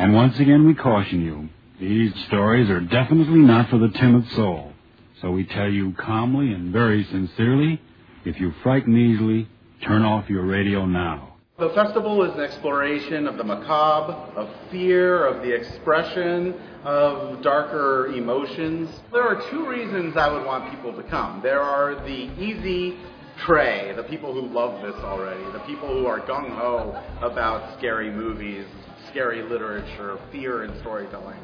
And once again, we caution you these stories are definitely not for the timid soul. So we tell you calmly and very sincerely if you frighten easily, turn off your radio now. The festival is an exploration of the macabre, of fear, of the expression of darker emotions. There are two reasons I would want people to come. There are the easy prey, the people who love this already, the people who are gung ho about scary movies, scary literature, fear, and storytelling.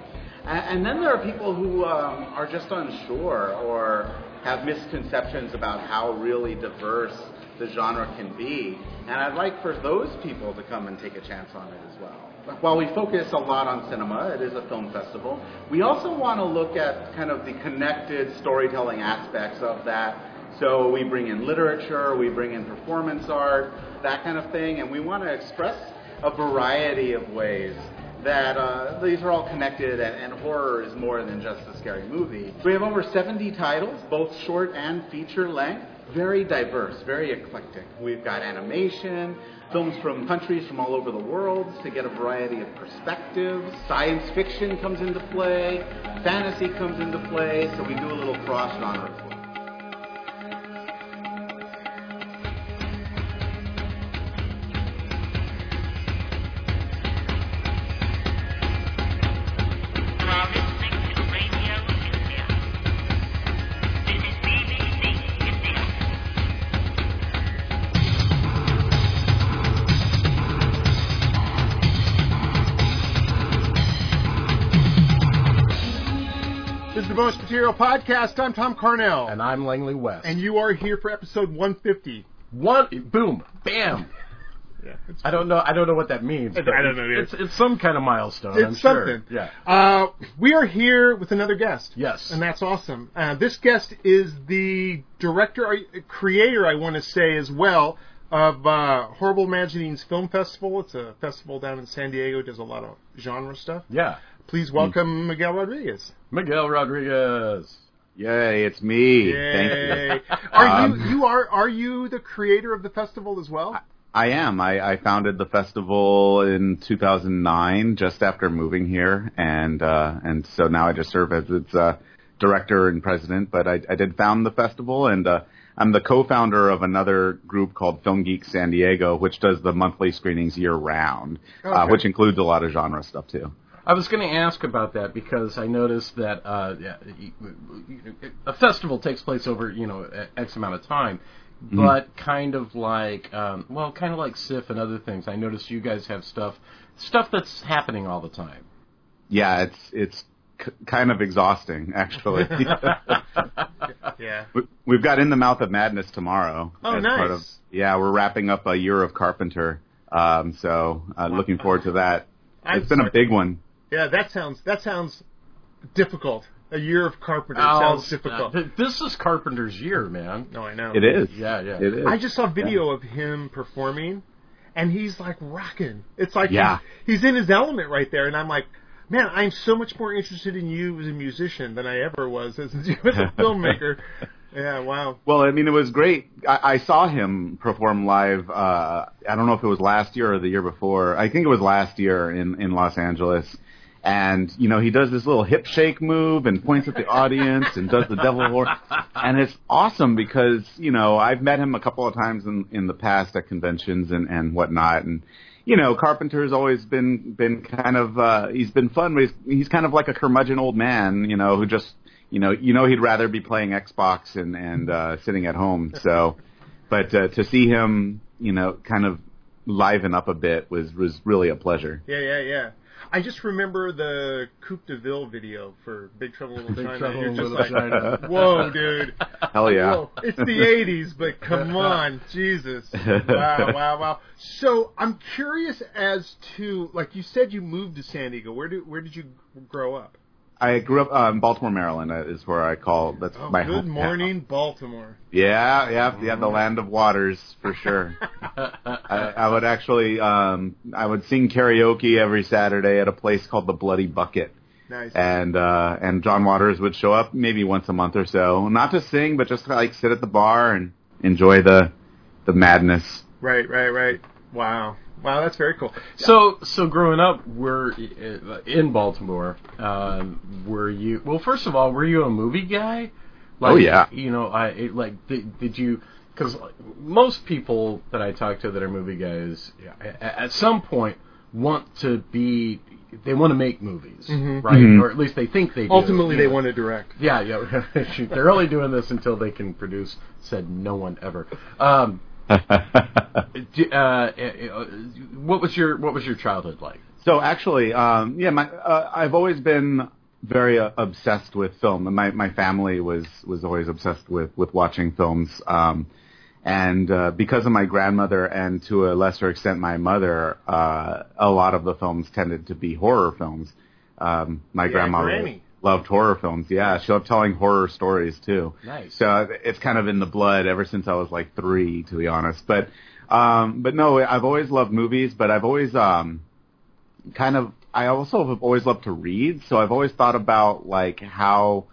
And, and then there are people who um, are just unsure or have misconceptions about how really diverse the genre can be. And I'd like for those people to come and take a chance on it as well. While we focus a lot on cinema, it is a film festival, we also want to look at kind of the connected storytelling aspects of that. So we bring in literature, we bring in performance art, that kind of thing, and we want to express a variety of ways that uh, these are all connected and, and, horror is more than just a scary movie. We have over 70 titles, both short and feature length. Very diverse, very eclectic. We've got animation, films from countries from all over the world to get a variety of perspectives. Science fiction comes into play, fantasy comes into play, so we do a little cross genre. the Bonus Material Podcast. I'm Tom Carnell. And I'm Langley West. And you are here for episode 150. One, boom, bam. yeah, I don't know. I don't know what that means. I don't know. Either. It's, it's some kind of milestone. It's I'm something. Sure. Yeah. Uh, we are here with another guest. Yes. And that's awesome. Uh, this guest is the director, uh, creator, I want to say as well, of uh, Horrible Imaginings Film Festival. It's a festival down in San Diego. Does a lot of genre stuff. Yeah. Please welcome mm. Miguel Rodriguez. Miguel Rodriguez. Yay, it's me. Yay. Thank you. Are um, you you are are you the creator of the festival as well? I, I am. I, I, founded the festival in 2009, just after moving here, and uh, and so now I just serve as its uh, director and president. But I, I did found the festival, and uh, I'm the co-founder of another group called Film Geek San Diego, which does the monthly screenings year round, okay. uh, which includes a lot of genre stuff too. I was going to ask about that because I noticed that uh, a festival takes place over you know x amount of time, but mm-hmm. kind of like um, well, kind of like SIF and other things. I noticed you guys have stuff stuff that's happening all the time. Yeah, it's it's c- kind of exhausting actually. uh, yeah, we, have got in the mouth of madness tomorrow. Oh, nice. Of, yeah, we're wrapping up a year of Carpenter, um, so uh, looking forward to that. I'm it's been sorry. a big one. Yeah, that sounds that sounds difficult. A year of Carpenter oh, sounds difficult. Uh, this is Carpenter's year, man. No, I know. It is. Yeah, yeah. It is. I just saw video yeah. of him performing, and he's like rocking. It's like yeah. he's, he's in his element right there, and I'm like, man, I'm so much more interested in you as a musician than I ever was as, as a filmmaker. Yeah, wow. Well, I mean, it was great. I, I saw him perform live. Uh, I don't know if it was last year or the year before. I think it was last year in in Los Angeles. And you know, he does this little hip shake move and points at the audience and does the devil horn, and it's awesome because you know I've met him a couple of times in in the past at conventions and and whatnot, and you know, Carpenter's always been been kind of uh, he's been fun, but he's, he's kind of like a curmudgeon old man, you know, who just you know, you know he'd rather be playing Xbox and and uh, sitting at home. So, but uh, to see him, you know, kind of liven up a bit was was really a pleasure. Yeah, yeah, yeah. I just remember the Coupe de Ville video for Big Trouble in Little Big China. Trouble You're just like, China. whoa, dude. Hell yeah. Whoa. It's the 80s, but come on. Jesus. Wow, wow, wow. So I'm curious as to, like you said, you moved to San Diego. Where, do, where did you grow up? I grew up uh, in Baltimore, Maryland. Is where I call that's oh, my good home. Good morning, Baltimore. Yeah, yeah, yeah. The land of waters for sure. I, I would actually, um, I would sing karaoke every Saturday at a place called the Bloody Bucket. Nice. And uh, and John Waters would show up maybe once a month or so, not to sing, but just to, like sit at the bar and enjoy the the madness. Right, right, right. Wow. Wow, that's very cool. So, so growing up, we're uh, in Baltimore. Um, were you? Well, first of all, were you a movie guy? Like, Oh, yeah. You know, I it, like did, did you? Because most people that I talk to that are movie guys, a- a- at some point, want to be. They want to make movies, right? Mm-hmm. Or at least they think they do. Mm-hmm. Ultimately, You they know. want to direct. Yeah, yeah. Shoot, They're only doing this until they can produce. Said no one ever. Um, d- uh, uh, what was your What was your childhood like? So actually, um, yeah, my uh, I've always been very uh, obsessed with film, and my my family was was always obsessed with with watching films. Um, and uh, because of my grandmother and to a lesser extent my mother, uh, a lot of the films tended to be horror films. Um, my grandma Granny. loved horror films. Yeah, she loved telling horror stories too. Nice. So it's kind of in the blood ever since I was like three, to be honest. But um, but no, I've always loved movies, but I've always um, kind of I also have always loved to read, so I've always thought about like how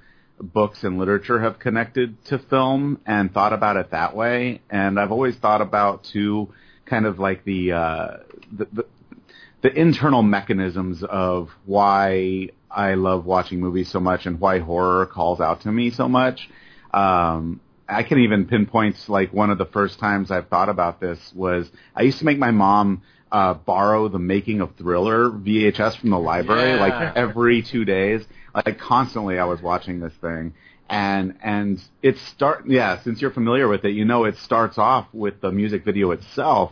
books and literature have connected to film and thought about it that way. And I've always thought about too kind of like the uh the, the the internal mechanisms of why I love watching movies so much and why horror calls out to me so much. Um, I can even pinpoint like one of the first times I've thought about this was I used to make my mom uh, borrow the making of Thriller VHS from the library Yeah. like every two days. Like constantly, I was watching this thing. And and it start yeah since you're familiar with it you know it starts off with the music video itself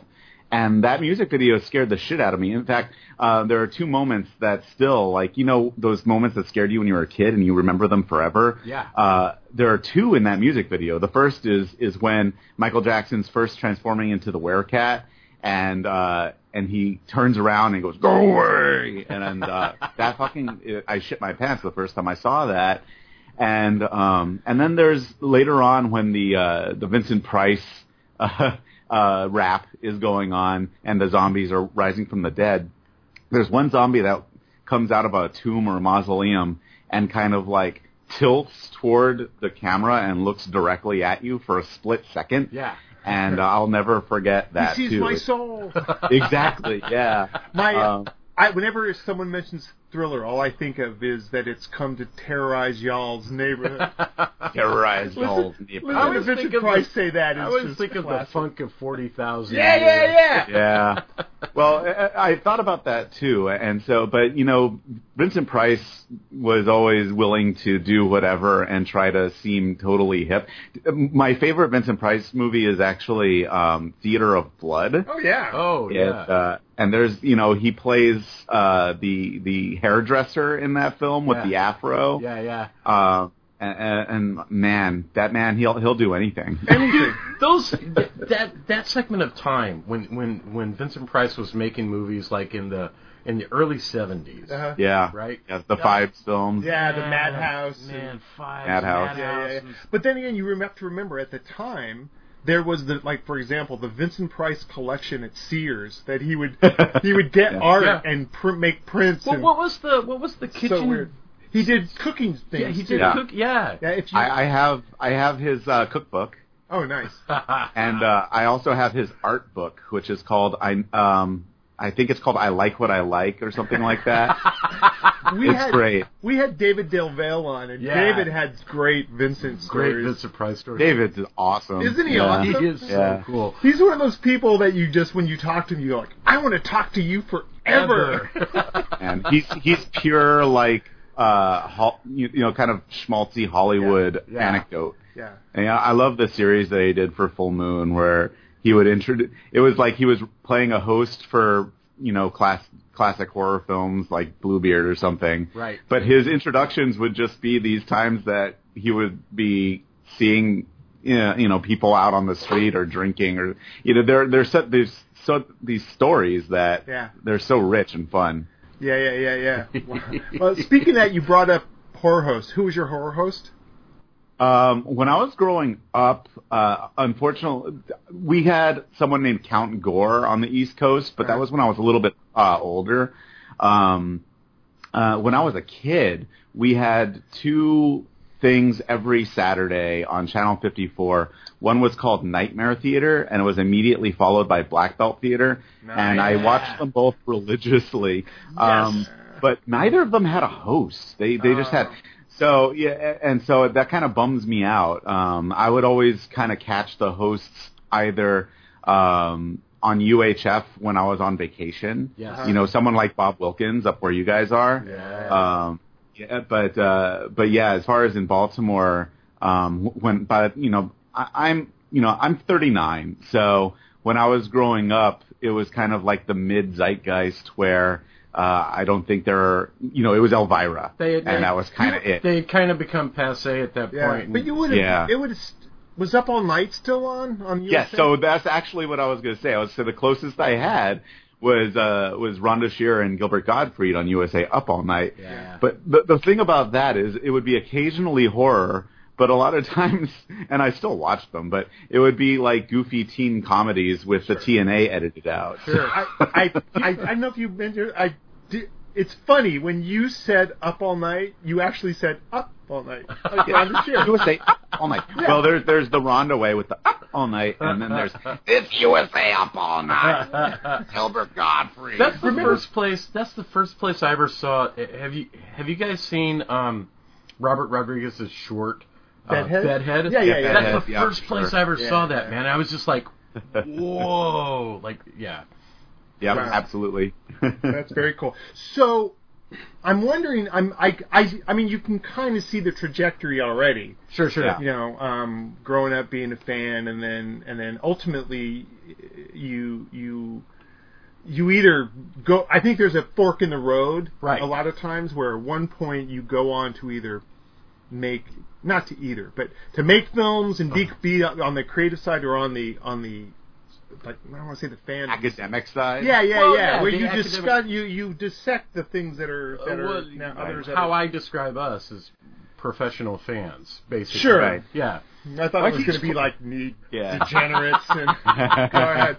and that music video scared the shit out of me. In fact, uh, there are two moments that still, like, you know, those moments that scared you when you were a kid and you remember them forever. Yeah. Uh, there are two in that music video. The first is is when Michael Jackson's first transforming into the werecat, and uh, and he turns around and goes, "Go away!" And, and uh, that fucking, I shit my pants the first time I saw that and um, and then there's later on when the uh, the Vincent Price uh, uh, rap is going on and the zombies are rising from the dead. There's one zombie that comes out of a tomb or a mausoleum and kind of like tilts toward the camera and looks directly at you for a split second. Yeah. And I'll never forget that he sees too. my soul. exactly. Yeah. My, Um, I, whenever someone mentions thriller, all I think of is that it's come to terrorize y'all's neighborhood. terrorized all Listen I to always Vincent think of Price the- say that. I It's always just think of the classic. funk of forty thousand. Yeah, yeah, yeah. yeah. Well, I- I, I thought about that too, and so, but you know, Vincent Price was always willing to do whatever and try to seem totally hip. My favorite Vincent Price movie is actually um, Theater of Blood. Oh yeah. Oh And, yeah. uh, and there's, you know, he plays uh, the the hairdresser in that film with Yeah. the afro. yeah, yeah. Uh, and, and man, that man, he'll he'll do anything. Anything. Those th- that that segment of time when when when Vincent Price was making movies like in the in the early 70s Uh-huh. yeah, Right. Yeah, the five films. Yeah, the madhouse. and- Man, five. Madhouse. Yeah, yeah, yeah. But then again, you rem- have to remember at the time there was the like for example the Vincent Price collection at Sears that he would he would get Yeah. art Yeah. and pr- make prints. Well, and what was the what was the kitchen? so weird. He did cooking things. Yeah, he did Yeah. cook. Yeah. too. Yeah, if you, I, I have I have his uh, cookbook. oh, nice. and uh, I also have his art book, which is called I um I think it's called I like what I like or something like that. We it's had great. we had David Del Valle on, and Yeah. David had great Vincent Great stories. Vincent Price story. David's is awesome. Isn't he Yeah. He awesome? is so Yeah. cool. He's one of those people that you just when you talk to him, you go like, I want to talk to you forever. And he's he's pure like uh hol- you, you know kind of schmaltzy Hollywood Yeah. Yeah. anecdote. yeah. And I I love the series that he did for Full Moon, where he would introduce. It was like he was playing a host for you know class classic horror films like Bluebeard or something. Right. But his introductions would just be these times that he would be seeing you know, you know people out on the street or drinking or you know they're they're set these so these stories that Yeah. they're so rich and fun. Yeah, yeah, yeah, yeah. well, speaking of that, you brought up horror host. Who was your horror host? Um, when I was growing up, uh, unfortunately, we had someone named Count Gore on the East Coast, but that was when I was a little bit uh, older. Um, uh, when I was a kid, we had two things every Saturday on Channel 54. One was called Nightmare Theater, and it was immediately followed by Black Belt Theater. And I watched them both religiously. Um, but neither of them had a host. They they just Uh, had. So yeah, a- and so that kind of bums me out. Um, I would always kind of catch the hosts either um, on UHF when I was on vacation. Yes. You know, someone like Bob Wilkins up where you guys are. Um, yeah, but uh, but yeah, as far as in Baltimore, um, when but you know I, I'm you know I'm 39, so when I was growing up, it was kind of like the mid zeitgeist where uh, I don't think there are you know it was Elvira, They had- and they- that was kind of it. They had kind of become passe at that Yeah, point. but you would have. Yeah. It would have. Was up all night still on on USA? Yes, so that's actually what I was going to say. I was so the closest I had was uh, was Rhonda Shearer and Gilbert Gottfried on USA Up All Night. Yeah. But the, the thing about that is it would be occasionally horror, but a lot of times, and I still watch them, but it would be like goofy teen comedies with the TNA edited out. Sure. I, I, I, I don't know if you've been here. I did, it's funny when you said up all night, you actually said up all night. Like Rhonda Shearer. USA Up All Night. Well, there's there's the Rhonda way with the Up All Night, and then there's it's USA Up All Night. Gilbert Godfrey. That's the first place. That's the first place I ever saw. eh, Have you Have you guys seen um, Robert Rodriguez's short Bedhead? Uh, Bedhead. Yeah, yeah, yeah. That's Bedhead, the yeah, first place sure. I ever Yeah, saw that yeah. man. I was just like, whoa, like yeah. Yeah, Wow. absolutely. That's very cool. So I'm wondering. I'm I I, I mean, you can kind of see the trajectory already. Sure, sure. Yeah. You know, um, growing up being a fan, and then and then ultimately, you you you either go. I think there's a fork in the road. Right. A lot of times, where at one point you go on to either make not to either, but to make films and Uh-huh. be, be on the creative side or on the on the like I don't want to say the fan academic side. yeah, yeah, Well, yeah. yeah, Where the you academic- dissect, you you dissect the things that are Uh, that are well, now others. that how are- I describe us is professional fans, basically. sure. Right. Yeah. I thought I it was teach going to be cl- like me Yeah. degenerates and go ahead.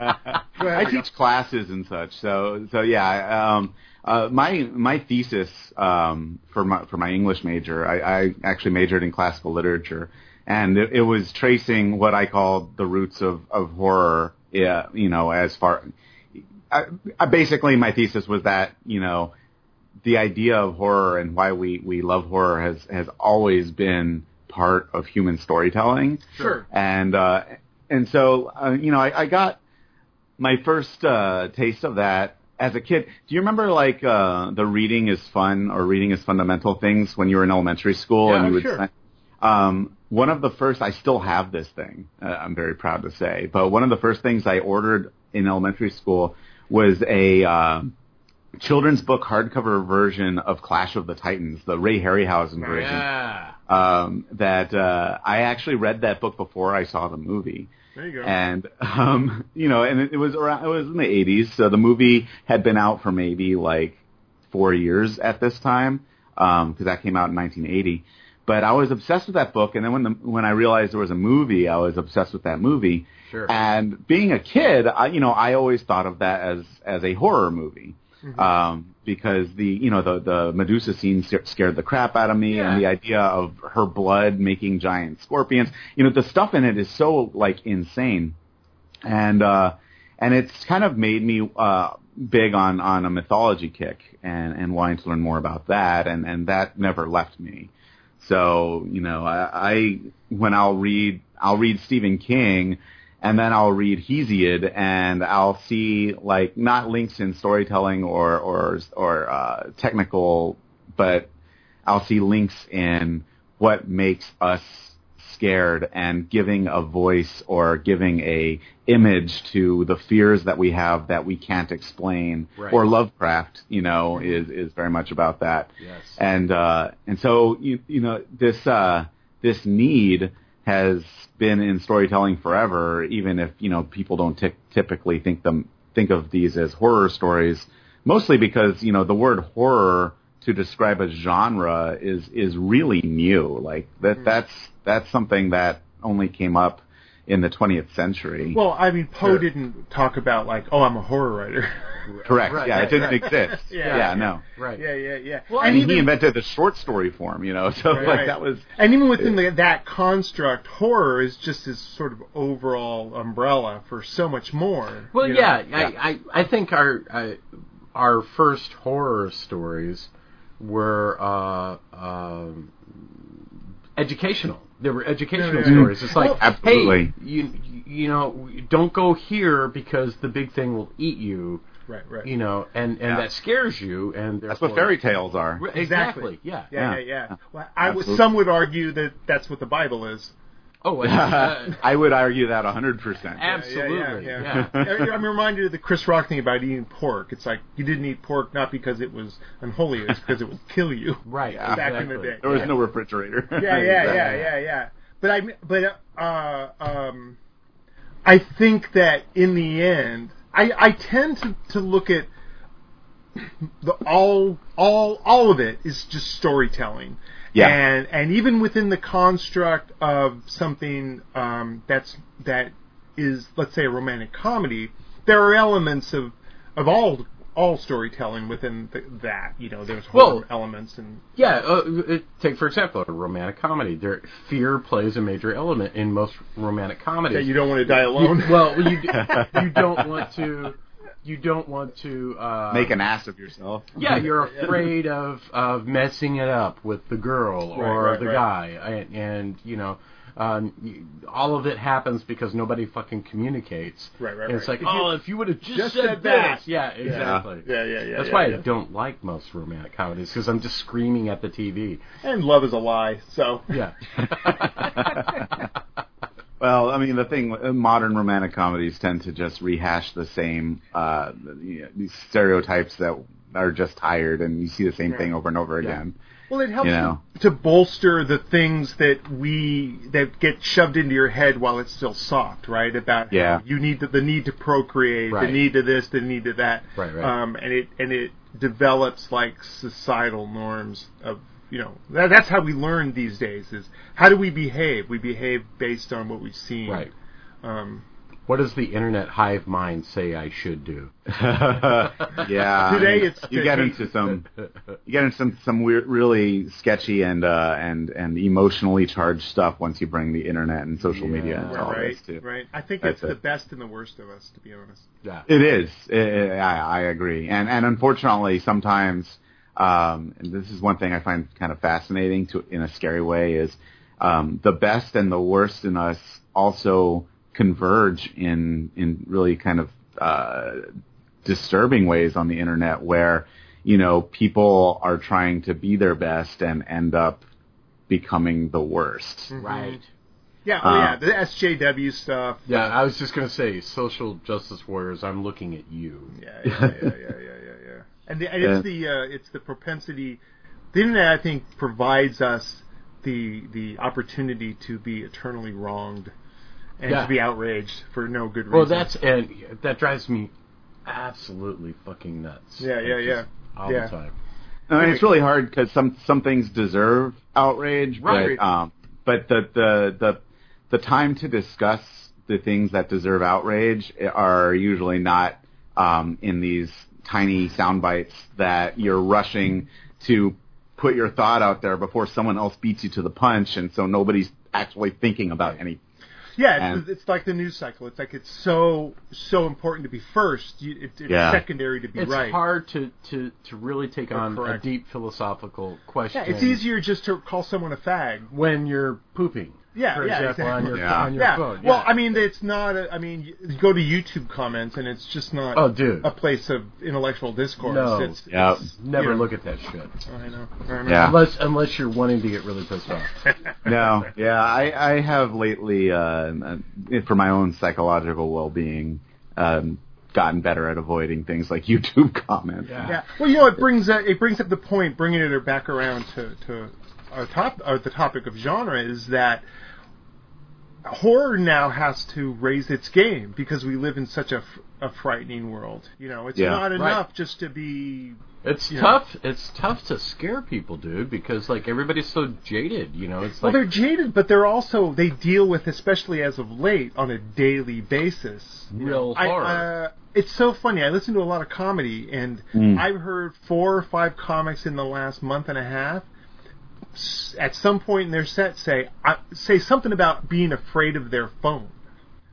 Go ahead. I teach classes and such, so so yeah. Um, uh, my my thesis um, for my for my English major, I, I actually majored in classical literature, and it, it was tracing what I called the roots of of horror. Yeah, you know, as far, I, I basically my thesis was that you know the idea of horror and why we, we love horror has, has always been part of human storytelling. Sure. And, uh, and so, uh, you know, I, I got my first, uh, taste of that as a kid. Do you remember like, uh, the reading is fun or reading is fundamental things when you were in elementary school Yeah, and you would, sure. sign- um, one of the first, I still have this thing, uh, I'm very proud to say, but one of the first things I ordered in elementary school was a, uh, children's book hardcover version of Clash of the Titans, the Ray Harryhausen version. Yeah. Um, that uh, I actually read that book before I saw the movie, There you go. and um, you know, and it, it was around. It was in the '80s, so the movie had been out for maybe like four years at this time because that came out in 1980. But I was obsessed with that book, and then when the when I realized there was a movie, I was obsessed with that movie. Sure. And being a kid, I, you know, I always thought of that as as a horror movie, Mm-hmm. um, because the you know the the Medusa scene sca- scared the crap out of me, and the Yeah. idea of her blood making giant scorpions, you know, the stuff in it is so like insane, and uh, and it's kind of made me uh, big on on a mythology kick and and wanting to learn more about that, and and that never left me. So you know, I, I when I'll read I'll read Stephen King, and then I'll read Hesiod, and I'll see like not links in storytelling or or or uh, technical, but I'll see links in what makes us scared and giving a voice or giving a image to the fears that we have that we can't explain Right. or Lovecraft, you know, is is very much about that Yes. and uh, and so you you know this uh, this need has been in storytelling forever, even if you know people don't ty- typically think them think of these as horror stories, mostly because you know the word horror to describe a genre is is really new. Like that that's that's something that only came up in the 20th century. well, I mean, Poe didn't talk about like, oh, I'm a horror writer. Correct. Right, yeah, right, it didn't right. exist. Yeah. yeah, no. Right. Yeah, yeah, yeah. Well, I And mean, he even- invented the short story form, you know. So Right, like right. that was And even within the, that construct, horror is just this sort of overall umbrella for so much more. Well, you know? yeah, I, I, I think our I, our first horror stories were uh, um educational. They were educational Yeah, yeah. stories. It's like, Well, Absolutely. hey, you you know, don't go here because the big thing will eat you. Right, right. You know, and and Yeah. that scares you, and that's what therefore- fairy tales are. Exactly. Exactly. Yeah. yeah, yeah, Yeah. yeah. Well, I would, Absolutely. some would argue that that's what the Bible is. Oh, and, uh, I would argue that hundred percent. absolutely. Yeah, yeah, yeah. yeah. I- I'm reminded of the Chris Rock thing about eating pork. It's like you didn't eat pork not because it was unholy, it's because it would kill you. Right. Yeah. Back in Exactly. the day. There was no refrigerator. yeah, yeah, yeah, yeah, yeah. But I, but uh, um, I think that in the end, I, I tend to, to look at the all, all, all of it is just storytelling. Yeah. And and even within the construct of something um, that's that is let's say a romantic comedy, there are elements of of all all storytelling within th that. You know, there's horror Well- elements and Yeah, uh, uh, take for example a romantic comedy. There, fear plays a major element in most romantic comedies. that you don't want to die You- alone. well, you you don't want to you don't want to uh, Make an ass of yourself. yeah. You're afraid of of messing it up with the girl or Right, right, the right. guy, and, and you know. Um, you- all of it happens because nobody fucking communicates. Right, right, And it's right. like, oh, if you would have just, Just said, said that. this, yeah, exactly. Yeah, yeah, yeah. That's yeah, why yeah. I don't like most romantic comedies because I'm just screaming at the TV. And love is a lie. So Yeah. Well, I mean, the thing uh, modern romantic comedies tend to just rehash the same uh, you know, these stereotypes that are just tired, and you see the same thing over and over again. well, it helps You know. to, to bolster the things that we that get shoved into your head while it's still soft, right? About how Yeah. you need to, the need to procreate, Right. the need to this, the need to that, Right, right. Um, and it and it develops like societal norms of you know that, that's how we learn these days is how do we behave? We behave based on what we've seen, right. Um, What does the internet hive mind say I should do? Yeah. I Today mean, it's you the get hate- into some you get into some some weird, really sketchy and uh, and and emotionally charged stuff once you bring the internet and social media into Yeah. all right, this too. right. I think That's it's the it. best and the worst of us, to be honest. Yeah. It is. I I, I agree. And and unfortunately, sometimes, um, and this is one thing I find kind of fascinating to in a scary way is um, the best and the worst in us also converge in in really kind of uh, disturbing ways on the internet where you know people are trying to be their best and end up becoming the worst. Right. Yeah, oh Um, yeah, the SJW stuff. Yeah, I was just going to say, social justice warriors, I'm looking at you. Yeah, yeah, yeah, yeah, yeah, yeah, yeah. And, the, and it's the uh, it's the propensity. The internet, I think, provides us the the opportunity to be eternally wronged and Yeah. to be outraged for no good reason. Well, that's, and that drives me absolutely fucking nuts. Yeah, yeah, Like, yeah. just All Yeah. the time. I mean, it's really hard because some some things deserve outrage, Right. but um, but the the the the time to discuss the things that deserve outrage are usually not um, in these tiny sound bites that you're rushing to put your thought out there before someone else beats you to the punch, and so nobody's actually thinking about any. yeah. It's, and- it's like the news cycle. It's like it's so so important to be first. You, it, it's Yeah. secondary to be It's right. hard to, to, to really take on correct. a deep philosophical question. Yeah, it's easier just to call someone a fag when you're pooping. Yeah, for yeah, example, on your, Yeah. on your yeah. phone. Well, Yeah. I mean, it's not. A, I mean, you- you go to YouTube comments, and it's just not Oh, dude. a place of intellectual discourse. No. It's, Yeah. it's- you Never know, look at that shit. I know. I know. Yeah. Unless, unless you're wanting to get really pissed off. no, yeah, I, I have lately, uh, uh, for my own psychological well-being, um, gotten better at avoiding things like YouTube comments. Yeah. Well, you know, it brings uh, it brings up the point, bringing it back around to to our top, uh, the topic of genre is that horror now has to raise its game because we live in such a, f- a frightening world. You know, it's Yeah. not Right. enough just to be. It's Yeah. tough. It's tough to scare people, dude, because like everybody's so jaded. You know, it's Well, like they're jaded, but they're also they deal with, especially as of late, on a daily basis. You Real know, I- horror. uh, it's so funny. I listen to a lot of comedy, and I've heard four or five comics in the last month and a half. s- At some point in their set, say I, say something about being afraid of their phone.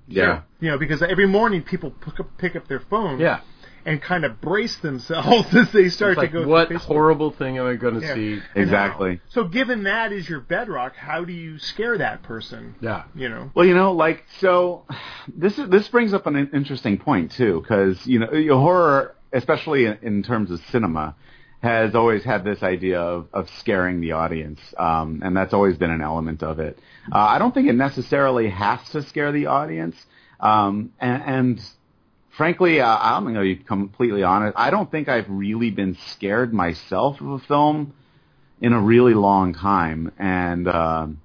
Yeah. You know, because every morning people pick up, pick up their phone yeah. and kind of brace themselves as they It's start like to go. what through Facebook. horrible thing am I going to Yeah. see? Exactly. So, given that is your bedrock, how do you scare that person? Yeah. You know, Well, you know, like so, this is this brings up an in- interesting point too, because you know, your horror, especially in, in terms of cinema, has always had this idea of, of scaring the audience, um, and that's always been an element of it. Uh, I don't think it necessarily has to scare the audience, um, and, and frankly, uh, I'm going to be completely honest. I don't think I've really been scared myself of a film in a really long time, and. um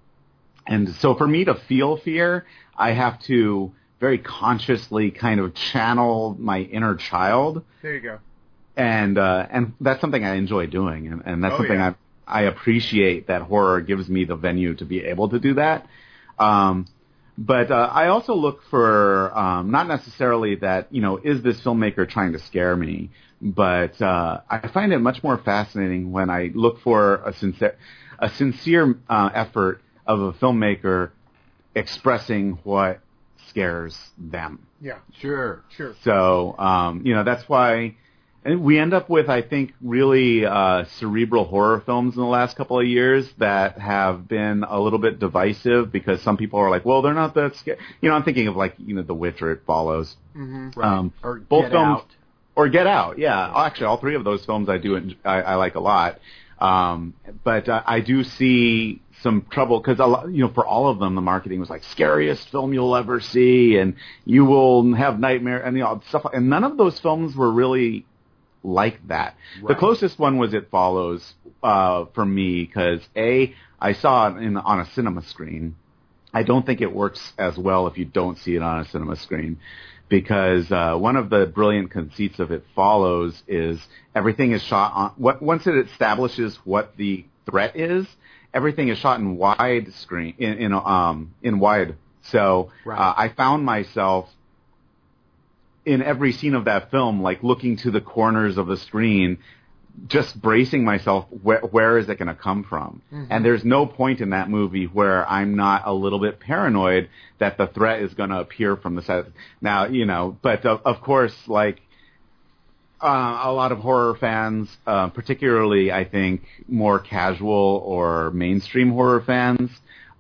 and so for me to feel fear, I have to very consciously kind of channel my inner child. there you go. And, uh, and that's something I enjoy doing. And, and that's Oh, something yeah. I, I appreciate that horror gives me the venue to be able to do that. Um, but uh, I also look for um, not necessarily that you know is this filmmaker trying to scare me, but uh, I find it much more fascinating when I look for a sincere, a sincere uh, effort of a filmmaker expressing what scares them. Yeah, Sure. sure. So um, you know that's why and we end up with I think really uh, cerebral horror films in the last couple of years that have been a little bit divisive because some people are like, well, they're not that scary. You know, I'm thinking of like you know The Witcher, It Follows, Right. Um, or both get films- out. or Get Out. Yeah, actually, all three of those films I do en- I, I like a lot. Um, but uh, I do see some trouble because you know for all of them the marketing was like scariest film you'll ever see and you will have nightmare and you know stuff and none of those films were really like that. The Right. closest one was It Follows uh, for me because a I saw it in on a cinema screen. I don't think it works as well if you don't see it on a cinema screen because uh, one of the brilliant conceits of It Follows is everything is shot on what, once it establishes what the threat is. Everything is shot in wide screen in, in um in wide. So uh, Right. I found myself in every scene of that film, like looking to the corners of the screen, just bracing myself. Where, where is it going to come from? And there's no point in that movie where I'm not a little bit paranoid that the threat is going to appear from the set. Now, you know, but uh, of, of course, like uh, a lot of horror fans, uh, particularly I think more casual or mainstream horror fans,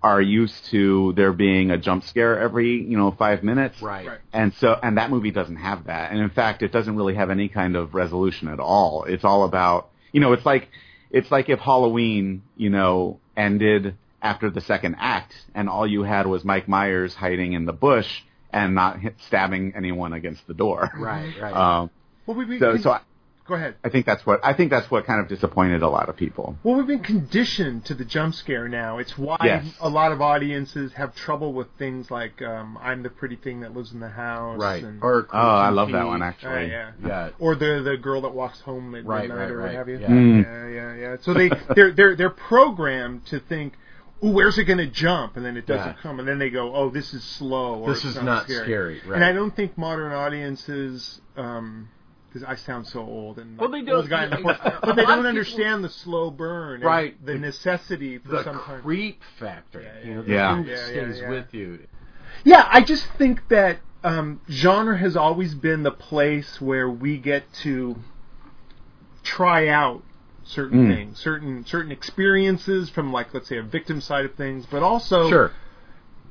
are used to there being a jump scare every you know five minutes, Right. Right. And so, and that movie doesn't have that, and in fact, it doesn't really have any kind of resolution at all. It's all about you know, it's like it's like if Halloween you know ended after the second act, and all you had was Mike Myers hiding in the bush and not hit, stabbing anyone against the door. Right. Mm-hmm. Right. Um, Well, we've been so, con- so I, go ahead. I think that's what I think that's what kind of disappointed a lot of people. Well, we've been conditioned to the jump scare now. It's why Yes. a lot of audiences have trouble with things like um, "I'm the pretty thing that lives in the house," right. And, Or Oh, I love creepy- that one Oh, actually. yeah. Yeah. Or the the girl that walks home at Right, midnight right, or what right. have you. Yeah. Mm. yeah, yeah, yeah. So they they're they're they're programmed to think, "Ooh, where's it going to jump?" And then it doesn't Yeah. come, and then they go, "Oh, this is slow." Or This it's is not scary. scary, right. And I don't think modern audiences. Um, because I sound so old and Well, like, they don't- old guy in the porch, a but they lot of don't people- understand the slow burn, and Right. The necessity for The some kind. creep factor. Yeah, You know, the yeah. thing that Yeah, yeah, stays yeah. with you. Yeah, I just think that um, genre has always been the place where we get to try out certain Mm. things, certain certain experiences from like let's say a victim side of things, but also Sure.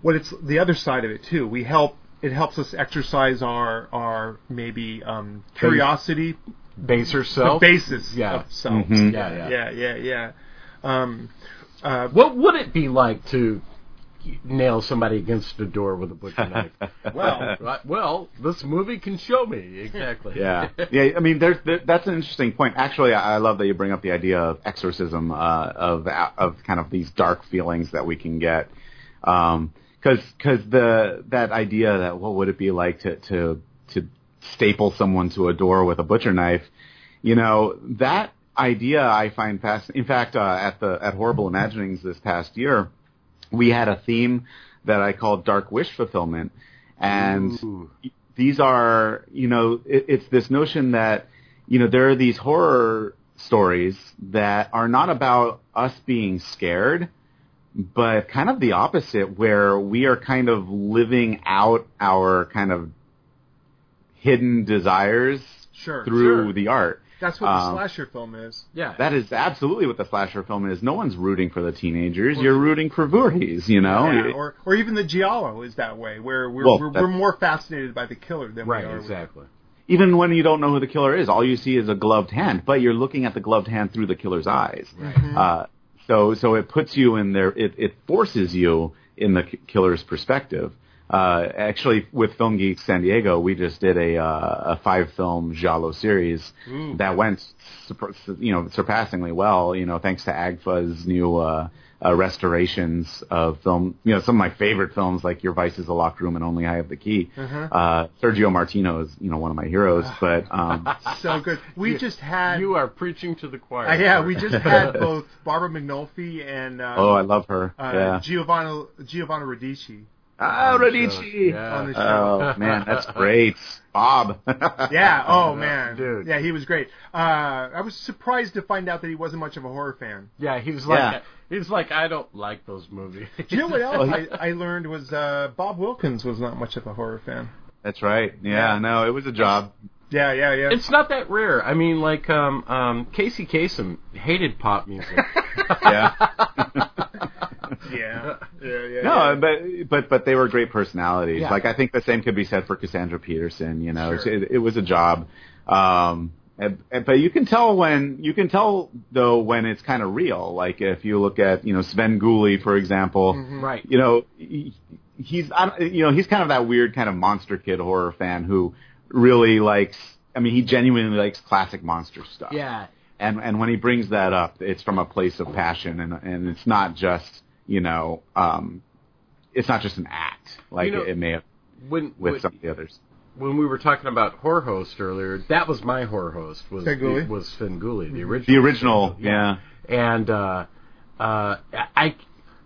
what it's the other side of it too. We help it helps us exercise our our maybe um, curiosity, Base Mm. the yourself. basis yeah. Mm-hmm. of selves. Mhm. Yeah, yeah, Yeah, yeah, yeah. Um, uh, What would it be like to nail somebody against a door with a butcher knife? well, right, well, this movie can show me exactly. Yeah, yeah. I mean, there's there, that's an interesting point. Actually, I, I love that you bring up the idea of exorcism, uh, of of kind of these dark feelings that we can get, because because because the that idea that what would it be like to to to staple someone to a door with a butcher knife, you know that idea I find fascinating. In fact, uh, at the at Horrible Imaginings this past year, we had a theme that I called Dark Wish Fulfillment, and Ooh. these are you know it, it's this notion that you know there are these horror stories that are not about us being scared but kind of the opposite where we are kind of living out our kind of hidden desires Sure, through sure. the art That's what the Um, slasher film is. Yeah. that is absolutely what the slasher film is no one's rooting for the teenagers you're rooting for Voorhees you know Yeah, or or even the giallo is that way, where we're Oh, Well, we're, that- we're more fascinated by the killer than right. we are. with- Exactly. even when you don't know who the killer is, all you see is a gloved hand, but you're looking at the gloved hand through the killer's eyes. Uh, so, so it puts you in there. It, it forces you in the k- killer's perspective. Uh, actually, with Film Geeks San Diego, we just did a, uh, a five film Jalo series that went, surp- you know, surpassingly well. You know, thanks to Agfa's new uh, uh, restorations of film. You know, some of my favorite films like Your Vice Is a Locked Room and Only I Have the Key. Uh, Sergio Martino is, you know, one of my heroes, but um, So good. We just had. You are preaching to the choir. uh, yeah, sir. we just had both Barbara McNulty and uh, oh, I love her. uh, yeah. Giovanna Giovanna Radici Ah, Radici. Yeah. on the show. Oh man, that's great, Bob. yeah. Oh man. dude. Yeah, he was great. Uh, I was surprised to find out that he wasn't much of a horror fan. Yeah, he was like, Yeah. he was like, I don't like those movies. Do you know what Oh, else I, I learned was uh, Bob Wilkins was not much of a horror fan. that's right. Yeah, no, it was a job. Yeah, yeah, yeah. it's not that rare. I mean, like, um, um, Casey Kasem hated pop music. Yeah. yeah, yeah, yeah. No, but but but they were great personalities. Yeah. Like I think the same could be said for Cassandra Peterson. You know, Sure. it, it was a job. Um, and- and- but you can tell when you can tell though when it's kind of real. Like if you look at you know Sven Gulli, for example. right. you know he, he's I don't- you know he's kind of that weird kind of monster kid horror fan who really likes I mean he genuinely likes classic monster stuff. Yeah. And and when he brings that up it's from a place of passion and and it's not just, you know, um it's not just an act like You know- it may have When with when, some of the others. when we were talking about horror host earlier, that was my horror host was Finn Gully? was Finn Gully, the original. The original, yeah. and uh, uh, I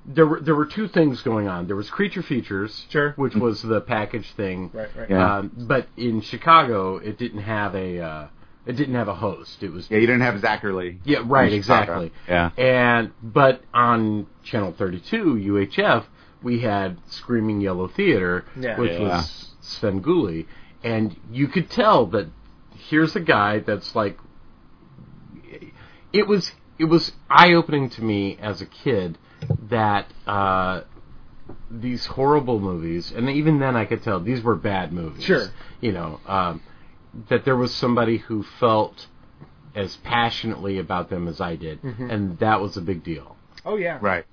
there were there were two things going on. There was Creature Features, Sure. which was the package thing, Right, right. Yeah. Um, but in Chicago, it didn't have a uh, it didn't have a host. It was Yeah, you didn't have Zachary. yeah, right, in Chicago. exactly. Yeah. And but on channel 32 UHF, we had Screaming Yellow Theater, Yeah. which Yeah. was Sven Gulli, and you could tell that here's a guy that's like it was it was eye opening to me as a kid that uh, these horrible movies, and even then I could tell these were bad movies. Sure. you know um, that there was somebody who felt as passionately about them as I did, and that was a big deal. Oh yeah. Right.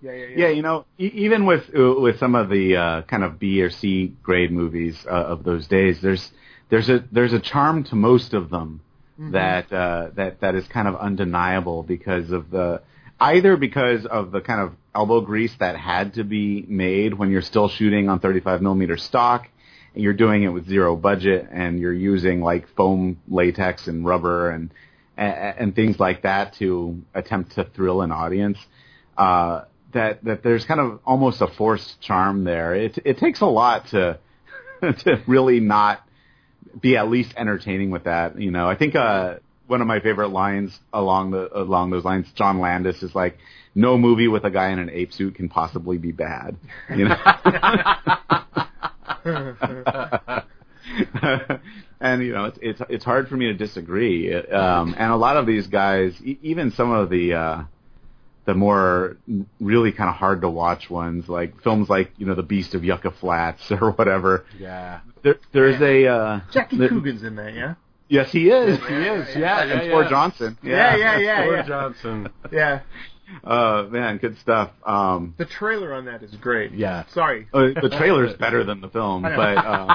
Yeah, yeah, Yeah, yeah. you know, e- even with with some of the uh, kind of B or C grade movies uh, of those days, there's there's a there's a charm to most of them that uh, that that is kind of undeniable because of the either because of the kind of elbow grease that had to be made when you're still shooting on 35 millimeter stock. and You're doing it with zero budget, and you're using like foam, latex, and rubber, and and, and things like that to attempt to thrill an audience uh, that that there's kind of almost a forced charm there. It it takes a lot to to really not be at least entertaining with that. You know, I think uh, one of my favorite lines along the along those lines, John Landis is like, "No movie with a guy in an ape suit can possibly be bad." You know. and you know it's, it's it's hard for me to disagree um and a lot of these guys e- even some of the uh the more really kind of hard to watch ones, like films like you know The Beast of Yucca Flats or whatever. Yeah. There, there's a uh, Jackie there- Coogan's in that, yeah. Yes, he is. He is, yeah, yeah, and poor yeah. Johnson. Yeah, yeah, yeah, Or yeah. Johnson. yeah. Uh, man, good stuff. Um, The trailer on that is great. Yeah. Sorry. uh, the trailer's better than the film, but uh,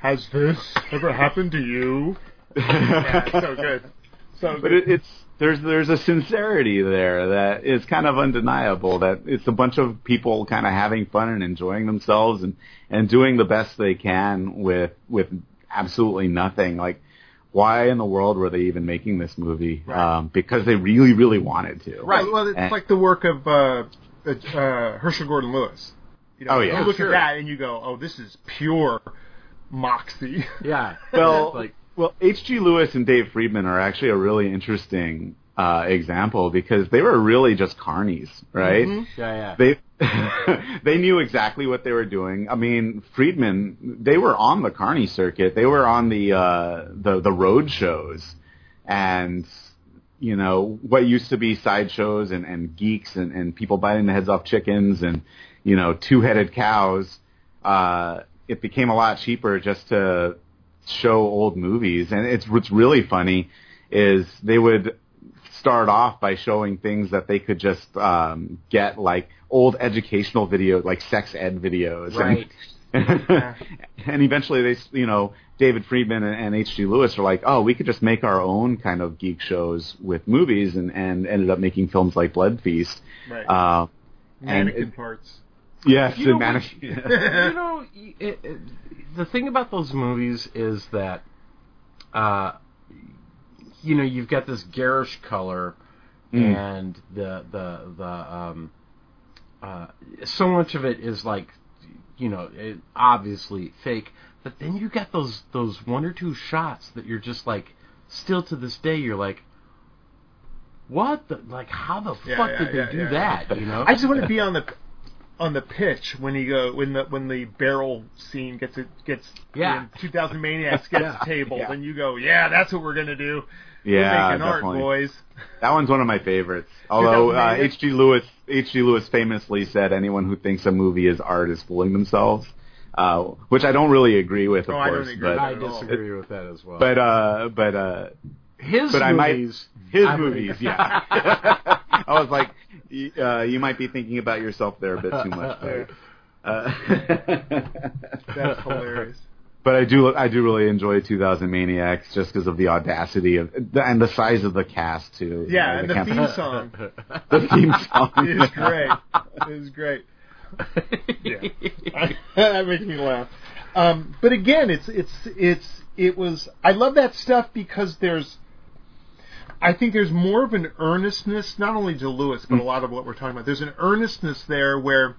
Has this ever happened to you? yeah, it's so good. So But it, it's there's there's a sincerity there that is kind of undeniable. That it's a bunch of people kind of having fun and enjoying themselves and and doing the best they can with with absolutely nothing. Like, why in the world were they even making this movie? Um, because they really really wanted to. right. Well, it's And- like the work of uh, uh, Herschel Gordon Lewis. You know, Oh, yeah. You look Sure. at that and you go, oh, this is pure moxie. Yeah. Well, It's like Well, H.G. Lewis and Dave Friedman are actually a really interesting uh, example because they were really just carnies, right? yeah, yeah. They they knew exactly what they were doing. I mean, Friedman, they were on the carny circuit. They were on the uh, the the road shows, and you know what used to be sideshows and and geeks and and people biting the heads off chickens and you know two headed cows. Uh, it became a lot cheaper just to show old movies, and it's what's really funny is they would start off by showing things that they could just um, get like old educational videos, like sex ed videos, Right. And, and eventually, they s- you know David Friedman and H. G. Lewis are like, oh, we could just make our own kind of geek shows with movies, and and ended up making films like Blood Feast. Right. Uh, and Mannequin it- parts. yes, You know and what- Manic- you know, y- it, it, the thing about those movies is that, uh, you know, you've got this garish color, Mm. and the the the um, uh, so much of it is like, you know, it, obviously fake. But then you got those those one or two shots that you're just like, still to this day, you're like. What the like? How the Yeah, fuck yeah, did they yeah, do yeah. that? You know, I just want to be on the on the pitch when you go when the when the barrel scene gets it gets Yeah. when 2000 maniacs gets tabled and you go yeah that's what we're gonna do yeah, making art definitely. boys That one's one of my favorites. Although that uh, made it- H.G. Lewis, H.G. Lewis famously said, "Anyone who thinks a movie is art is fooling themselves," uh, which I don't really agree with, of Oh, I don't course. agree but with I at all. disagree with that as well. but uh, but uh, his but I might- movies, his I would- movies, yeah. I was like, y- uh, you might be thinking about yourself there a bit too much. There. Uh, that's hilarious but I do, I do really enjoy 2000 Maniacs just because of the audacity of and the size of the cast too. yeah You and know, the they theme can't- song the theme song is great is great Yeah. that makes me laugh. Um, but again, it's it's it's it was. I love that stuff because there's. I think there's more of an earnestness, not only to Lewis, but a lot of what we're talking about. There's an earnestness there where,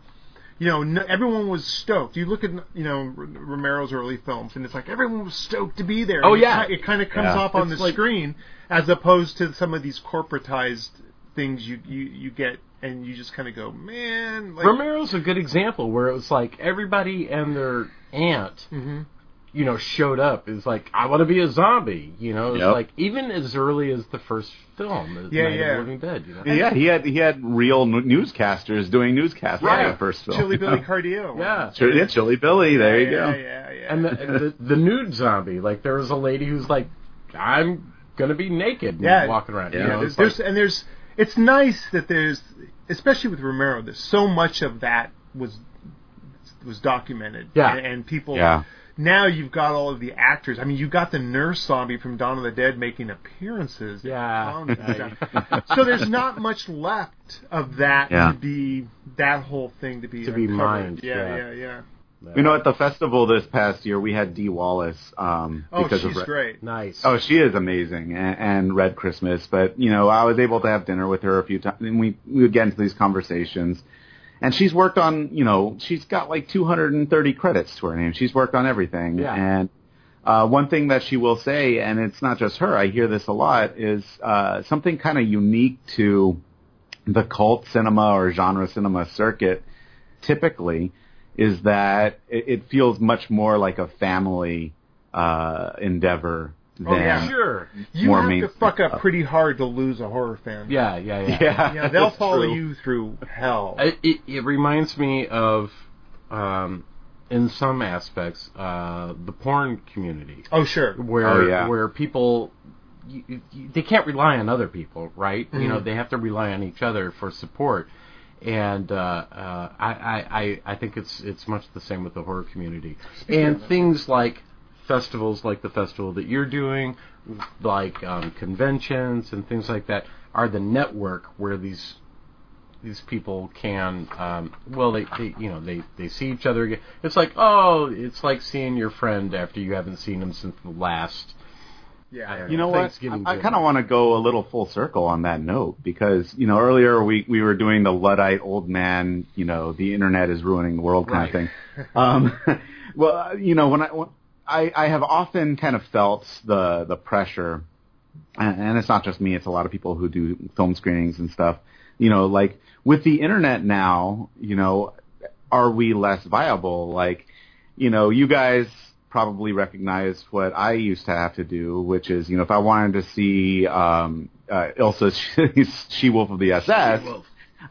you know, no, everyone was stoked. You look at you know R- Romero's early films, and it's like everyone was stoked to be there. Oh, And yeah. it, ki- it kind of comes Yeah. off on It's the like- screen as opposed to some of these corporatized things you you, you get, and you just kind of go, man. Like, Romero's a good example where it was like everybody and their aunt, Mhm. you know, showed up. It's like I want to be a zombie. You know, it's Yep. like even as early as the first film, Yeah, Night of the yeah. Living Dead. You know? Yeah, he had he had real n- newscasters doing newscasts in Right. the first film. Chili Billy Cardio. Yeah. Sure, yeah, Chili Billy. There you yeah, go. Yeah, yeah, And the, the the nude zombie, like there was a lady who's like, I'm gonna be naked, and Yeah. walking around. Yeah. you know, there's, it's like- there's- and there's it's nice that there's especially with Romero, there's so much of that was was documented. Yeah. and, and people. Yeah. Now you've got all of the actors. I mean, you got the nurse zombie from Dawn of the Dead making appearances. in Yeah. films and stuff. so there's not much left of that Yeah. to be that whole thing to be To be uncovered. mined, Yeah, yeah. yeah, yeah. You know, at the festival this past year, we had Dee Wallace. Um, Oh, because she's of Re- great. nice. Oh, she is amazing, and, and Red Christmas. But you know, I was able to have dinner with her a few times, and we we would get into these conversations. And she's worked on, you know, she's got like 230 credits to her name. She's worked on everything. Yeah. And uh, one thing that she will say, and it's not just her, I hear this a lot, is uh, something kind of unique to the cult cinema or genre cinema circuit typically is that it, it feels much more like a family uh, endeavor than Oh, yeah. sure. You More have to mainstream fuck up stuff. pretty hard to lose a horror fan. Yeah, yeah, yeah. yeah, Yeah, they'll that's follow true. you through hell. I- it, it reminds me of, um, in some aspects, uh, the porn community, oh sure. where Oh, yeah. where people you, you, they can't rely on other people, right? You Mm-hmm. know, they have to rely on each other for support. And uh, uh, I, I, I I think it's it's much the same with the horror community and things like festivals like the festival that you're doing, like um, conventions and things like that, are the network where these these people can um, well they, they you know they, they see each other again. It's like oh, it's like seeing your friend after you haven't seen him since the last. I Yeah. don't You know what? Thanksgiving I, I dinner. kind of want to go a little full circle on that note because you know earlier we we were doing the luddite old man, you know, the internet is ruining the world kind Right. of thing. Um, well, you know, when I when I, I have often kind of felt the the pressure, and, and it's not just me; it's a lot of people who do film screenings and stuff. You know, like with the internet now, you know, are we less viable? Like, you know, you guys probably recognize what I used to have to do, which is, you know, if I wanted to see um, uh, Ilsa She Wolf of the SS,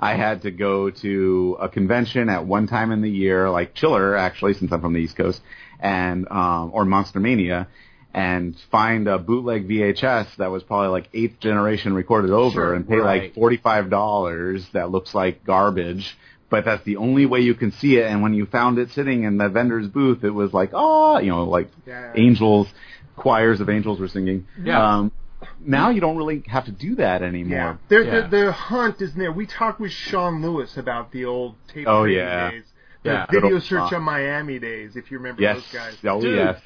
I had to go to a convention at one time in the year, like Chiller, actually, since I'm from the East Coast, and um, or Monster Mania, and find a bootleg VHS that was probably like eighth generation recorded over, Sure, and pay right. like forty five dollars that looks like garbage. But that's the only way you can see it. And when you found it sitting in the vendor's booth, it was like, oh, you know, like Yeah. angels, choirs of angels were singing. Yeah. Um, now you don't really have to do that anymore. Yeah, there, The, Yeah. the hunt isn't there. We talked with Sean Lewis about the old tape Oh, trading yeah. days, the Yeah. Good video old search Sean. on Miami days. If you remember Yes. those guys, Oh Dude. yes.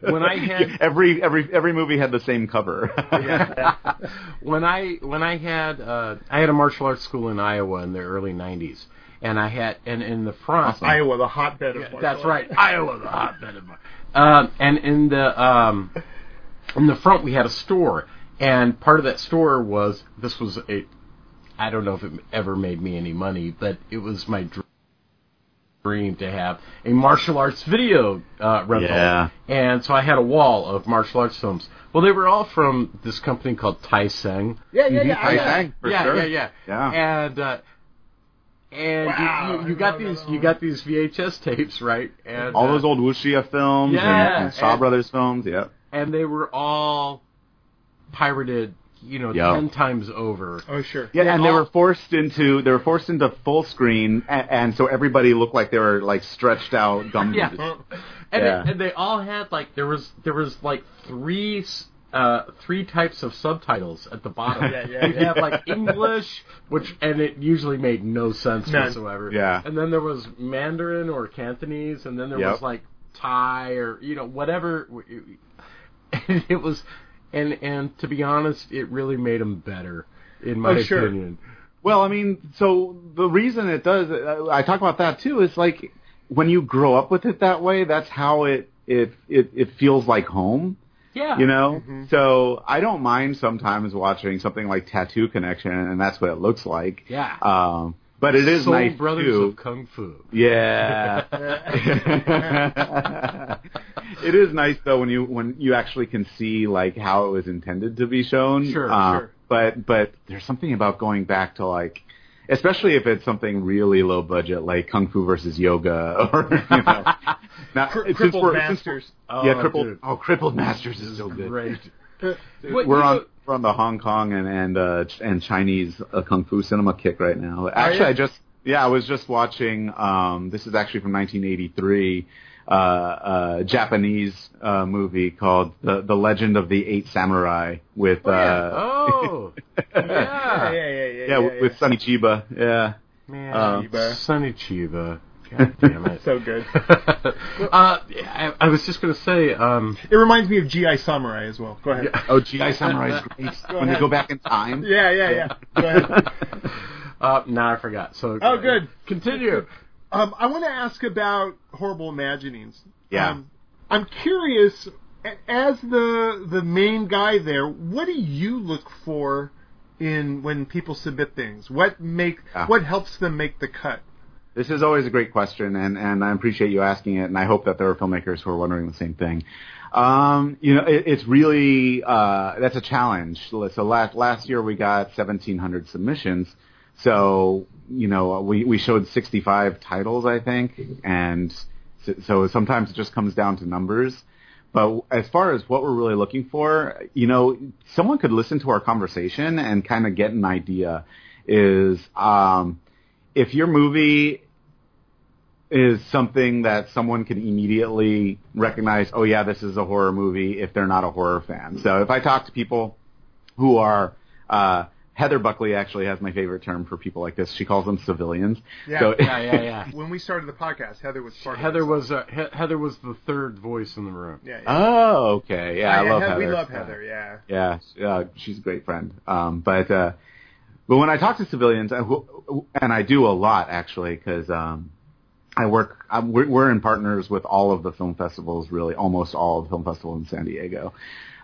when I had- every every every movie had the same cover. when I when I had uh, I had a martial arts school in Iowa in the early '90s, and I had and in the front. Awesome. Iowa, the hotbed of Yeah, martial that's arts. right, Iowa, the hotbed of. Um, and in the um, in the front we had a store, and part of that store was this was a. I don't know if it ever made me any money, but it was my dr- dream to have a martial arts video uh, rental. Yeah. And so I had a wall of martial arts films. Well, they were all from this company called Tai Seng Yeah, yeah, yeah. I yeah. sang for yeah, sure. yeah, yeah, Yeah. And uh, and Wow. you, you, you got No, no, these no. you got these VHS tapes, right? And All uh, those old Wuxia films Yeah, and, and Shaw and- Brothers films. Yep. and they were all pirated, you know, Yeah. ten times over. Oh sure. Yeah, and they all- were forced into they were forced into full screen, and, and so everybody looked like they were like stretched out gum. Yeah. And, Yeah. they, and they all had like there was there was like three s- uh, three types of subtitles at the bottom. Yeah, yeah, You'd yeah. have like English, which and it usually made no sense None. whatsoever. Yeah. And then there was Mandarin or Cantonese, and then there Yep. was like Thai or you know whatever. And it was, and and to be honest, it really made them better in my Oh, sure. opinion. Well, I mean, so the reason it does, I I talk about that too, is like when you grow up with it that way, that's how it it it, it feels like home. Yeah. you know Mm-hmm. so i don't mind sometimes watching something like tattoo connection and that's what it looks like Yeah. um but it is Soul nice Brothers too. of Kung Fu. yeah it is nice though when you when you actually can see like how it was intended to be shown Sure, Uh, sure. but but there's something about going back to like especially if it's something really low budget like kung fu versus yoga or you know not, Cri- since crippled we're- since we're- masters. yeah Oh, crippled dude. oh crippled masters is so good Great. What- we're you on know- we're on the Hong Kong and and uh, ch- and Chinese uh, kung fu cinema kick right now. Actually, you? I just yeah, I was just watching. Um, this is actually from 1983, uh, uh, Japanese uh, movie called the the Legend of the Eight Samurai with Oh, yeah. uh, oh Yeah, yeah. yeah, yeah, yeah. yeah, yeah, with, with Sonny Chiba. Yeah, Man, Um, Chiba. Sonny Chiba. God damn it. So good. uh, I, I was just going to say, um, It reminds me of GI Samurai as well. Go ahead. oh GI Samurai is great when they ahead. go back in time. Yeah, yeah, yeah. Go ahead. uh, now I forgot. So uh, Oh, good. Continue. Um, I want to ask about horrible imaginings. Yeah. Um, I'm curious, a- as the the main guy there, what do you look for in when people submit things? What make Ah. what helps them make the cut? This is always a great question, and, and I appreciate you asking it, and I hope that there are filmmakers who are wondering the same thing. Um, you know, it, it's really uh, that's a challenge. So last last year we got 1,700 submissions, so you know we we showed 65 titles, I think, and so, so sometimes it just comes down to numbers. But as far as what we're really looking for, you know, someone could listen to our conversation and kind of get an idea. Is um, if your movie is something that someone can immediately recognize, oh yeah, this is a horror movie if they're not a horror fan. So if I talk to people who are uh Heather Buckley actually has my favorite term for people like this. She calls them civilians. Yeah. so, Yeah, yeah, yeah. When we started the podcast, Heather was part Heather of this. was uh, he- Heather was the third voice in the room. Yeah, yeah. Oh, okay. Yeah, I, love Heather- Heather. We love Heather. Yeah. Yeah, she- uh, she's a great friend. Um, but uh, but when I talk to civilians, I, and I do a lot actually, because um, I work. I'm, we're, we're in partners with all of the film festivals, really, almost all of the film festivals in San Diego.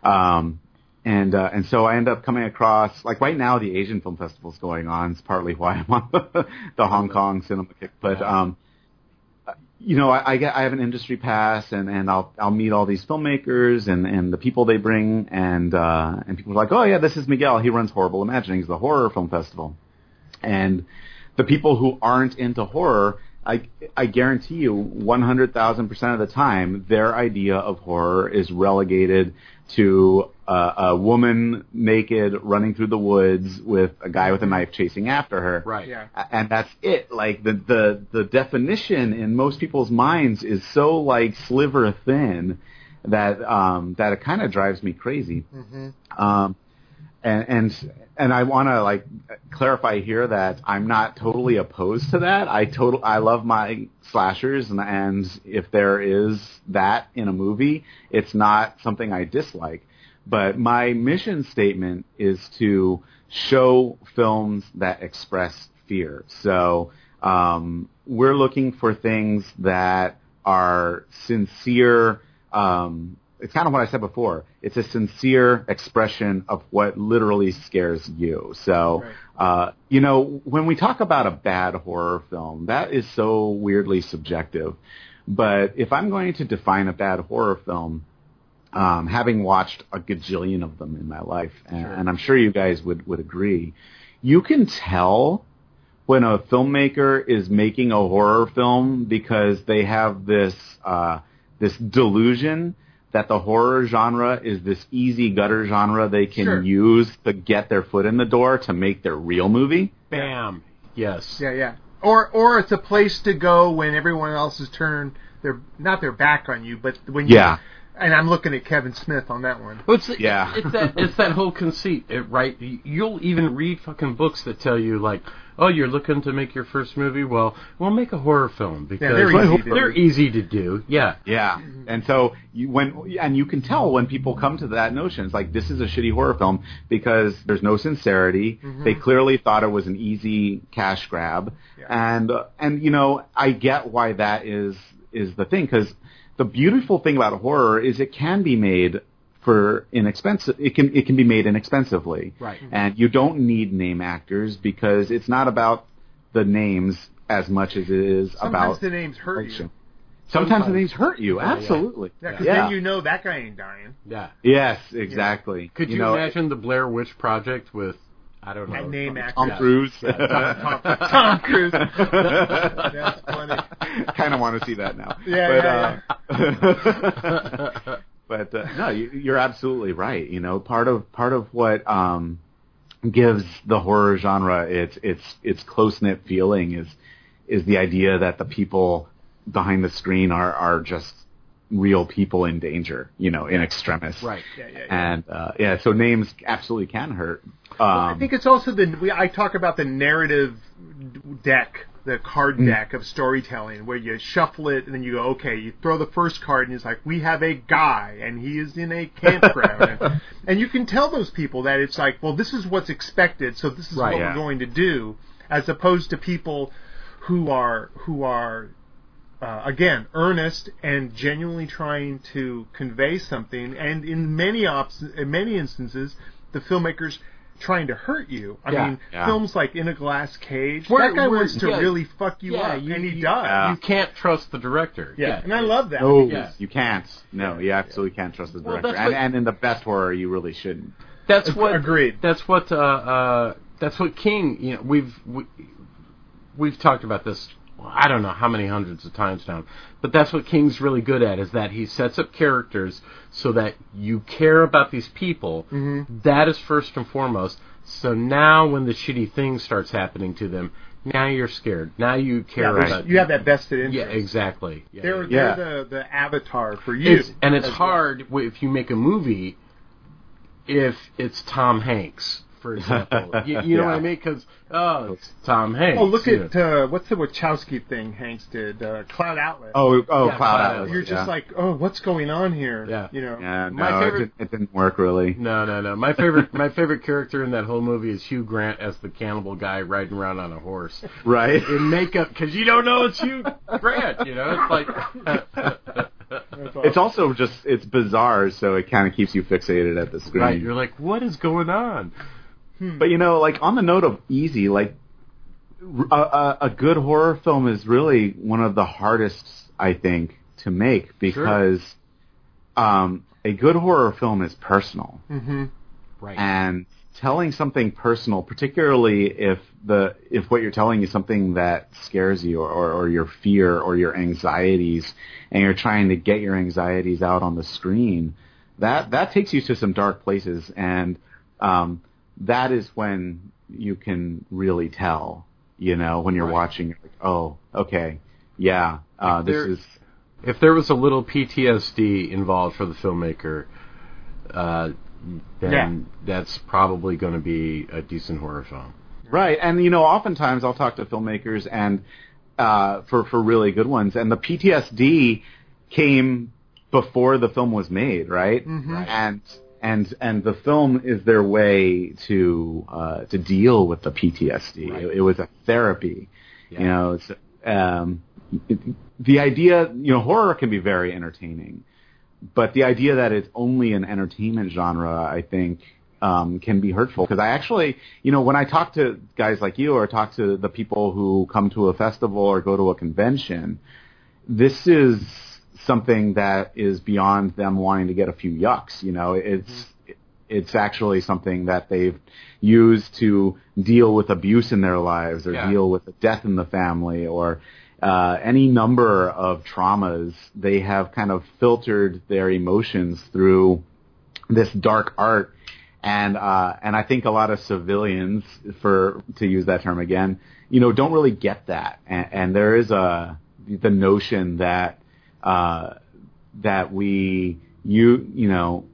Um, and uh, and so I end up coming across like right now the Asian film festival's going on. It's partly why I'm on the Hong Kong cinema kick, but. Um, you know, I, I get I have an industry pass, and and I'll I'll meet all these filmmakers and and the people they bring, and uh, and people are like, oh yeah, this is Miguel. He runs Horrible Imaginings, the horror film festival, and the people who aren't into horror. I, I guarantee you 100,000% of the time, their idea of horror is relegated to uh, a woman naked running through the woods with a guy with a knife chasing after her Right. Yeah. and that's it. Like the the the definition in most people's minds is so like sliver thin that um that it kind of drives me crazy. Um, and and and I want to like clarify here that I'm not totally opposed to that. I total I love my slashers, and and if there is that in a movie, it's not something I dislike. But my mission statement is to show films that express fear. So um, we're looking for things that are sincere. Um, it's kind of what I said before. It's a sincere expression of what literally scares you. So, uh, you know, when we talk about a bad horror film, that is so weirdly subjective. But if I'm going to define a bad horror film, um, having watched a gajillion of them in my life, and, and I'm sure you guys would, would agree, you can tell when a filmmaker is making a horror film because they have this uh, this delusion that the horror genre is this easy gutter genre they can Sure. use to get their foot in the door to make their real movie. Bam. Yes. Yeah, yeah. Or or it's a place to go when everyone else has turned their not their back on you, but when you, Yeah. And I'm looking at Kevin Smith on that one. Well, it's, it's- Yeah. it's that it's that whole conceit, it, right? You- You'll even read fucking books that tell you like, oh, you're looking to make your first movie. Well, we'll make a horror film because they're easy to do. they're easy to do. Yeah, Yeah, and so you, when and you can tell when people come to that notion, it's like this is a shitty horror film because there's no sincerity. They clearly thought it was an easy cash grab, and uh, and you know I get why that is is the thing because the beautiful thing about horror is it can be made for inexpensive. It can it can be made inexpensively, Right. And you don't need name actors because it's not about the names as much as it is Sometimes about the names hurt you. Sometimes, Sometimes Oh, the names hurt you. Absolutely. Yeah, because Yeah. then you know that guy ain't dying. yeah. Yes, exactly. Could you, know, imagine the Blair Witch Project with I don't know That name actor. Tom Cruise? Tom Cruise. That's funny. kind of want to see that now. Yeah, but, Uh, but uh, no, you, you're absolutely right. You know, part of part of what um, gives the horror genre its its its close knit feeling is is the idea that the people behind the screen are are just real people in danger. You know, in extremis. Right. Yeah, yeah, yeah. And uh, yeah, so names absolutely can hurt. Um, I think it's also the we, I talk about the narrative deck, the card Mm. deck of storytelling, where you shuffle it and then you go, okay, you throw the first card and it's like, we have a guy and he is in a campground, and, and you can tell those people that it's like, well, this is what's expected, so this is Right, what yeah. we're going to do, as opposed to people who are who are uh, again, earnest and genuinely trying to convey something. And in many ops, in many instances, the filmmakers trying to hurt you. I Yeah, mean, yeah. films like In a Glass Cage. Where- that guy where- wants to yeah, really fuck you yeah, up, you- and he you- does. Yeah. You can't trust the director. Yeah, and I love that. No, Yeah. you can't. No, you absolutely can't trust the Well, director. that's and, what- and in the best horror, you really shouldn't. That's what Agreed. That's what uh, uh, that's what King. You know, we've we, we've talked about this. I don't know how many hundreds of times now, but that's what King's really good at is that he sets up characters so that you care about these people. Mm-hmm. That is first and foremost. So now, when the shitty thing starts happening to them, Now you're scared. Now you care Yeah, about. You have that vested interest. Yeah, exactly. Yeah, They're, Yeah. they're the, the avatar for you. It's, and it's as well. hard w if you make a movie if it's Tom Hanks, for example. you, you know what I Yeah. mean? Because oh, it's Tom Hanks. Oh, look you at uh, what's the Wachowski thing Hanks did? Uh, Cloud Outlet. Oh, oh, Yeah, Cloud Cloud Atlas, Atlas. You're just yeah. like, oh, what's going on here? Yeah. You know. yeah, no, My favorite- it, didn't, it didn't work really. No, no, no. My favorite, my favorite character in that whole movie is Hugh Grant as the cannibal guy riding around on a horse Right? in makeup because you don't know it's Hugh Grant. You know, it's like That's It's awesome. also just it's bizarre, so it kind of keeps you fixated at the screen. right. You're like, what is going on? But you know, like on the note of easy, like a, a, a good horror film is really one of the hardest, I think, to make because um, a good horror film is personal Mhm. Right. and telling something personal, particularly if the if what you're telling is something that scares you or, or, or your fear or your anxieties, and you're trying to get your anxieties out on the screen, that that takes you to some dark places, and um, that is when you can really tell, you know, when you're Right. watching, you're like, oh, okay, yeah, uh, this There- is if there was a little PTSD involved for the filmmaker, uh, then Yeah. that's probably going to be a decent horror film. Right, and you know, oftentimes I'll talk to filmmakers and uh, for for really good ones, and the PTSD came before the film was made, right? Right. And and and the film is their way to uh, to deal with the PTSD. Right. It, it was a therapy, Yeah. you know. It's, um, it- the idea, you know, horror can be very entertaining, but the idea that it's only an entertainment genre, I think, um, can be hurtful. Because I actually, you know, when I talk to guys like you or talk to the people who come to a festival or go to a convention, this is something that is beyond them wanting to get a few yucks. You know, it's it's actually something that they've used to deal with abuse in their lives or Yeah. deal with a death in the family or uh, any number of traumas. They have kind of filtered their emotions through this dark art. And uh, and I think a lot of civilians, for to use that term again, you know, don't really get that. And, and there is a the notion that uh, that we you you know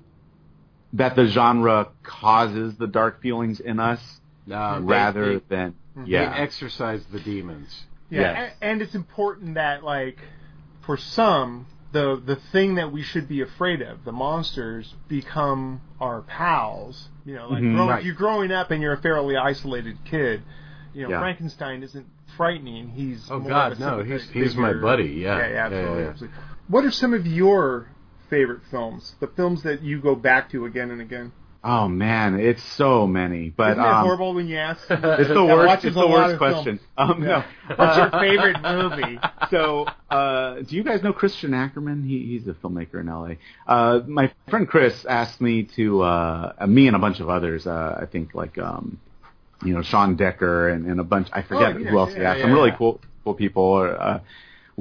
that the genre causes the dark feelings in us Uh, No, Uh, they- rather they- than they yeah exorcise the demons. Yeah, Yes. a- and it's important that like for some the the thing that we should be afraid of, the monsters become our pals. You know, like Mhm. grow- Right. you're growing up and you're a fairly isolated kid. You know, Yeah. Frankenstein isn't frightening. He's Oh, more God, of a no, sympathetic he's- he's my figure. buddy, yeah. yeah, Yeah, absolutely, yeah, yeah. absolutely. What are some of your favorite films? The films that you go back to again and again. oh man it's so many but Isn't that um, horrible when you ask? it's the That worst watches it's a the lot worst of films. question um Yeah. no What's your favorite movie? so uh, do you guys know Christian Ackerman? He, he's a filmmaker in LA. Uh, my friend Chris asked me to uh, me and a bunch of others. Uh, I think like um, you know Sean Decker and, and a bunch. I forget Oh, yeah, who else he yeah, asked. yeah, Some really yeah. cool cool people. Uh,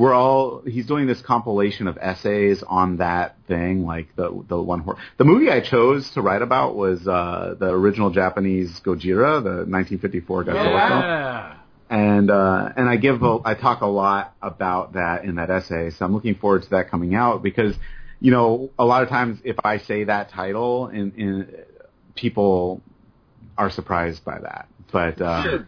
we're all. He's doing this compilation of essays on that thing, like the the one horror. The movie I chose to write about was uh, the original Japanese Gojira, the 1954 Godzilla film yeah. and uh, and I give a, I talk a lot about that in that essay. So I'm looking forward to that coming out because you know a lot of times if I say that title and, and people are surprised by that, but uh, Sure.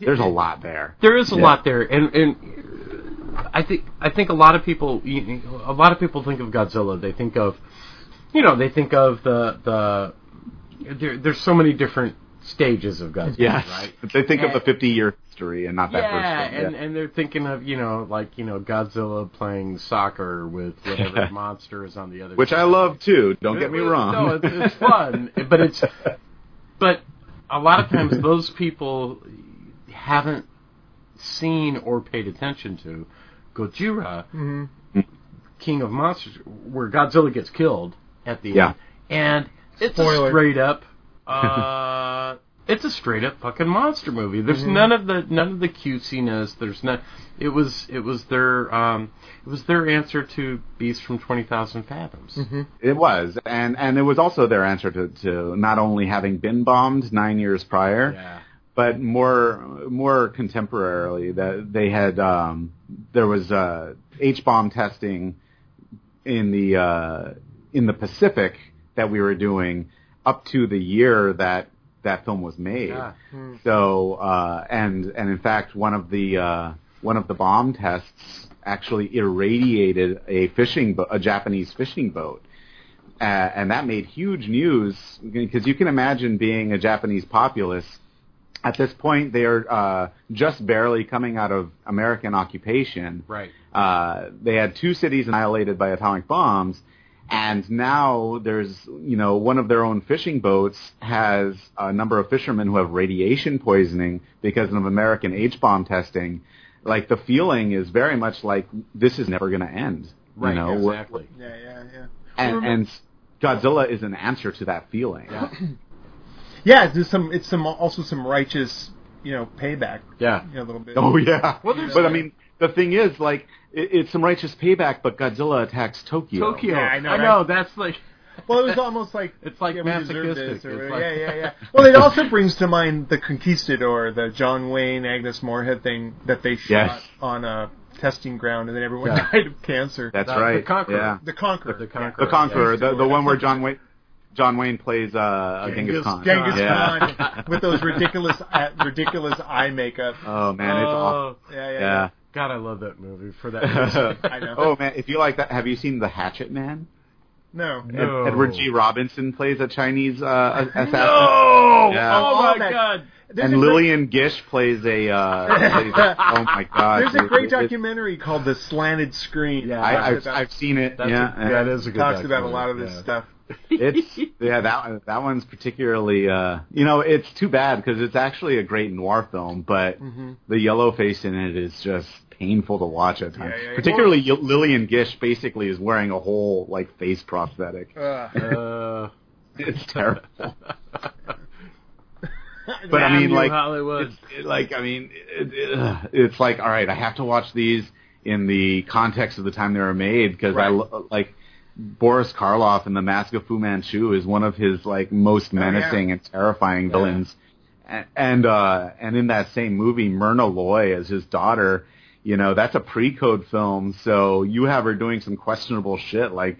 there's a lot there. There is a Yeah. lot there, and and I think I think a lot of people you- a lot of people think of Godzilla. They think of you know they think of the the there, there's so many different stages of Godzilla, Yes, right? they think And- of the 50 year history and not that yeah, first. one. and and they're thinking of you know like you know Godzilla playing soccer with whatever monster is on the other. which I side. love too. Don't get me wrong. No, it's, it's fun, but it's but a lot of times those people haven't seen or paid attention to Gojira, Mhm. King of Monsters, where Godzilla gets killed at the Yeah. end, and it's Spoiler. a straight up. Uh, It's a straight up fucking monster movie. There's Mm-hmm. none of the none of the cutesiness. There's none. It was it was their um it was their answer to Beast from Twenty Thousand Fathoms. Mm-hmm. It was, and and it was also their answer to, to not only having been bombed nine years prior, Yeah. but more more contemporarily that they had um, there was uh, H bomb testing in the uh, in the Pacific that we were doing up to the year that that film was made. Yeah. So uh, and and in fact one of the uh, one of the bomb tests actually irradiated a fishing bo- a Japanese fishing boat uh, and that made huge news because you can imagine being a Japanese populace. At this point, they are uh, just barely coming out of American occupation. Right. Uh, they had two cities annihilated by atomic bombs, and now there's you know one of their own fishing boats has a number of fishermen who have radiation poisoning because of American H bomb testing. Like the feeling is very much like this is never going to end. Right. You know, we're- exactly. Yeah, yeah, yeah. and, and Godzilla is an answer to that feeling. Yeah. Yeah, there's some. It's some also some righteous, you know, payback. Yeah. you know, a little bit. Oh yeah. Well, there's- but I mean, the thing is, like, it, it's some righteous payback, but Godzilla attacks Tokyo. Tokyo. Yeah, I know, I right? know. That's like. Well, it was almost like It's like yeah, we deserve masochistic. this or- It's like- yeah, yeah, yeah. Well, it also brings to mind the Conquistador, the John Wayne Agnes Moorehead thing that they shot Yes. on a testing ground, and then everyone Yeah. died of cancer. That's The- right. The Conqueror. Yeah. the Conqueror. The yeah. Conqueror. The Conqueror, Yeah. the, the one where John Wayne John Wayne plays uh, Genghis, Genghis Khan. Genghis yeah. Khan with those ridiculous, uh, ridiculous eye makeup. Oh man, it's awful. Oh, Yeah, yeah, Yeah. God, I love that movie for that. reason. I know. oh man, if you like that, have you seen The Hatchet Man? No. Ed- No. Edward G. Robinson plays a Chinese uh, assassin, No! Yeah. Oh All my that- God! There's a and great- Lillian Gish plays a. Uh, plays a- oh my Uh, god! There's a dude, great it- it- documentary called The Slanted Screen. Yeah. I, Talks I've, about- I've seen it. That's yeah, a, that is a good. talks about a lot of documentary, this yeah. stuff. it's yeah that that one's particularly uh you know it's too bad because it's actually a great noir film but Mm-hmm. the yellow face in it is just painful to watch at times Yeah, yeah, yeah. particularly Y- Lillian Gish basically is wearing a whole like face prosthetic Ugh. Uh, it's terrible but I Damn mean you, like Hollywood. it's, it- like I mean it, it- ugh, it's like all right I have to watch these in the context of the time they were made because Right. I lo- like Boris Karloff in The Mask of Fu Manchu is one of his like most yeah. menacing and terrifying villains. A- And uh and in that same movie Myrna Loy as his daughter, you know, that's a pre-code film, so you have her doing some questionable shit like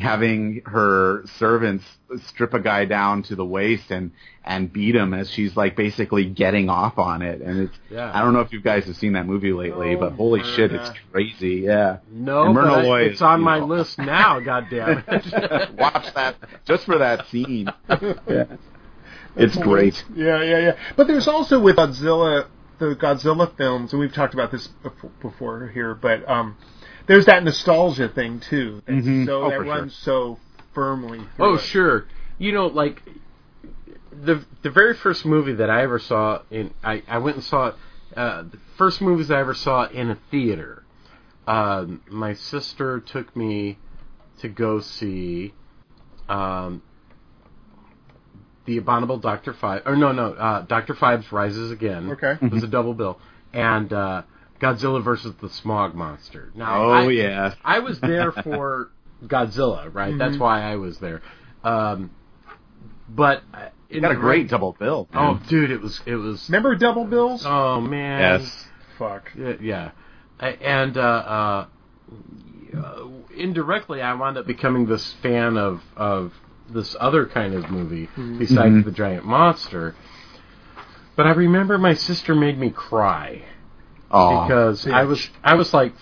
having her servants strip a guy down to the waist and and beat him as she's like basically getting off on it and it's Yeah. I don't know if you guys have seen that movie lately, Oh, but holy shit, Myrna. it's crazy. Yeah. no, And Myrna but I- Loy it's is on my beautiful. list now. God damn it! watch that just for that scene. It's great. Yeah, yeah, yeah. But there's also with Godzilla, the Godzilla films, and we've talked about this bef- before here, but um, there's that nostalgia thing too. That's Mm-hmm. Mhm. So Oh, that for sure. runs so firmly. through Oh it. sure, you know like the the very first movie that I ever saw in I I went and saw it, uh, the first movies I ever saw in a theater. Um, my sister took me to go see um, the Abominable Doctor Five or no no uh, Doctor Fives Rises Again. Okay. it was a double bill and uh, Godzilla versus the Smog Monster. Now Oh I- yeah. I was there for Godzilla, right? Mhm. That's why I was there. Um, but uh, in Got a the- great double bill. Oh, man. dude, it was it was. Remember Double Bills? Oh man. yes. Fuck. Yeah. yeah. I- And uh, uh, uh, indirectly, I wound up becoming this fan of of this other kind of movie Mm-hmm. besides the giant monster. But I remember my sister made me cry Oh. because I was I was like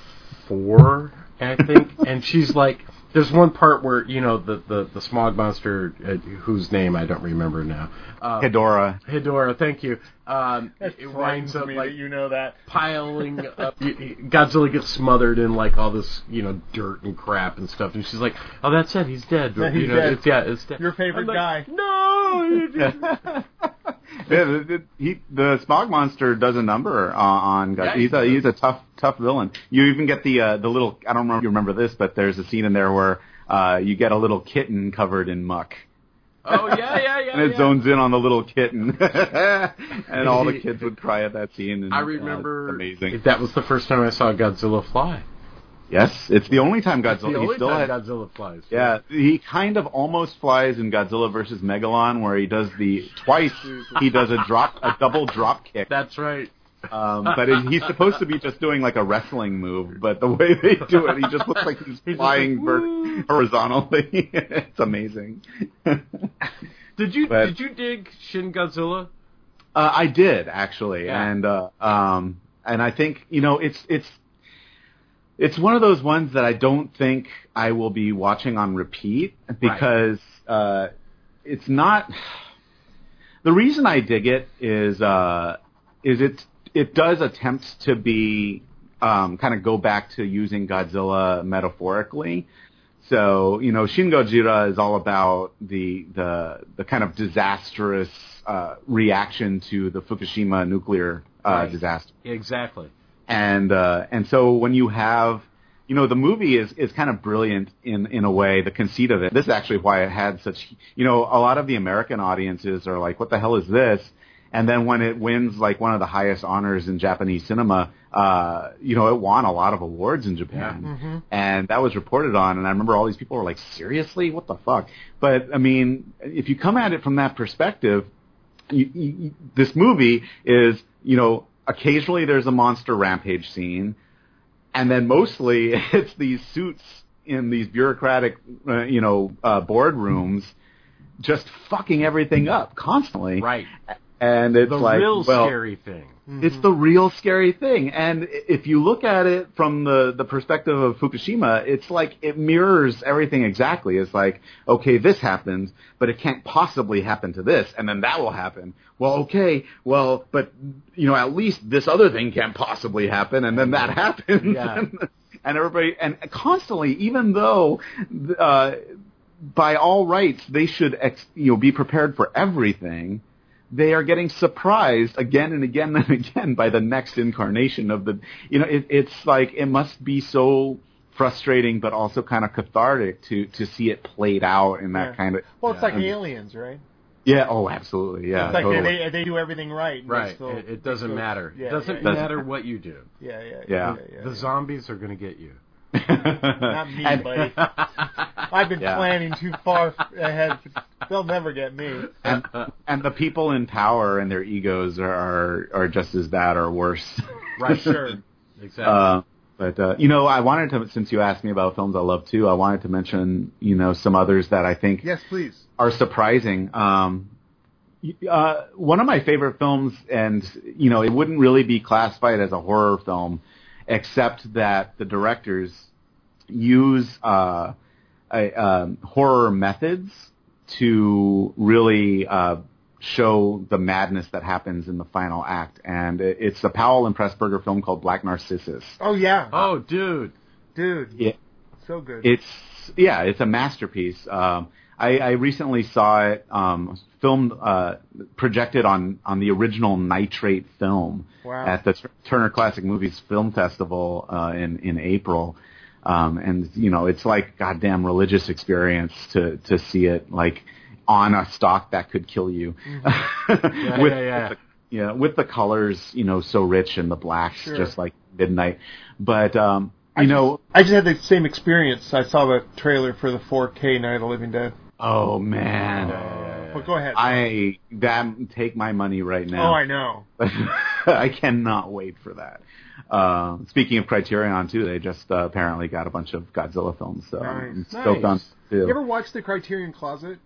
four, I think, and she's like, there's one part where you know the the, the smog monster uh, whose name I don't remember now, uh, Hedora. Hedora. Thank you. Um, it, it winds frightens up me like that you know that. piling up. y- y- Godzilla gets smothered in like all this you know dirt and crap and stuff, and she's like, oh that's it, he's dead. Yeah, he's you know, dead. It's, yeah, it's dead. Your favorite I'm like, guy. No. it- Yeah, the, the, he, the smog monster does a number uh, on. on Yeah, Godzilla. he's a he he's a tough tough villain. You even get the uh, the little. I don't remember if you remember this, but there's a scene in there where uh, you get a little kitten covered in muck, Oh yeah, yeah, yeah. and it yeah. zones in on the little kitten, and all the kids would cry at that scene. And, I uh, it's remember amazing. that was the first time I saw Godzilla fly. Yes, it's the only time Godzilla. the he only still time had- Godzilla flies. Yeah, he kind of almost flies in Godzilla versus Megalon, where he does the twice. He does a drop, a double drop kick. That's right. Um, but it, he's supposed to be just doing like a wrestling move, but the way they do it, he just looks like he's, He's just flying like, ver- "Woo." horizontally. it's amazing. uh, Did you But- did you dig Shin Godzilla? I did actually, Yeah. and uh, um, and I think you know it's it's it's one of those ones that I don't think I will be watching on repeat because uh, it's not. The reason I dig it is uh, is it it does attempt to be um, kind of go back to using Godzilla metaphorically. So you know, Shin Godzilla is all about the the the kind of disastrous uh, reaction to the Fukushima nuclear uh, Right. disaster Exactly. and uh, and so when you have you know the movie is is kind of brilliant in in a way the conceit of it this is actually why it had such you know a lot of the american audiences are like what the hell is this and then when it wins like one of the highest honors in japanese cinema uh you know it won a lot of awards in japan and that was reported on and i remember all these people were like seriously what the fuck but i mean if you come at it from that perspective you, you, you- this movie is, you know, occasionally there's a monster rampage scene, and then mostly it's these suits in these bureaucratic, uh, you know, uh, boardrooms, just fucking everything up constantly. Right. And it's The like, real well, scary thing. it's the real scary thing. And i- if you look at it from the, the perspective of Fukushima, it's like it mirrors everything exactly. It's like, okay, this happened, but it can't possibly happen to this, and then that will happen. Well, okay, well, but you know, at least this other thing can't possibly happen, and then that happens. Yeah. and everybody, and constantly, even though uh, by all rights they should ex- you know be prepared for everything they are getting surprised again and again and again by the next incarnation of the you know it, it's like it must be so frustrating but also kind of cathartic to to see it played out in that Yeah. kind of Well, it's like Yeah. aliens, right? yeah oh absolutely yeah It's like totally. they, they do everything right. and they Right. still- It, it doesn't they still- matter. Yeah, it doesn't yeah, Doesn't- matter what you do. Yeah, yeah, Yeah. yeah. yeah, yeah. The zombies are going to get you. Not me, And- buddy. I've been Yeah. planning too far ahead. They'll never get me. and, and the people in power and their egos are are, are just as bad or worse Right. Sure. Exactly. Uh, but uh, you know, I wanted to since you asked me about films I love too. I wanted to mention you know some others that I think Yes, please. are surprising. Um, y- uh, one of my favorite films, and you know, it wouldn't really be classified as a horror film, except that the directors use uh, a, um, horror methods to really uh, show the madness that happens in the final act. And it- it's the Powell and Pressburger film called Black Narcissus. Oh yeah, oh, dude. dude, Yeah. so good. It's yeah, it's a masterpiece. Um, I, I recently saw it um, filmed, uh, projected on on the original nitrate film Wow. at the Tur- Turner Classic Movies Film Festival uh, in in April. Um, and you know, it's like goddamn religious experience to to see it like on a stock that could kill you. Mm-hmm. Yeah, With- yeah, yeah. with the yeah, with the colors, you know, so rich and the blacks, Sure. just like midnight. But um, you know, I just had the same experience. I saw the trailer for the 4K Night of the Living Dead. oh man, But go ahead. I that take my money right oh, now. I know. I cannot wait for that. Uh, speaking of Criterion too, they just uh, apparently got a bunch of Godzilla films, so I'm Nice. stoked on You too. ever watch the Criterion Closet?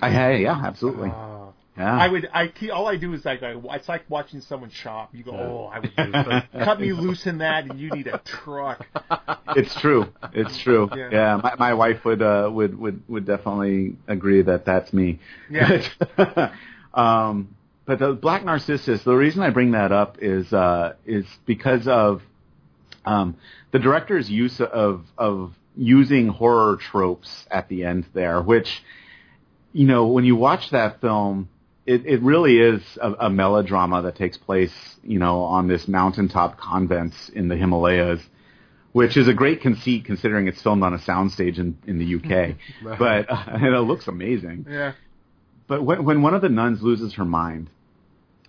I, hey, yeah, absolutely. Uh, yeah. I would. I keep, all I do is like I, it's like watching someone shop. You go, oh, I would do that. cut me loose in that, and you need a truck. it's true. It's true. Yeah. Yeah, my, my wife would uh, would would would definitely agree that that's me. Yeah. um, but the Black Narcissus. The reason I bring that up is uh, is because of um, the director's use of of using horror tropes at the end there, which you know when you watch that film. It, it really is a, a melodrama that takes place, you know, on this mountaintop convent in the Himalayas, which is a great conceit considering it's filmed on a soundstage in, in the UK. But uh, and it looks amazing. Yeah. But when, when one of the nuns loses her mind,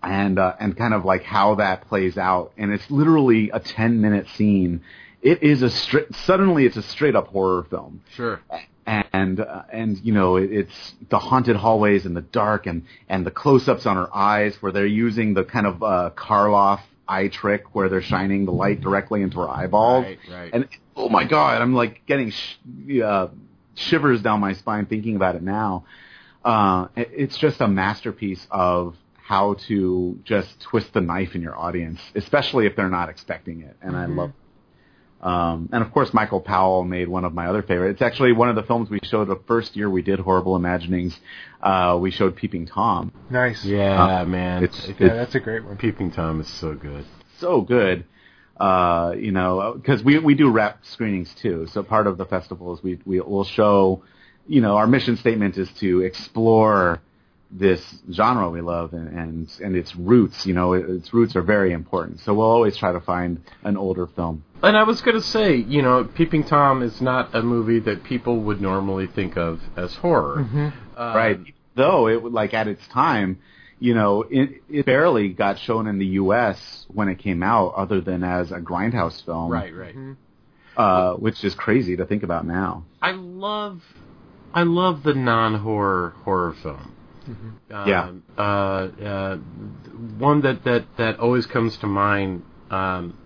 and uh, and kind of like how that plays out, and it's literally a ten minute scene. it is a straight. Suddenly, it's a straight up horror film Sure. and uh, and you know it, it's the haunted hallways and the dark and and the close-ups on her eyes where they're using the kind of uh, Karloff eye trick where they're shining the light directly into her eyeballs Right, right. and oh my god I'm like getting sh- uh, shivers down my spine thinking about it now uh, it- it's just a masterpiece of how to just twist the knife in your audience especially if they're not expecting it and Mm-hmm. I love um, and of course, Michael Powell made one of my other favorites. It's actually one of the films we showed the first year we did Horrible Imaginings. Uh, we showed Peeping Tom. Nice. Yeah, Ah, man. It's- Yeah, that's a great one. Peeping Tom is so good. So good. Uh, you know, because we, we do rep screenings too. So part of the festival is we, we will show, you know, our mission statement is to explore this genre we love and, and, and its roots. You know, its roots are very important. So we'll always try to find an older film. And I was gonna say, you know, Peeping Tom is not a movie that people would normally think of as horror. Uh, right? Though it would like at its time, you know, it, it barely got shown in the U.S. when it came out, other than as a grindhouse film, Right. Right. Uh, which is crazy to think about now. I love, I love the non-horror horror film. Um, Uh, uh, one that, that, that always comes to mind um,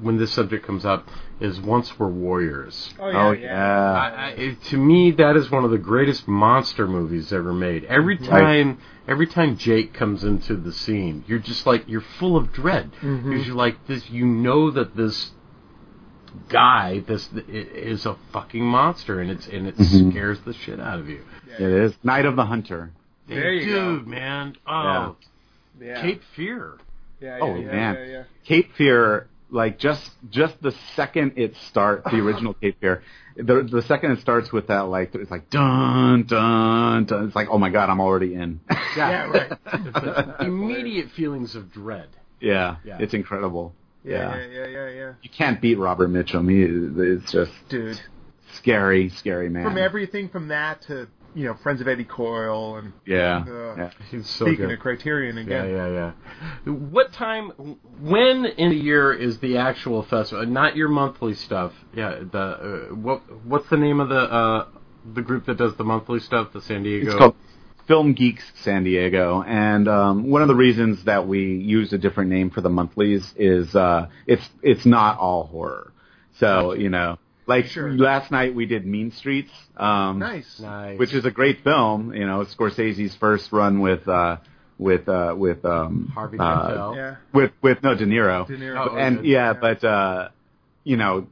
when this subject comes up is Once We're Warriors. oh yeah, I, I, it- to me, that is one of the greatest monster movies ever made. Every Mm-hmm. time, every time Jake comes into the scene, you're just like you're full of dread Mm-hmm. because you're like this. You know that this guy, this i- is a fucking monster, and it's and it scares the shit out of you. it is Night of the Hunter. There you go. Dude, man, oh, Yeah. Cape Fear. Yeah, yeah, Oh yeah, man, yeah, yeah. Cape Fear. Like just just the second it starts, the original Cape Fear, the the second it starts with that like it's like dun dun dun. It's like oh my god, I'm already in. Yeah, right. Immediate feelings of dread. yeah, Yeah. it's incredible. Yeah, yeah, yeah, yeah, yeah. you can't beat Robert Mitchum. He, it's just Dude. scary, scary man. From everything from that to, you know, Friends of Eddie Coyle and yeah. uh, yeah. He's so speaking good. of Criterion Yeah, again. yeah, yeah. What time? When in the year is the actual festival? Not your monthly stuff. Yeah. The uh, what? What's the name of the uh, the group that does the monthly stuff? The San Diego. It's called Film Geeks San Diego, and um, one of the reasons that we used a different name for the monthlies is uh, it's it's not all horror. So you know, like Sure. last night we did Mean Streets. Um, Nice. Nice. Which is a great film, you know, Scorsese's first run with uh, with uh, with um, Harvey uh, Keitel. Yeah. with with no De Niro. De Niro. Oh, and good. yeah, but uh, you know,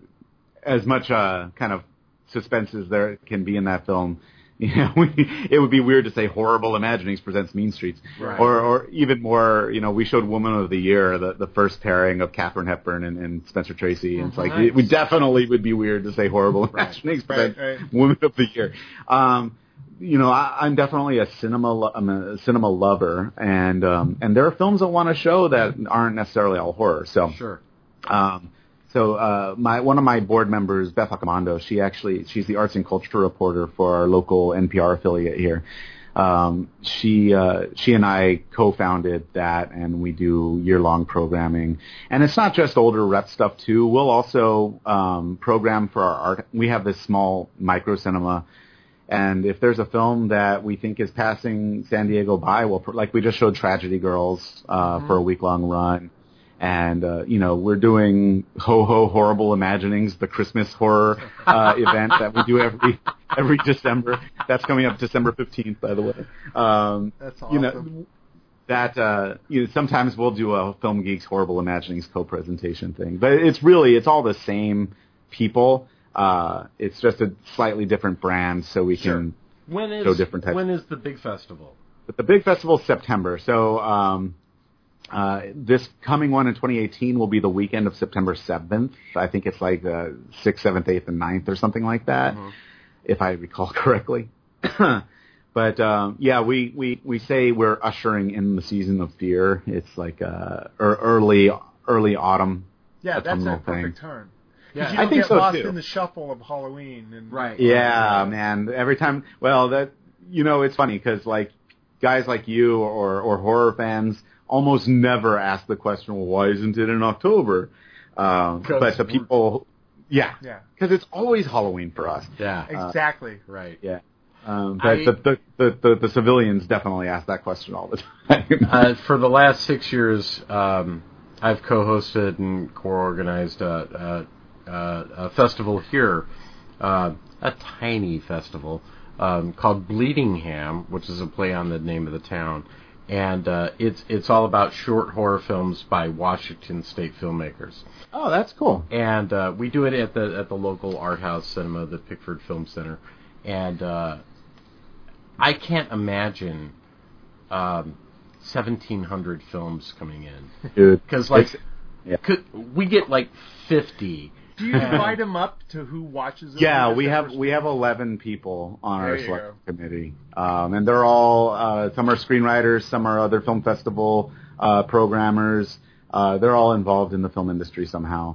as much uh, kind of suspense as there can be in that film, you know, we, it would be weird to say horrible imaginings presents Mean Streets, Right. or or even more, you know, we showed Woman of the Year, the the first pairing of Katherine Hepburn and, and Spencer Tracy, and it's like Nice. it would definitely would be weird to say horrible imaginings Right, presents right. Woman of the Year. Um, you know, I, I'm definitely a cinema lo- I'm a cinema lover, and um, and there are films I want to show that aren't necessarily all horror. So Sure. um, so uh, my one of my board members, Beth Accomando, she actually she's the arts and culture reporter for our local NPR affiliate here. Um, she uh, she and I co-founded that, and we do year-long programming. And it's not just older rep stuff too. We'll also um, program for our art. We have this small micro cinema and if there's a film that we think is passing San Diego by, we'll pr- like we just showed Tragedy Girls uh, for a week long run, and uh, you know we're doing Ho Ho Horrible Imaginings, the Christmas horror uh, event that we do every every December. That's coming up December fifteenth, by the way. Um, That's You awesome. know that uh, you know sometimes we'll do a Film Geeks Horrible Imaginings co-presentation thing, but it's really it's all the same people. Uh, it's just a slightly different brand, so we can When is So different type- when is the big festival? but the big festival is September. So um, uh, this coming one in 2018 will be the weekend of September 7th. I think it's like uh, 6th, 7th, 8th, and 9th or something like that, if I recall correctly. but um, yeah, we, we, we say we're ushering in the season of fear. It's like uh, ear- early early autumn. yeah, that's phenomenal a thing. perfect time. 'Cause Yeah. you I don't think get so, lost too. in the shuffle of Halloween and Right. Yeah, man. Um, Every time, well, that you know, it's funny because like guys like you or or horror fans almost never ask the question, well, why isn't it in October? Um, 'Cause but the we're- people Yeah, Yeah. because it's always Halloween for us. Yeah. Exactly. Uh, Right. Yeah. Um, but I- the, the, the, the, the civilians definitely ask that question all the time. Uh, for the last six years, um, I've co-hosted and co-organized a, a, a, a festival here, uh, a tiny festival um, called Bleedingham, which is a play on the name of the town, and uh, it's it's all about short horror films by Washington State filmmakers oh, that's cool. and uh, we do it at the at the local art house cinema, the Pickford Film Center, and uh, I can't imagine um, seventeen hundred films coming in Dude. because like It's- yeah. could, we get like fifty. Do you divide them up to who watches it? Yeah, Like, we is that have first- we have eleven people on There our you select committee, um, and they're all uh, some are screenwriters, some are other film festival uh, programmers. Uh, they're all involved in the film industry somehow.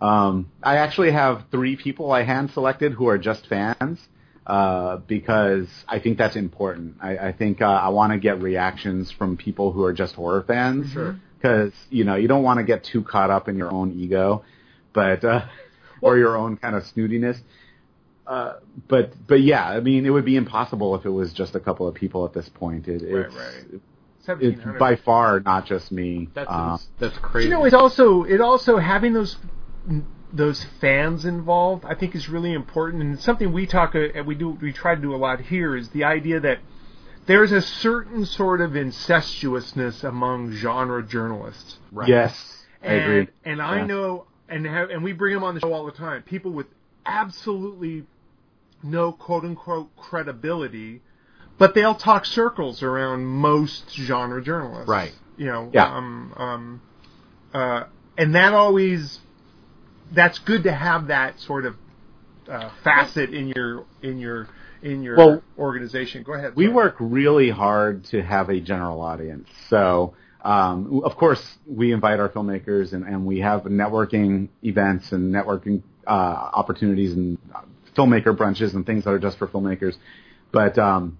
Um, I actually have three people I hand selected who are just fans uh, because I think that's important. I, I think uh, I want to get reactions from people who are just horror fans. Because you know you don't want to get too caught up in your own ego, but uh, or your own kind of snootiness uh, but but yeah, I mean, it would be impossible if it was just a couple of people at this point. It, Right, it's, right. It's 1700. by far not just me. That's Uh, ins- that's crazy. You know, it also it also having those those fans involved, I think, is really important, and it's something we talk uh, and we do we try to do a lot here is the idea that there's a certain sort of incestuousness among genre journalists. Right. Yes, I and, agree. And I Yeah. know, and have, and we bring them on the show all the time. People with absolutely no quote unquote credibility, but they'll talk circles around most genre journalists. Right. You know. Yeah. Um, um, uh, and that always, that's good to have that sort of uh, facet in your in your in your Well, organization. Go ahead. We sorry. work really hard to have a general audience. So, um, of course, we invite our filmmakers and, and we have networking events and networking uh, opportunities and uh, filmmaker brunches and things that are just for filmmakers. But um,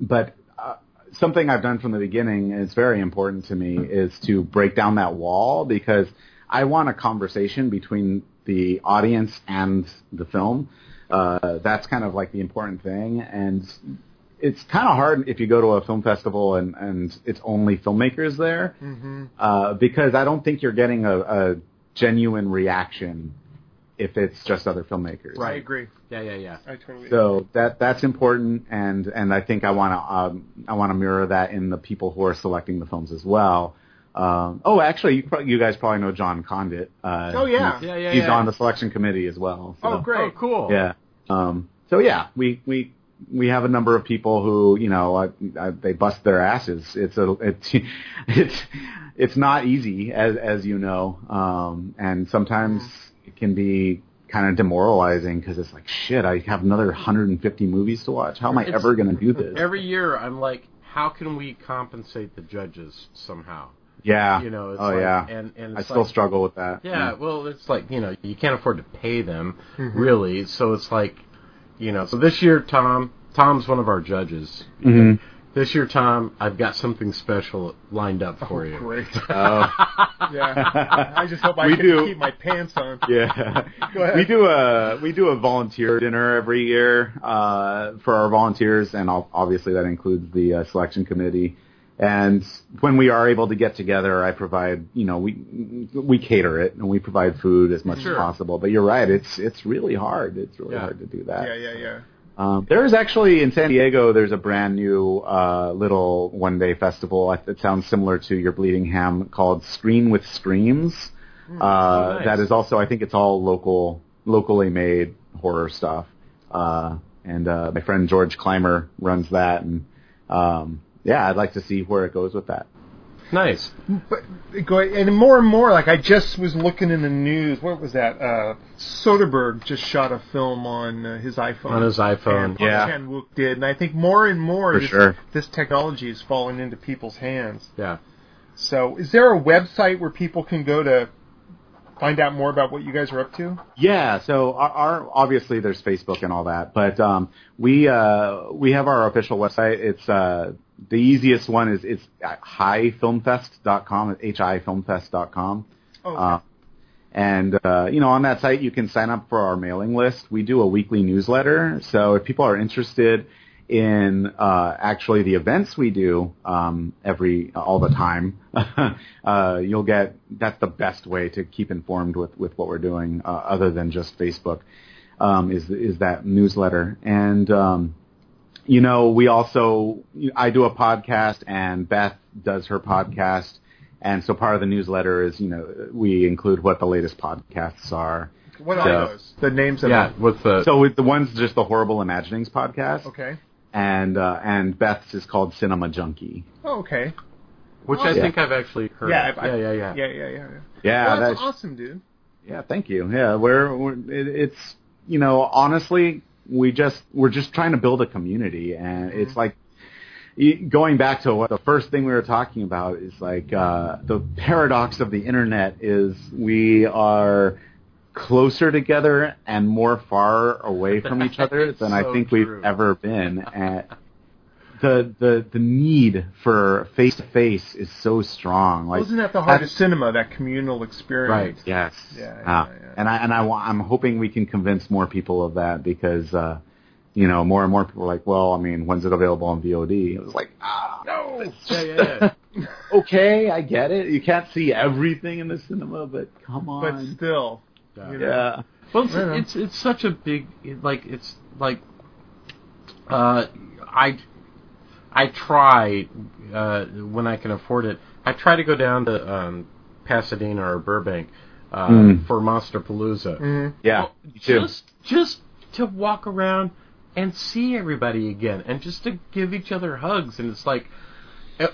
but uh, something I've done from the beginning, and it's very important to me, is to break down that wall because I want a conversation between the audience and the film. Uh, that's kind of like the important thing, and it's kind of hard if you go to a film festival and and it's only filmmakers there uh, because I don't think you're getting a, a genuine reaction if it's just other filmmakers. I Right. agree. Yeah, yeah, yeah. I totally. So that that's important, and and I think I want to um, I want to mirror that in the people who are selecting the films as well. Um, oh, actually, you, probably, you guys probably know John Condit. Uh, Oh, yeah. he's, Yeah, yeah, he's yeah. on the selection committee as well. so- Oh, great. Oh, cool. Yeah. Um, so yeah, we we we have a number of people who you know uh, uh, they bust their asses. It's a it's it's it's not easy as as you know, um, and sometimes it can be kind of demoralizing because it's like shit. I have another 150 movies to watch. How am I It's- ever going to do this? Every year, I'm like, how can we compensate the judges somehow? yeah. You know. It's oh like, yeah. And and I it's still like, struggle with that. Yeah, well, it's like you know you can't afford to pay them really, so it's like you know. So this year, Tom, Tom's one of our judges. Mhm. This year, Tom, I've got something special lined up for you. Great. Oh. Yeah. I just hope I We can do. keep my pants on. Yeah, Go ahead. we do a we do a volunteer dinner every year uh, for our volunteers, and ob- obviously that includes the uh, selection committee. And when we are able to get together, I provide you know we we cater it and we provide food as much Sure. as possible. But you're right, it's it's really hard. It's really Yeah. hard to do that. Yeah, yeah, yeah. Um, there is actually in San Diego. There's a brand new uh, little one day festival. I- It sounds similar to your Bleeding Ham called Screen with Screams. Uh, nice. That is also. I think it's all local, locally made horror stuff. Uh, and uh, my friend George Clymer runs that. And um, yeah, I'd like to see where it goes with that. Nice. But go and more and more. Like I just was looking in the news. What was that? Uh, Soderbergh just shot a film on uh, his iPhone. On his iPhone. And Yeah. Chan Wook did, and I think more and more For this, sure. this technology is falling into people's hands. Yeah. So, is there a website where people can go to find out more about what you guys are up to? Yeah, so our, our obviously there's Facebook and all that, but um, we uh, we have our official website. It's uh, the easiest one is it's at highfilmfest.com, it's hifilmfest.com. Oh, Uh, And uh, you know, on that site, you can sign up for our mailing list. We do a weekly newsletter, so if people are interested in uh, actually the events we do um, every all the time, uh, you'll get that's the best way to keep informed with with what we're doing, uh, other than just Facebook. Um, is is that newsletter and um, you know we also I do a podcast and Beth does her podcast and so part of the newsletter is, you know, we include what the latest podcasts are. What So- are those? The names of Yeah, them. with the So with the one's just the Horrible Imaginings podcast, Okay. and uh, and Beth's is called Cinema Junkie. Oh, okay. which I think I've actually heard. Yeah, of. I've- yeah, I've- yeah, yeah, Yeah, yeah, yeah. yeah. Yeah, Well, that's that's, awesome, dude. yeah. Thank you. Yeah, we're, we're it, it's you know honestly we just we're just trying to build a community, and Mm-hmm. it's like y- going back to what the first thing we were talking about is like uh, the paradox of the internet is we are closer together and more far away from each other It's than I so think true. we've ever been at the the the need for face to face is so strong like Well, isn't that the heart of cinema? That communal experience. Right. Yes. Yeah, Ah, yeah, yeah. And I and I wa- I'm hoping we can convince more people of that because uh, you know more and more people are like, well, I mean, when's it available on VOD? It was like, ah, No. yeah, yeah, yeah. okay, I get it. You can't see everything in the cinema, but come But on. still. Yeah. you know. yeah. Well, it's, I don't know. it's it's such a big it- like it's like uh, I I try uh, when I can afford it. I try to go down to um, Pasadena or Burbank uh, Mm. for Monster Palooza. Mhm. Yeah. me too. Just just to walk around and see everybody again, and just to give each other hugs, and it's like. eh,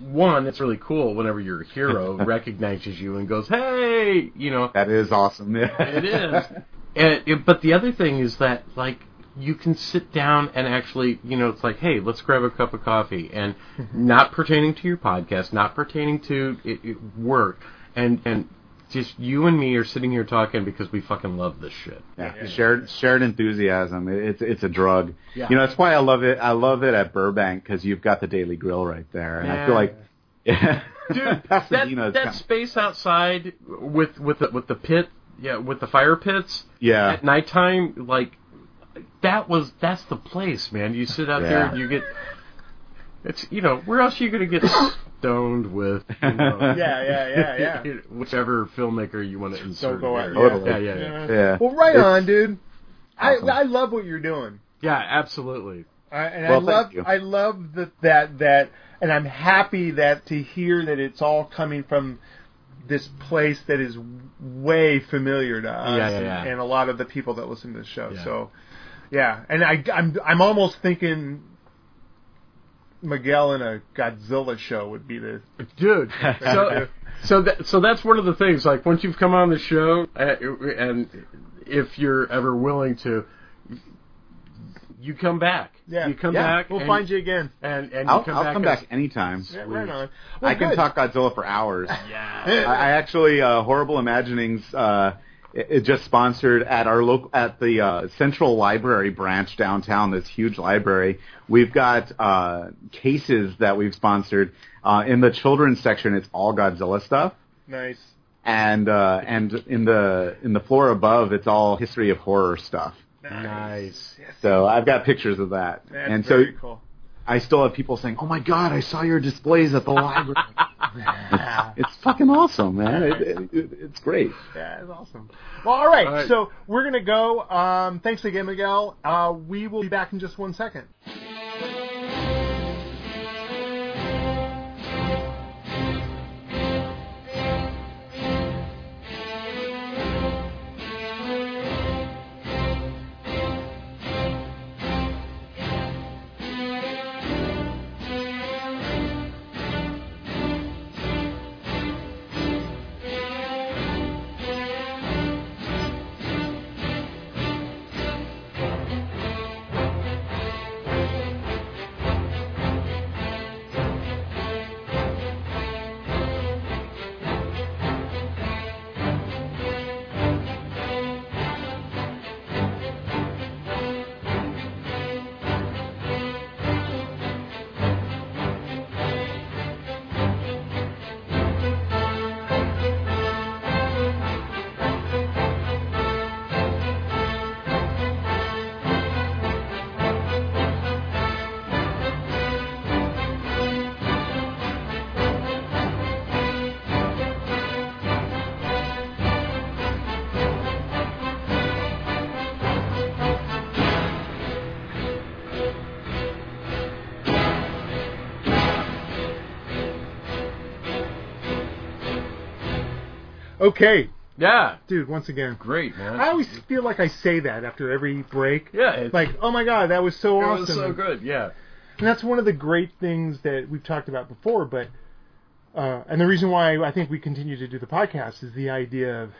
One, it's really cool whenever your hero recognizes you and goes, "Hey," you know, that is awesome. it is. And, it- but the other thing is that like you can sit down and actually, you know, it's like, hey, let's grab a cup of coffee, and not pertaining to your podcast, not pertaining to it, it work, and and just you and me are sitting here talking because we fucking love this shit. Yeah, Yeah. shared shared enthusiasm. It, it's it's a drug. Yeah. You know, that's why I love it. I love it at Burbank because you've got the Daily Grill right there, and I feel like, yeah, Dude, that, Pasadena's that kinda- space outside with with the, with the pit, yeah, with the fire pits yeah, at nighttime, like that was that's the place, man. You sit out there Yeah. and you get it's you know where else are you gonna get stoned with? You know, Yeah, yeah, yeah, yeah. Whichever filmmaker you want to insert. go out- there. yeah. yeah, yeah, yeah, yeah. Well, right It's- on, dude. Awesome. I I love what you're doing. Yeah, absolutely. I, and Well, I love thank you. I love that that that and I'm happy that to hear that it's all coming from this place that is way familiar to us Yeah, yeah, and, yeah. and a lot of the people that listen to the show. Yeah. So yeah, and I I'm I'm almost thinking Miguel in a Godzilla show would be the dude. So, so that so that's one of the things. Like once you've come on the show, uh, and if you're ever willing to, you come back. yeah you come Yeah. back. We'll and- find you again. And and you I'll, come I'll back. come as- back anytime. Yeah, right on. Well, I can good. talk Godzilla for hours. Yeah. I, I actually uh, horrible imaginings. Uh, it, it just sponsored at our local at the uh, Central Library branch downtown. This huge library. We've got uh, cases that we've sponsored uh, in the children's section. It's all Godzilla stuff. Nice. And uh, and in the in the floor above, it's all history of horror stuff. Nice. Yes. So I've got pictures of that, That's and so very cool. I still have people saying, "Oh my God, I saw your displays at the library." it's fucking awesome, man. It, it, it, it's great. Yeah, that's awesome. Well, all right, All right. So we're gonna go. Um, thanks again, Miguel. Uh, we will be back in just one second. Okay, Yeah, dude, once again. great man. I always feel like I say that after every break. yeah, it's, Like, oh my god, that was so it awesome. was so good. Yeah, And that's one of the great things that we've talked about before, but uh, and the reason why I think we continue to do the podcast is the idea of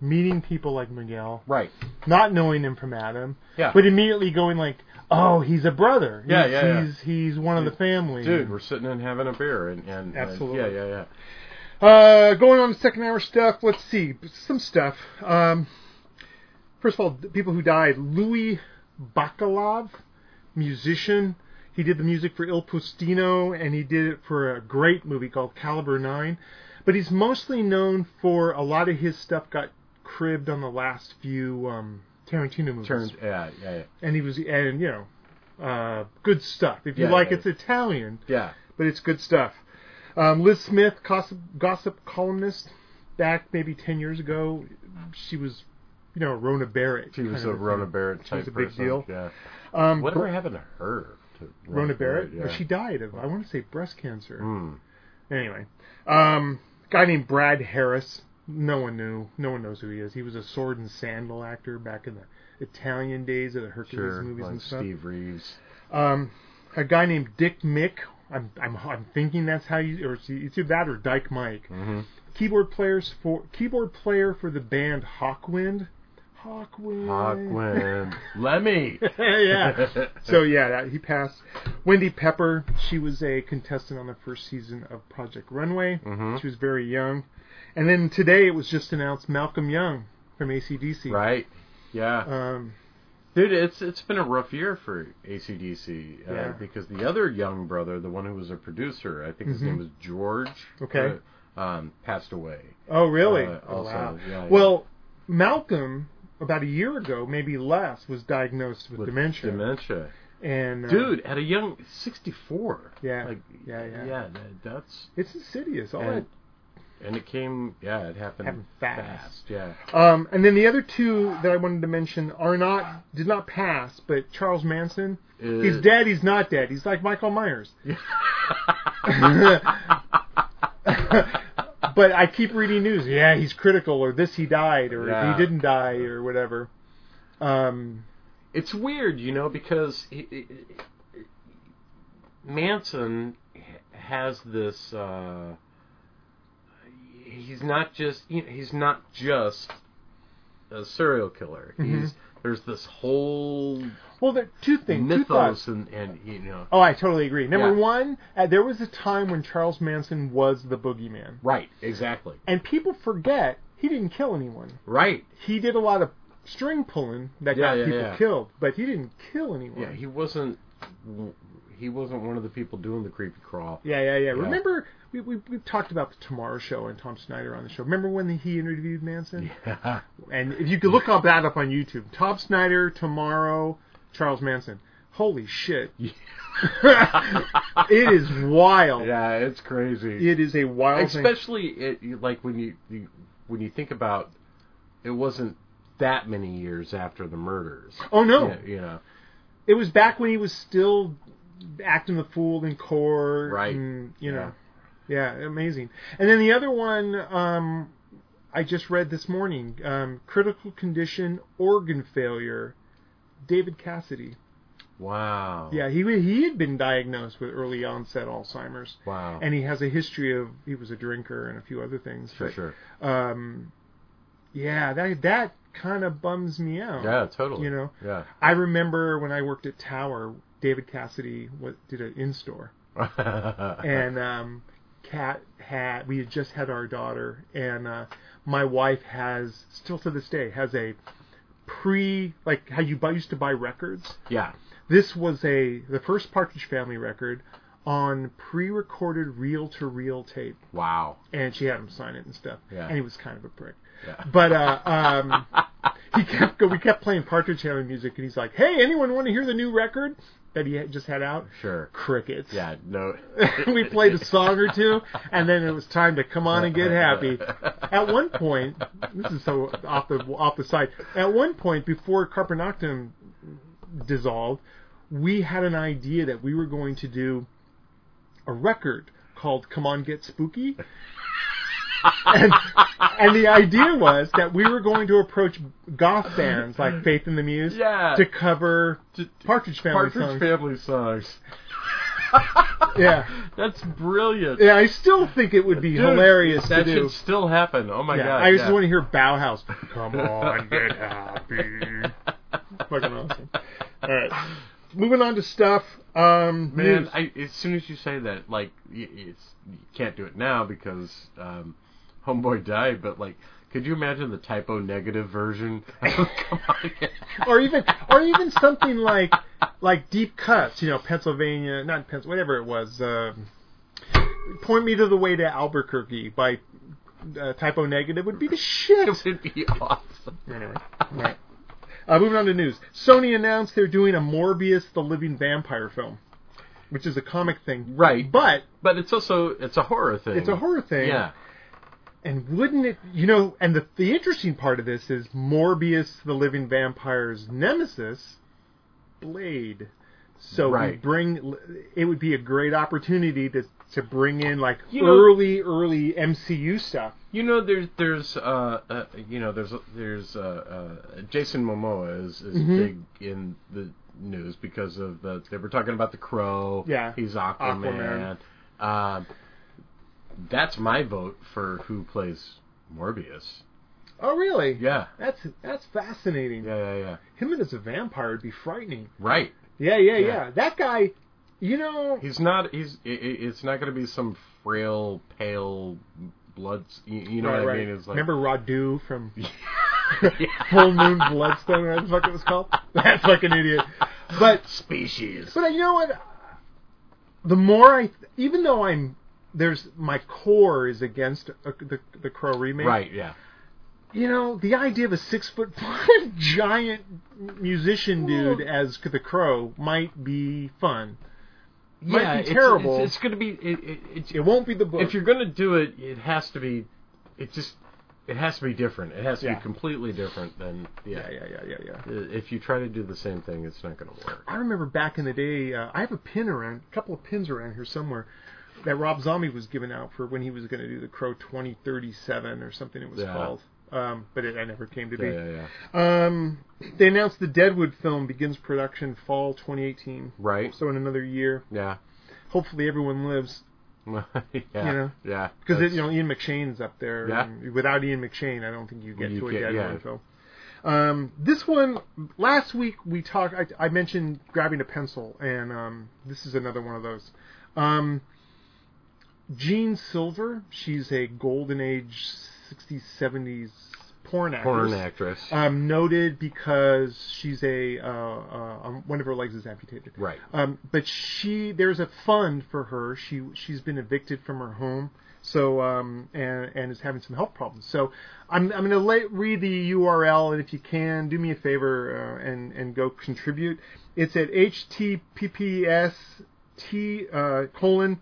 meeting people like Miguel, right. not knowing him from Adam, Yeah. but immediately going like, "Oh, he's a brother. He's, Yeah, yeah, yeah. He's he's one of the family." Dude, we're sitting and having a beer, and, and Absolutely. and- yeah, yeah, yeah. Uh, going on to second hour stuff. Let's see some stuff. Um, first of all, the people who died: Louis Bakalov, musician. He did the music for Il Postino, and he did it for a great movie called Caliber Nine. But he's mostly known for a lot of his stuff got cribbed on the last few um, Tarantino movies, Turned, yeah, yeah, yeah. and he was and you know, uh, good stuff. If you Yeah, like, yeah. it's Italian yeah. but it's good stuff. Um, Liz Smith, gossip, gossip columnist, back maybe ten years ago, she was, you know, Rona Barrett. She was kind a of Rona thing. Barrett She type was a big person. deal. Yeah. Um, Whatever Br- happened to her? To Rona Barrett, Yeah. but she died of I want to say breast cancer. Hmm. Anyway, um, guy named Brad Harris. No one knew. No one knows who he is. He was a sword and sandal actor back in the Italian days of the Hercules Sure, movies like and stuff. Steve Reeves. Um, a guy named Dick Mick. I'm I'm I'm thinking that's how you or it's either that or Dyke Mike. Mhm. Keyboard players for keyboard player for the band Hawkwind. Hawkwind. Hawkwind. Lemmy. yeah. So yeah, that, he passed. Wendy Pepper. She was a contestant on the first season of Project Runway. Mhm. She was very young. And then today it was just announced Malcolm Young from ACDC. Right. Yeah. Um, Dude, it's it's been a rough year for ACDC uh, Yeah. because the other young brother, the one who was a producer, I think his Mhm. name was George. Okay. uh, um, passed away. Oh, really? Uh, Oh, also, wow. yeah, yeah. Well, Malcolm, about a year ago, maybe less, was diagnosed with, With dementia. Dementia. and uh, Dude, at a young sixty-four. Yeah. Like, Yeah, yeah. that, that's it's insidious. All and, and it came. Yeah, it happened. Happened fast. Yeah. that. Um, and then the other two that I wanted to mention are not did not pass, but Charles Manson. he's Uh, dead. He's not dead. He's like Michael Myers. but I keep reading news. Yeah, he's critical, or this he died, or Yeah. he didn't die, or whatever. Um, it's weird, you know, because he, he- he- Manson has this. Uh, he's not just you know, he's not just a serial killer. He's there's this whole well, there are two things. two thoughts. mythos and, and you know Oh, I totally agree. Number Yeah. one, uh, there was a time when Charles Manson was the boogeyman, right exactly and people forget he didn't kill anyone. right He did a lot of string pulling that Yeah, got yeah, people yeah. killed, but he didn't kill anyone. yeah he wasn't he wasn't one of the people doing the creepy crawl yeah, yeah, yeah. Remember, we, we we talked about the Tomorrow Show and Tom Snyder on the show. Remember when he interviewed Manson? yeah And if you could look up that up on YouTube, Tom Snyder, Tomorrow, Charles Manson. Holy shit! it is wild. it's crazy It is a wild thing. especially it, you- like when you, you when you think about it wasn't that many years after the murders Oh no! you, you know it was back when he was still acting the fool in core Right. and, you know yeah. amazing and then the other one um i just read this morning um critical condition organ failure david cassidy wow yeah he he had been diagnosed with early onset alzheimer's wow and he has a history of he was a drinker and a few other things for but, sure um yeah that that kind of bums me out yeah totally you know yeah I remember when I worked at Tower, David Cassidy was, did an in store, and um, Kat had we had just had our daughter, and uh, my wife has still to this day has a pre like how you buy, used to buy records. yeah This was a the first Partridge Family record on pre-recorded reel-to-reel tape, wow and she had him sign it and stuff. Yeah. And he was kind of a prick. yeah But uh, um, he kept go- we kept playing Partridge Family music, and he's like, "Hey, anyone want to hear the new record that he had just had out?" sure Crickets. yeah no we played a song or two, and then it was time to come on and get happy. At one point, this is so off the off the side. At one point, before Carpernoctum dissolved, we had an idea that we were going to do a record called "Come On Get Spooky." and, and the idea was that we were going to approach goth bands like Faith in the Muse Yeah. to cover Partridge Family Partridge songs. Family songs. Yeah. That's brilliant. Yeah, I still think it would be Dude, hilarious to That do. should still happen. Oh my yeah, god. I just yeah. want to hear Bauhaus. Come on, get happy. Fucking awesome. All right, moving on to stuff. Um, Man, news. I, as soon as you say that, like, y- it's, you can't do it now because um, Homeboy died, but, like, could you imagine the typo negative version? Come on. or even or even something like like deep cuts. You know, Pennsylvania, not Pennsylvania, whatever it was. Um Point me to the way to Albuquerque by uh, typo negative would be the shit. It would be awesome. Anyway, all right. Uh, moving on to news. Sony announced they're doing a Morbius the Living Vampire film, which is a comic thing. Right. But But it's also, it's a horror thing. it's a horror thing. Yeah. And wouldn't it, you know, and the, the interesting part of this is Morbius the Living Vampire's nemesis, Blade. So we Right. bring it would be a great opportunity to to bring in like You know- early early MCU stuff. You know, there's there's uh, uh you know there's there's uh, uh Jason Momoa is is Mm-hmm. big in the news because of the they were talking about the Crow. Yeah. he's Aquaman. Um, that's my vote for who plays Morbius. Oh really? Yeah, That's that's fascinating. yeah, yeah, yeah. Him as a vampire would be frightening. Right. Yeah, yeah, yeah. Yeah. That guy, you know, He's not. He's. i i it's not going to be some frail, pale blood. You, you know right, what I right. mean? It's like remember Radu from Yeah. Full Moon Bloodstone, whatever the fuck it was called? That fucking idiot. But species. But you know what? The more I, even though I'm there's my core is against uh the the Crow remake. Right. Yeah. You know the idea of a six foot five giant musician dude as the Crow might be fun. Might yeah, be it's- terrible. It's, it's, going to be. It, it, it's, It won't be the book. if you're going to do it, it has to be. It just. It has to be different. It has to Yeah. be completely different than. Yeah. yeah, yeah, yeah, yeah, yeah. I- If you try to do the same thing, it's not going to work. I remember back in the day, uh, I have a pin around, a couple of pins around here somewhere, that Rob Zombie was giving out for when he was going to do the Crow 2037 or something it was Yeah. called. Um, but it, I never came to Yeah, be. yeah, yeah. Um, they announced the Deadwood film begins production fall 2018. Right. So in another year, Yeah. hopefully everyone lives yeah. know, yeah. because That's- you know Ian McShane's up there. Yeah. and without Ian McShane, I don't think you get You to a get- Deadwood yeah. film. Um, this one last week we talked. I, I mentioned grabbing a pencil, and um, this is another one of those. Um, Jean Silver, she's a golden age '60s, '70s porn actress porn actress. um, noted because she's a uh, uh, um, one of her legs is amputated. Right. Um, but she there's a fund for her. She she's been evicted from her home. So um and and is having some health problems. So I'm I'm gonna let, read the URL and if you can do me a favor uh, and and go contribute. It's at https t uh, colon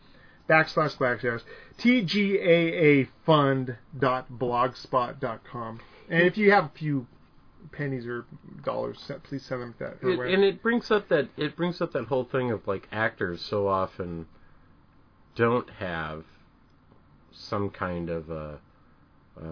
backslash backslash tgaafund.blogspot.com. And if you have a few pennies or dollars, se- please send them that. her It, way. and it brings up that it brings up that whole thing of like actors so often don't have some kind of a uh,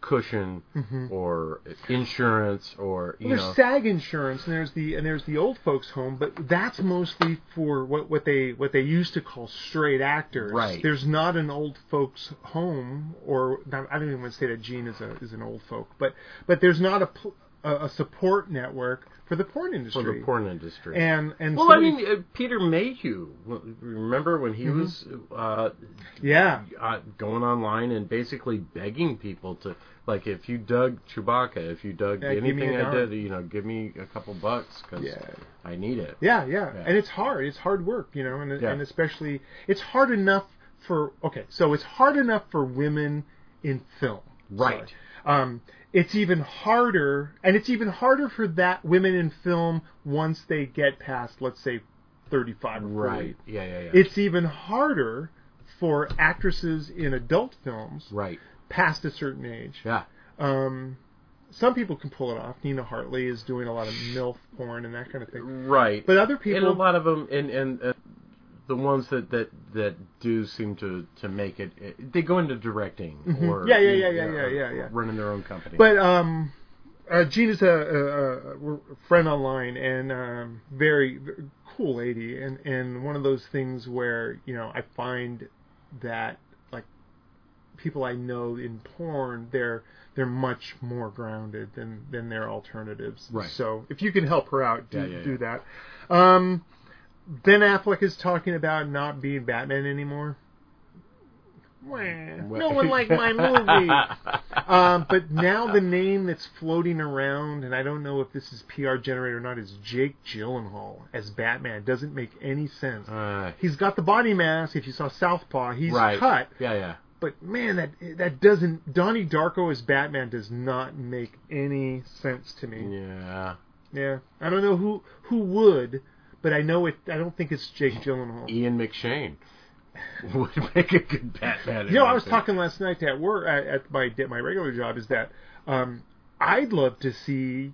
cushion or insurance or you Mm-hmm. there's know SAG insurance, and there's the and there's the old folks' home, but that's mostly for what, what they what they used to call straight actors. Right. There's not an old folks' home, or not- I don't even want to say that Gene is a is an old folk, but but there's not a pl- a, a support network for the porn for industry. the porn industry. And and well, I somebody- mean, uh, Peter Mayhew. w- Remember when he Mm-hmm. was uh, yeah, uh, going online and basically begging people to like, if you dug Chewbacca, if you dug Yeah, give me anything a I dime. did, you know, give me a couple bucks because Yeah. I need it. Yeah, yeah, Yeah. and it's hard. It's hard work, you know, and Yeah. and especially it's hard enough for okay, so it's hard enough for women in film, Right. Sorry. Um, it's even harder, and it's even harder for that women in film once they get past, let's say, thirty-five or 40. Right. Yeah, yeah, yeah. It's even harder for actresses in adult films right. past a certain age. Yeah. Um, some people can pull it off. Nina Hartley is doing a lot of milf porn and that kind of thing. Right. But other and a people, lot of them, and and uh, the ones that that that do seem to to make it, it they go into directing or Mm-hmm. Yeah, yeah, you yeah, yeah, know, yeah, yeah, yeah. running their own company. But um, uh, Gina's a, a, a friend online and um, very very cool lady, and and one of those things where you know I find that like people I know in porn they're they're much more grounded than than their alternatives. Right. So if you can help her out, do, Yeah, yeah, do that. Um, Ben Affleck is talking about not being Batman anymore. Wah. No one liked my movie um, but now the name that's floating around, and I don't know if this is PR generated or not, is Jake Gyllenhaal as Batman. Doesn't make any sense. Uh, He's got the body mask. If you saw Southpaw, he's right. cut. Yeah, yeah. But man, that that doesn't Donnie Darko as Batman does not make any sense to me. Yeah. Yeah, I don't know who who would, but I know it. I don't think it's Jake Gyllenhaal. Ian McShane would make a good Batman. You know, I was impression. talking last night at work at, at my at my regular job is that um, I'd love to see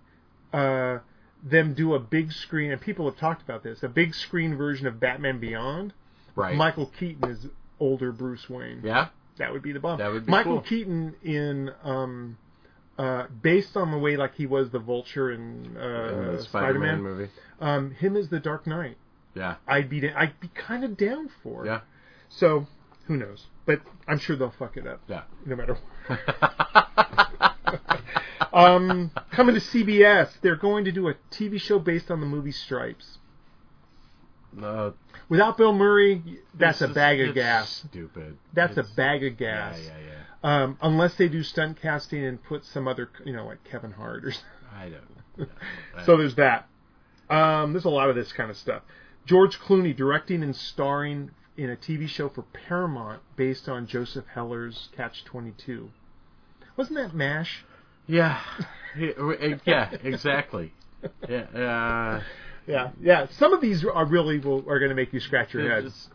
uh, them do a big screen, and people have talked about this, a big screen version of Batman Beyond. right. Michael Keaton is older Bruce Wayne. Yeah. That would be the bomb. That would be Michael cool. Keaton in um, uh, based on the way like he was the Vulture in, uh, In Spider-Man, the Spider-Man movie. um, him as the Dark Knight. Yeah. I'd be da- I'd be kind of down for. it. Yeah. So who knows? But I'm sure they'll fuck it up Yeah. no matter what. um, coming to CBS, they're going to do a TV show based on the movie Stripes. No, Without Bill Murray, that's this a is- bag of it's gas. Stupid. That's a It's- bag of Yeah, gas. yeah, yeah. Um, unless they do stunt casting and put some other, you know, like Kevin Hart or something. I don't. know. I- So there's that. Um, there's a lot of this kind of stuff. George Clooney directing and starring in a TV show for Paramount based on Joseph Heller's Catch 22. Wasn't that MASH? yeah, yeah, uh, yeah, exactly. Yeah, uh, Yeah, yeah. Some of these are really will, are going to make you scratch your head. it's-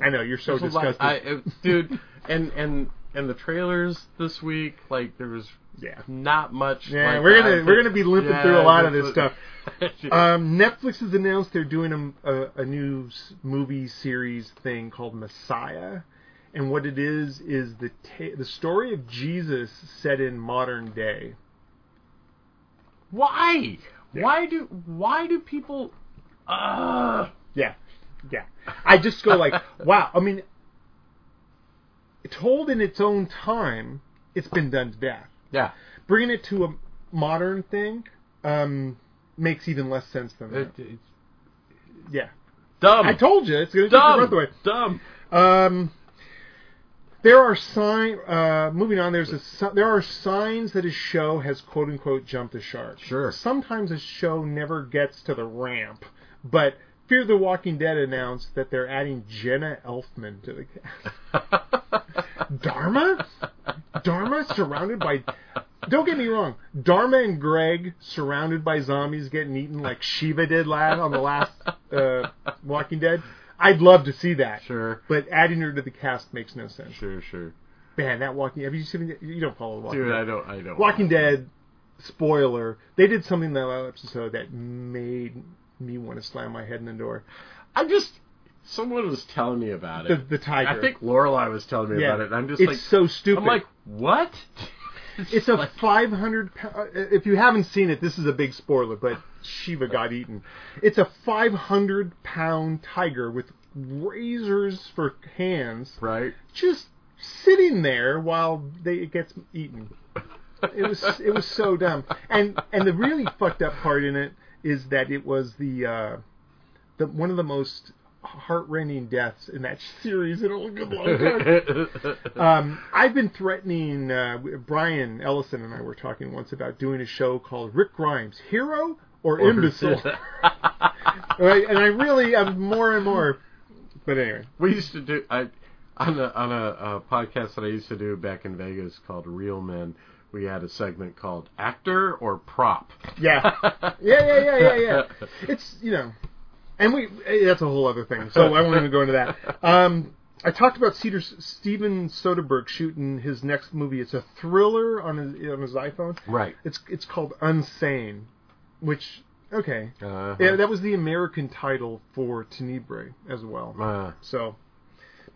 I know you're so there's a lot- disgusted. I, it- dude, and and and the trailers this week, like there was yeah, not much. yeah. like, we're I gonna was we're like, gonna be limping yeah, through a lot of this was- stuff. Um, Netflix has announced they're doing a, a, a new s- movie series thing called Messiah, and what it is is the ta- the story of Jesus set in modern day. why? Why do why do people? Uh, Yeah, yeah. I just go like, wow. I mean, told in its own time, it's been done to death. yeah, bringing it to a modern thing um, makes even less sense than that. it- it's yeah, dumb. I told you it's going to take your dumb. breath away. Dumb. Um, there are sign. Uh, moving on, there's a si- there are signs that a show has quote unquote jumped the shark. Sure. Sometimes a show never gets to the ramp, but Fear the Walking Dead announced that they're adding Jenna Elfman to the cast. Dharma? Dharma surrounded by. Don't get me wrong. Dharma and Greg surrounded by zombies getting eaten like Shiva did last on the last uh, Walking Dead. I'd love to see that. Sure. But adding her to the cast makes no sense. Sure, sure. Man, that Walking Have you seen? it? You don't follow Walking Dude, Dead. I don't, I don't. Walking Dead. Spoiler: They did something in that episode that made me want to slam my head in the door. I'm just. Someone was telling me about The, it. the tiger. I think Lorelai was telling me Yeah. about it. and I'm just it's like, so stupid. I'm like, what? It's a like- 500. po- uh, If you haven't seen it, this is a big spoiler, but Shiva got eaten. It's a 500 pound tiger with razors for hands, right? just sitting there while they, it gets eaten. It was it was so dumb. And and the really fucked up part in it is that it was the uh, the one of the most heart-rending deaths in that series in a long time. Um, I've been threatening uh, Brian Ellison and I were talking once about doing a show called Rick Grimes: Hero or, Imbecile. right? And I really, I'm more and more. But anyway, we used to do I, on a on a, a podcast that I used to do back in Vegas called Real Men. We had a segment called Actor or Prop. yeah, yeah, yeah, yeah, yeah, yeah. It's you know, and we eh, that's a whole other thing. So I won't even go into that. Um, I talked about Cedar Steven Soderbergh shooting his next movie. It's a thriller on his on his iPhone. Right. It's it's called Unsane, which Okay. Uh, Yeah, that was the American title for Tenebrae as well. uh, So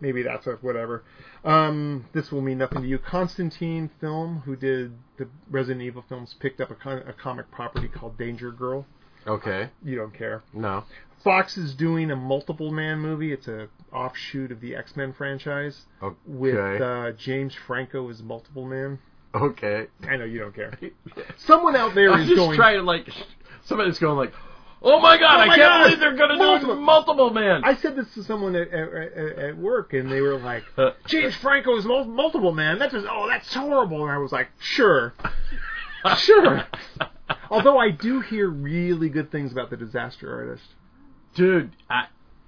maybe that's a whatever. Um, this will mean nothing to you. Constantine Film, who did the Resident Evil films, picked up a, con- a comic property called Danger Girl. okay. You don't care. No. Fox is doing a multiple man movie. It's a offshoot of the X Men franchise Okay. with uh, James Franco as multiple man. okay. I know you don't care. Someone out there I'm is just going. trying to like. Somebody's going like, "Oh my god! Oh my I can't God! believe they're gonna Multiple- do multiple man." I said this to someone at, at, at at work, and they were like, Uh, "James Franco is mul- multiple man. That's just, oh, that's horrible." And I was like, "Sure, sure." Although I do hear really good things about the Disaster Artist. dude I,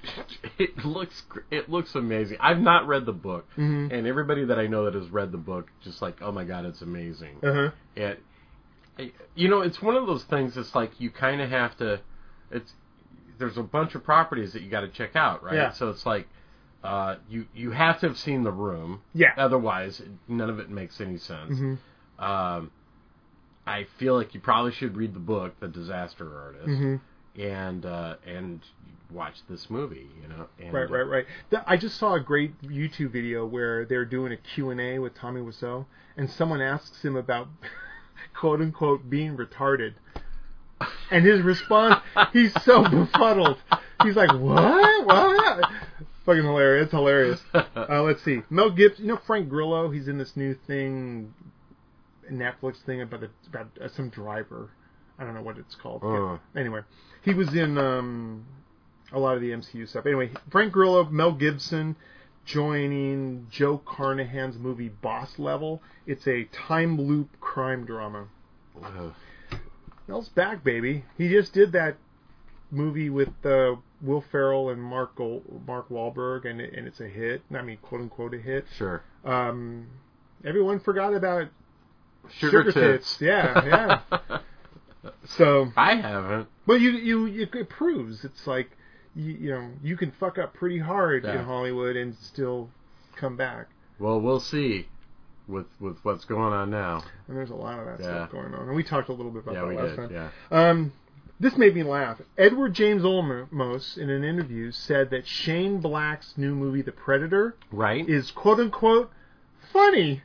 it looks gr- it looks amazing i've not read the book Mm-hmm. and everybody that i know that has read the book just like oh my god it's amazing huh. it, I- you know it's one of those things that's like you kind of have to it's there's a bunch of properties that you got to check out right Yeah. so it's like uh, you you have to have seen the room Yeah. Mm-hmm. otherwise none of it makes any sense um, i feel like you probably should read the book the disaster artist Mm-hmm. and uh, and watch this movie you know and, Right, right, right. Th- I just saw a great YouTube video where they're doing a Q&A with Tommy Wiseau, and someone asks him about quote unquote being retarded. And his response, he's so befuddled. He's like, "What? What?" Fucking hilarious! It's hilarious. Uh, let's see. Mel Gibson. You know Frank Grillo. He's in this new thing, Netflix thing about the, about uh, some driver. I don't know what it's called. Uh. Anyway, he was in um, a lot of the MCU stuff. Anyway, Frank Grillo, Mel Gibson, joining Joe Carnahan's movie Boss Level. It's a time loop crime drama. Ugh. Mel's back, baby. He just did that movie with uh, Will Ferrell and Mark Gol- Mark Wahlberg, and it, and it's a hit. I mean, quote unquote, a hit. sure Um, everyone forgot about sugar, tits. Yeah, yeah. so, i haven't well, you you you it proves it's like you, you know you can fuck up pretty hard Yeah. in Hollywood and still come back. well we'll see with with what's going on now And there's a lot of that stuff Yeah. going on. And we talked a little bit about yeah that we last did time. yeah Um, this made me laugh. Edward James Olmos, in an interview, said that Shane Black's new movie, The Predator, right is quote unquote funny.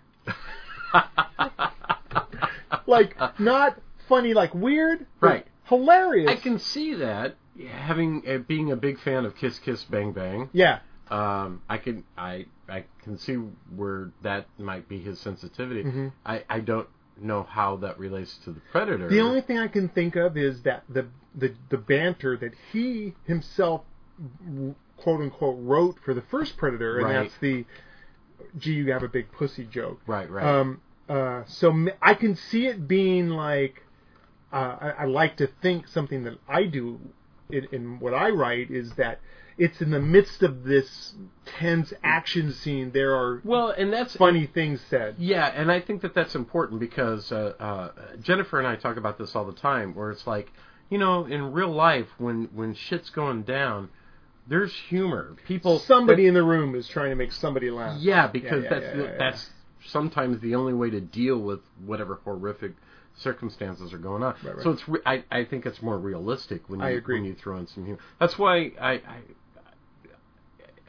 like, not funny, like weird, but Uh. Right. Hilarious. I can see that having uh, being a big fan of Kiss Kiss Bang Bang. Yeah. Um, I can I I can see where that might be his sensitivity. Mm-hmm. I I don't know how that relates to the Predator. The only thing I can think of is that the the, the banter that he himself quote unquote wrote for the first Predator, and Right. that's the gee, you have a big pussy joke. right right Um, uh, so m- I can see it being like uh, I, I like to think something that I do in, in what I write is that it's in the midst of this tense action scene there are well, and that's funny things said. Yeah, and I think that that's important because uh, uh, Jennifer and I talk about this all the time, where it's like, you know, in real life, when when shit's going down, there's humor. People Somebody in the room is trying to make somebody laugh. yeah, Uh-huh. because yeah, that's yeah, yeah, yeah. that's sometimes the only way to deal with whatever horrific circumstances are going on. right. So it's re- I I think it's more realistic when you I agree. when you throw in some humor. That's why I, I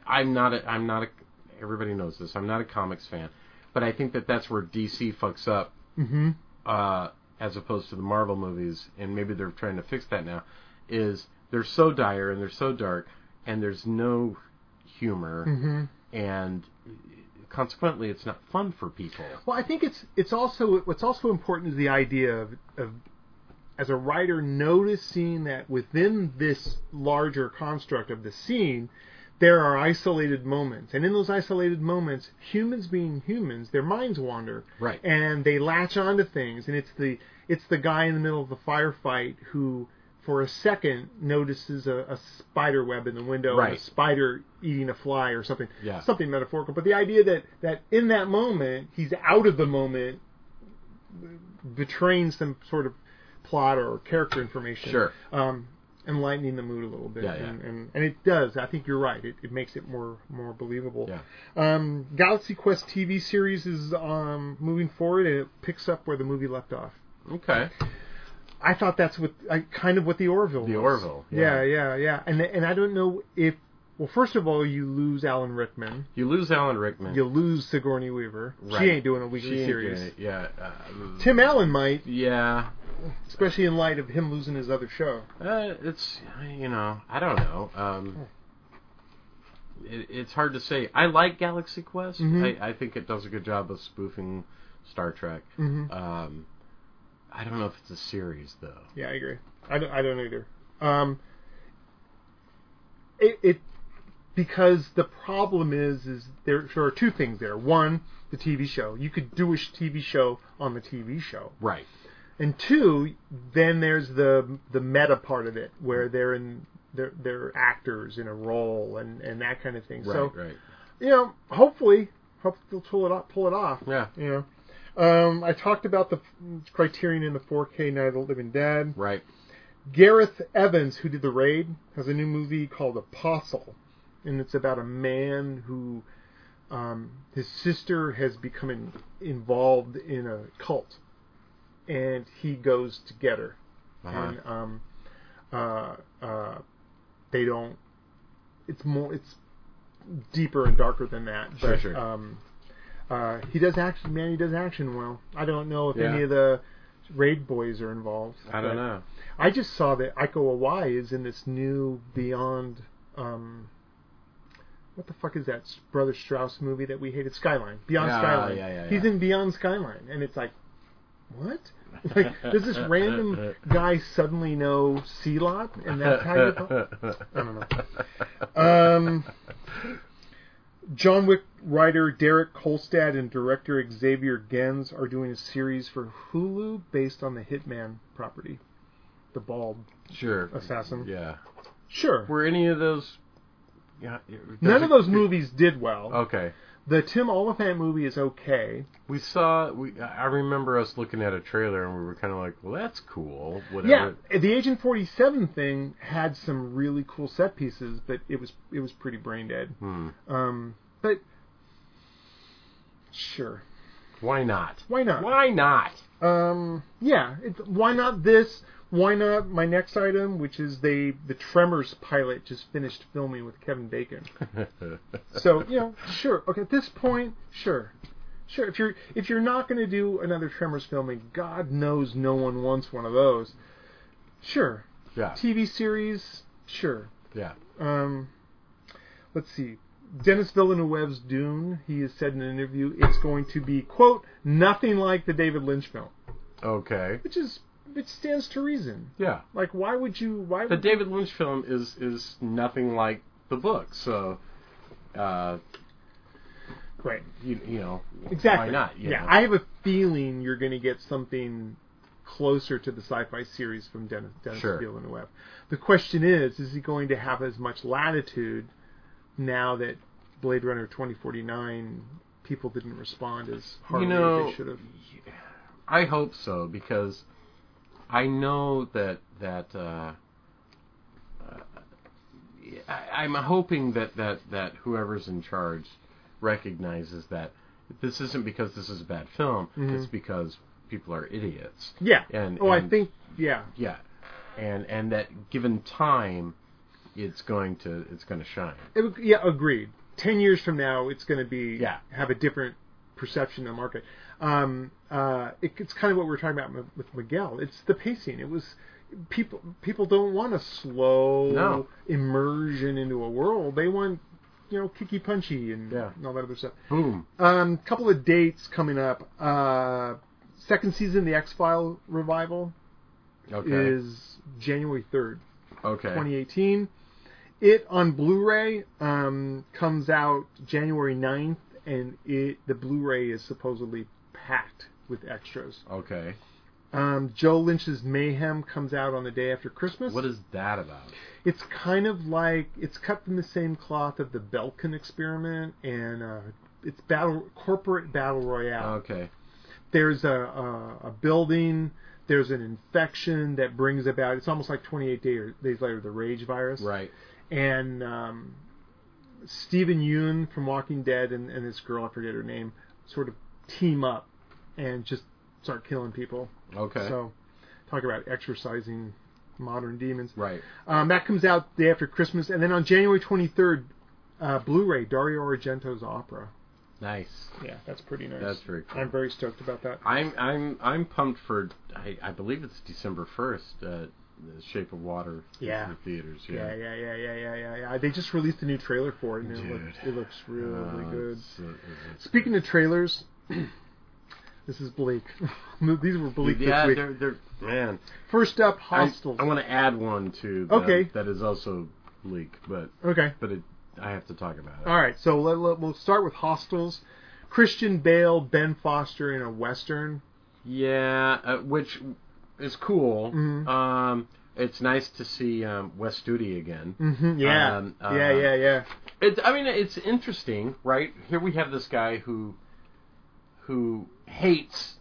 I'm not a, I'm not a everybody knows this. I'm not a comics fan, but I think that that's where DC fucks up. Uh, as opposed to the Marvel movies, and maybe they're trying to fix that now, is they're so dire and they're so dark, and there's no humor, Mm-hmm. and consequently, it's not fun for people. Well, I think it's it's also what's also important is the idea of, of as a writer noticing that within this larger construct of the scene, there are isolated moments, and in those isolated moments, humans being humans, their minds wander, Right. and they latch onto things, and it's the it's the guy in the middle of the firefight who. For a second, notices a, a spider web in the window, and a Right. spider eating a fly or something Yeah. something metaphorical, but the idea that that in that moment he's out of the moment, betraying some sort of plot or character information, Sure. um, and lightening the mood a little bit, Yeah, yeah. And, and and it does. I think you're right. It, it makes it more more believable. Yeah. Um, Galaxy Quest TV series is um, moving forward, and it picks up where the movie left off. Okay. I thought that's what I, kind of what the Orville. The was. Orville, Yeah, yeah. yeah, yeah. And and I don't know if well, first of all, you lose Alan Rickman, You lose Alan Rickman. you lose Sigourney Weaver. Right. She ain't doing a She weekly ain't series. doing it, Yeah. um, Tim Allen might, Yeah. especially in light of him losing his other show. Uh, it's you know I don't know. Um, Hmm. it, it's hard to say. I like Galaxy Quest. Mhm. I, I think it does a good job of spoofing Star Trek. Mhm. Um, I don't know if it's a series though. Yeah, I agree. I don't, I don't either. Um, it, it because the problem is is there, there are two things there. One, the TV show. You could do a sh- TV show on the TV show, Right. and two, then there's the the meta part of it where they're in they're, they're actors in a role and and that kind of thing. Right. so right. you know, hopefully, hopefully they'll pull it off. Pull it off. Yeah. You know, um, I talked about the Criterion in the 4K Night of the Living Dead. Right. Gareth Evans, who did The Raid, has a new movie called Apostle, and it's about a man who um, his sister has become in, involved in a cult, and he goes to get her, Uh-huh. and um, uh, uh, they don't. It's more. It's deeper and darker than that. Sure, but, sure. Um, uh, he does action. Man, he does action well. I don't know if Yeah. any of the raid boys are involved. I don't but- know. I just saw that Aiko Awai is in this new Beyond. Um, what the fuck is that Brother Strauss movie that we hated? Skyline. Beyond Yeah, Skyline. yeah, yeah, He's yeah. in Beyond Skyline, and it's like, what? Like, does this random guy suddenly know C Lot? And that's how you. thought- I don't know. Um, John Wick writer Derek Kolstad and director Xavier Gens are doing a series for Hulu based on the Hitman property, the bald Sure. assassin. Yeah. Sure. Were any of those? Yeah. does None it- Oh. of those movies did well. Okay. The Tim Oliphant movie is okay. We saw. We I remember us looking at a trailer and we were kind of like, "Well, that's cool." Yeah, Whatever. the Agent Forty Seven thing had some really cool set pieces, but it was it was pretty brain dead. Hmm. Um, but sure, Why not? why not? Why not? Um, yeah, it's, why not this? Why not my next item, which is they the Tremors pilot just finished filming with Kevin Bacon. so you know, sure. Okay, at this point, sure, sure. If you're if you're not going to do another Tremors film, and God knows no one wants one of those, sure. Yeah. TV series, sure. Yeah. Um, let's see. Dennis Villeneuve's Dune. He has said in an interview it's going to be quote nothing like the David Lynch film Okay. which is which stands to reason. Yeah. Like, why would you? Why The would David Lynch film is is nothing like the book, so uh, right? you you know Exactly. why not? you Yeah, know? I have a feeling you're going to get something closer to the sci-fi series from Dennis, Dennis Sure. Villeneuve. The question is, is he going to have as much latitude now that Blade Runner 2049 people didn't respond as hardly you know as they should have? I hope so because I know that that. Uh, uh, I, I'm hoping that, that, that whoever's in charge recognizes that this isn't because this is a bad film. It's because people are idiots. Mm-hmm. Yeah. And- oh, I and- think yeah. Yeah, and and that given time, it's going to it's going to shine. It would- yeah, agreed. Ten years from now, it's going to be Yeah. have a different perception of the market. Um, uh, it, it's kind of what we were talking about m- with Miguel. It's the pacing. It was people people don't want a slow No. immersion into a world. They want you know kicky punchy and, Yeah. and all that other stuff. Boom. Um, couple of dates coming up. Uh, second season of the X File revival Okay. is January third. okay. 2018. It on Blu-ray um, comes out January 9th, and it the Blu-ray is supposedly packed with extras. Okay. Um, Joe Lynch's Mayhem comes out on the day after Christmas. What is that about? It's kind of like it's cut from the same cloth of the Belkin Experiment, and uh, it's battle corporate battle royale Okay. there's a, a a building there's an infection that brings about it's almost like 28 day or, days later the rage virus Right. and um, Stephen Yoon from Walking Dead and, and this girl I forget her name sort of team up and just start killing people Okay. so talk about exercising modern demons. Right. Um, that comes out the day after Christmas, and then on January 23rd, uh, Blu-ray Dario Argento's opera. Nice. Yeah, that's pretty nice. That's very cool. I'm very stoked about that. I'm I'm I'm pumped for. I, I believe it's December first. Uh, the Shape of Water. Yeah. In the theaters. Yeah, yeah, yeah, yeah, yeah, yeah, yeah. They just released a new trailer for it, and it Dude. looks it looks really, Uh, good. it's, uh, it's- Speaking of trailers, this is bleak. These were bleak yeah, this week. they're they're man. First up, I- Hostels. I, want to add one too. that- Okay. That is also bleak, but okay. but it, I have to talk about it. All right, so let, let- we'll start with Hostels. Christian Bale, Ben Foster in a western. Yeah, uh, which is cool. Mhm. Um, it's nice to see um, West Studi again. Mm-hmm, yeah. Um, uh, yeah, yeah, yeah. It, I mean, it's interesting, right? Here we have this guy who who hates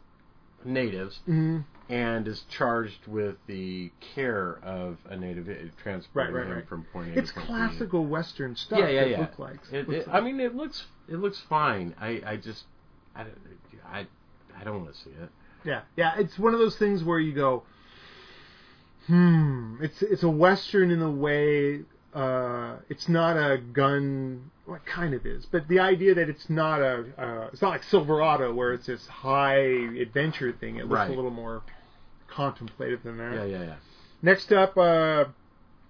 natives hmm and is charged with the care of a native, uh, transporting Right, right, him right. from point A It's to point B. classical western stuff. Yeah, yeah, it yeah. Look like. It, looks it, like. I mean, it looks it looks fine. I, I just I don't I, I don't want to see it. Yeah, yeah. It's one of those things where you go, hmm. It's it's a western in a way. Uh, it's not a gun. Well, it kind of is, but the idea that it's not a uh, it's not like Silverado where it's this high adventure thing. It looks Right. a little more contemplative than that. Yeah, yeah, yeah. Next up, uh,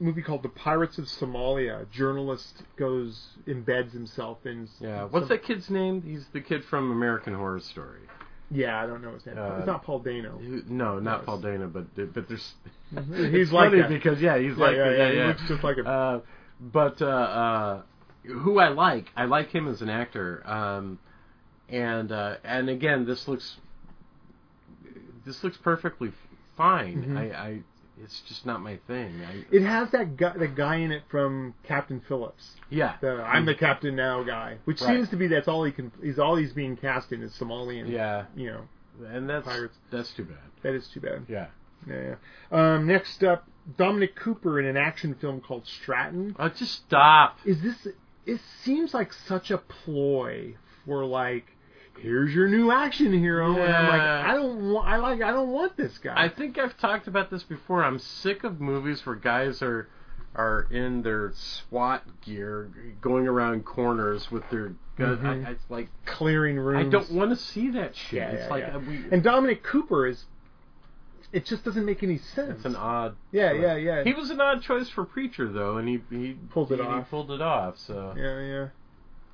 movie called The Pirates of Somalia. A journalist goes embeds himself in. Yeah. some- What's that kid's name? He's the kid from American Horror Story. Yeah, I don't know his name. Uh, it's not Paul Dano. Who- No, not Yes. Paul Dana, but but there's Mhm. it's He's like funny that. because yeah, he's Yeah, like yeah, that, yeah, he looks just like him. Uh, but uh, uh, who I like, I like him as an actor. Um, and uh, and again, this looks this looks perfectly fine. Mhm. I, I it's just not my thing. I, It has that guy, the guy in it from Captain Phillips. yeah, The I'm the captain now guy, which Right. seems to be that's all he can. He's all he's being cast in is Somalian. yeah, You know and that's Pirates. that's too bad. that is too bad. Yeah, Yeah. yeah. Um, next up, Dominic Cooper in an action film called Stratton. uh, just stop. Is this? It seems like such a ploy for like. Here's your new action hero, and I'm like, Yeah. I don't want, I like, I don't want this guy. I think I've talked about this before. I'm sick of movies where guys are are in their SWAT gear, going around corners with their gun. Mhm. I, I it's like clearing I rooms. don't want to see that shit. Mm. Yeah, it's yeah, like yeah. uh, we, And Dominic Cooper is. It just doesn't make any sense. it's an odd. Yeah, choice. yeah, yeah. He was an odd choice for preacher though, and he he Pulled it he, off. He pulled it off. So Yeah, yeah.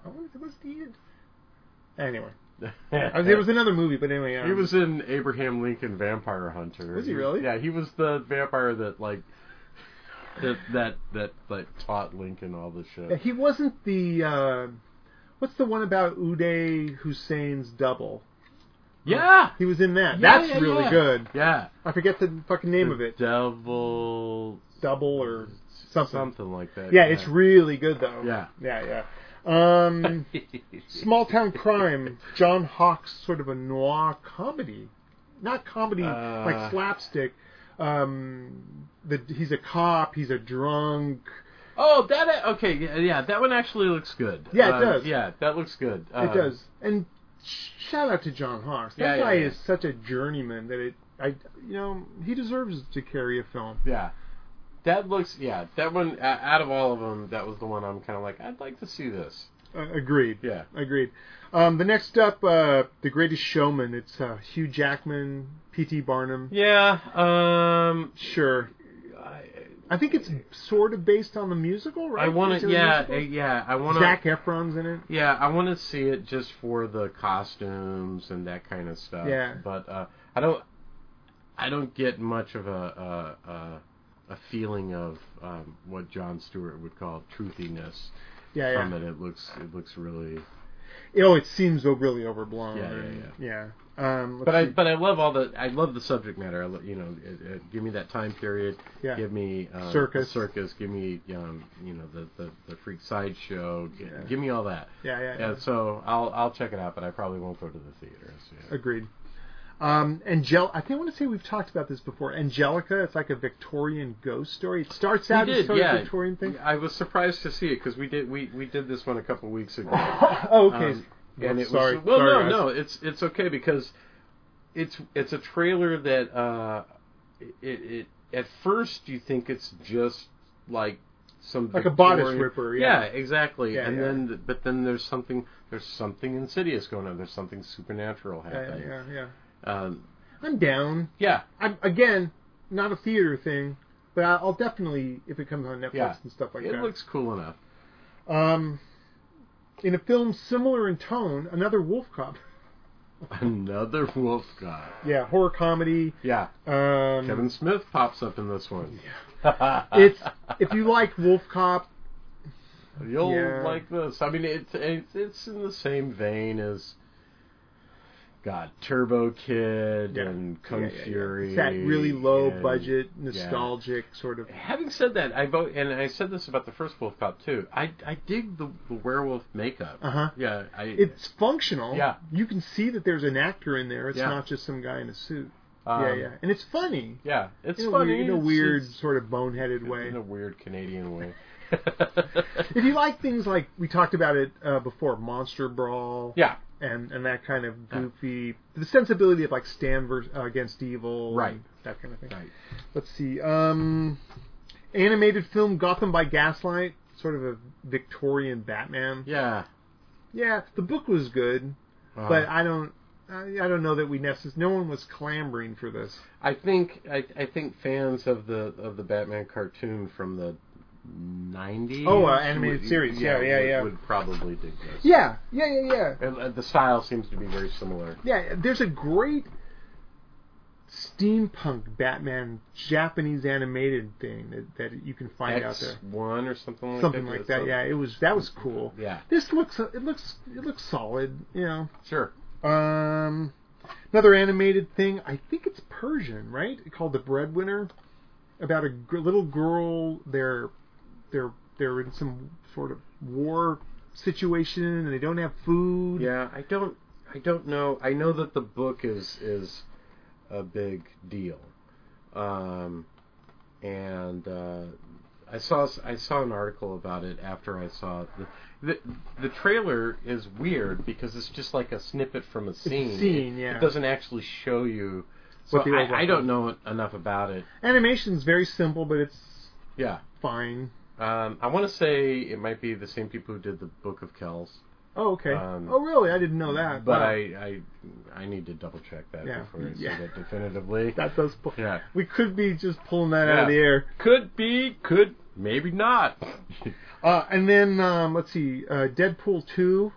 I wonder if it was the end. Anyway, I was, there was another movie, but anyway, um, Uh, He was in Abraham Lincoln Vampire Hunter. Was he really? Yeah, he was the vampire that like that that that like taught Lincoln all the shit. He wasn't the. Uh, what's the one about Uday Hussein's double? Yeah. He was in that. Yeah, That's yeah, really yeah. good. Yeah. I forget the fucking name The of it. Devil Double or something. something like that. Yeah, it's really good though. Yeah. yeah, yeah. Um, Small Town Crime, John Hawkes, sort of a noir comedy, not comedy Uh. like slapstick. Um, the, he's a cop. He's a drunk. Oh, that okay. Yeah, yeah, that one actually looks good. Yeah, it Uh, does. Yeah, that looks good. Uh, It does. And sh- shout out to John Hawkes. That Uh-huh. Yeah, yeah, guy yeah. is such a journeyman that it, I, you know, he deserves to carry a film. Yeah. That looks yeah. That one uh, out of all of them, that was the one I'm kind of like I'd like to see this. Uh, agreed. Yeah. Agreed. Um, the next up, uh, The Greatest Showman. It's uh, Hugh Jackman, P.T. Barnum. Yeah. Um. Sure. I, I think it's sort of based on the musical, right? I want Is to. it a Yeah. musical? uh, Yeah. I want to. Zac Efron's in it. Yeah, I want to see it just for the costumes and that kind of stuff. Yeah. but uh, I don't, I don't get much of a a, a, a feeling of um, what John Stewart would call truthiness Yeah, yeah. from it. It looks it looks really, Oh, it seems o- really overblown. Yeah, yeah, and- yeah. Um, let's but I see. but I love all the I love the subject matter. I lo- you know, it, it, give me that time period. Yeah. Give me um, Circus. circus. Give me um, you know the the, the freak sideshow. G- Yeah. Give me all that. yeah, yeah, yeah. Yeah, so I'll I'll check it out, but I probably won't go to the theater. and see it. Agreed. Um, Angel, I think I want to say we've talked about this before. Angelica, it's like a Victorian ghost story. It starts out We as did, sort yeah. of Victorian thing. I was surprised to see it because we did we, we did this one a couple weeks ago. oh, okay. Um, Well, and it sorry. was well, Sorry, no, guys. no, it's it's okay because it's it's a trailer that uh, it, it at first you think it's just like some Like a bodice Victorian- ripper, yeah. Yeah, exactly. Yeah, and yeah. then but then there's something there's something insidious going on. There's something supernatural Yeah, happening. yeah, yeah. Um, I'm down. yeah. I'm again not a theater thing, but I- I'll definitely if it comes on Netflix Yeah. and stuff like it that. looks cool enough. um, in a film similar in tone, another Wolf Cop. Another wolf god. Yeah, horror comedy. Yeah, Um, Kevin Smith pops up in this one. it's if you like Wolf Cop, You'll Yeah. like this. I mean, it's, it's it's in the same vein as God, Turbo Kid Yeah. and Kung yeah, yeah, yeah. Fury. It's that really low and- budget, nostalgic sort of. Having said that, I vote, and I said this about the first Wolf Cop too. I I dig the, the werewolf makeup. Uh huh. Yeah, I It's functional. Yeah. You can see that there's an actor in there. It's Yeah. not just some guy in a suit. um, yeah, yeah. And it's funny. yeah, It's in a funny weird, in a It's- weird it's- sort of boneheaded way. in a weird Canadian way. if you like things like we talked about it uh, before, Monster Brawl, yeah, and and that kind of goofy, the sensibility of like Stand vers- uh, against Evil, Right. and That kind of thing. right. Let's see. Um, animated film Gotham by Gaslight, sort of a Victorian Batman. Yeah, Yeah, the book was good, Uh, but I don't. I I don't know that we necessarily. No one was clamoring for this. I think I, I think fans of the of the Batman cartoon from the '90s. Oh, uh, animated series. Yeah, yeah, would, yeah. Would probably dig this. Yeah, yeah, yeah, yeah. And, uh, the style seems to be very similar. Yeah, there's a great steampunk Batman Japanese animated thing that, that you can find out X there. one or something like Something that. like that. Yeah, it was that was cool. Yeah. This looks it looks it looks solid, you know. Sure. Um another animated thing, I think it's Persian, right? Called The Breadwinner about a gr- little girl they're they're they're in some sort of war situation and they don't have food. Yeah, I don't I don't know. I know that the book is is a big deal. Um and uh I saw I saw an article about it after I saw the the, the trailer is weird because it's just like a snippet from a scene. scene, It- yeah. It doesn't actually show you. So What the overall- I, I don't know enough about it. Animation's very simple, but it's Yeah. fine. Um, I want to say it might be the same people who did the Book of Kells. Oh, okay. Um, oh, really? I didn't know that. But Wow. I, I I need to double check that Yeah. before I say Yeah. that definitively. that does. Pull, Yeah. We could be just pulling that out of the Yeah. air. Could be, could maybe not. Uh, and then um, let's see, uh, Deadpool two.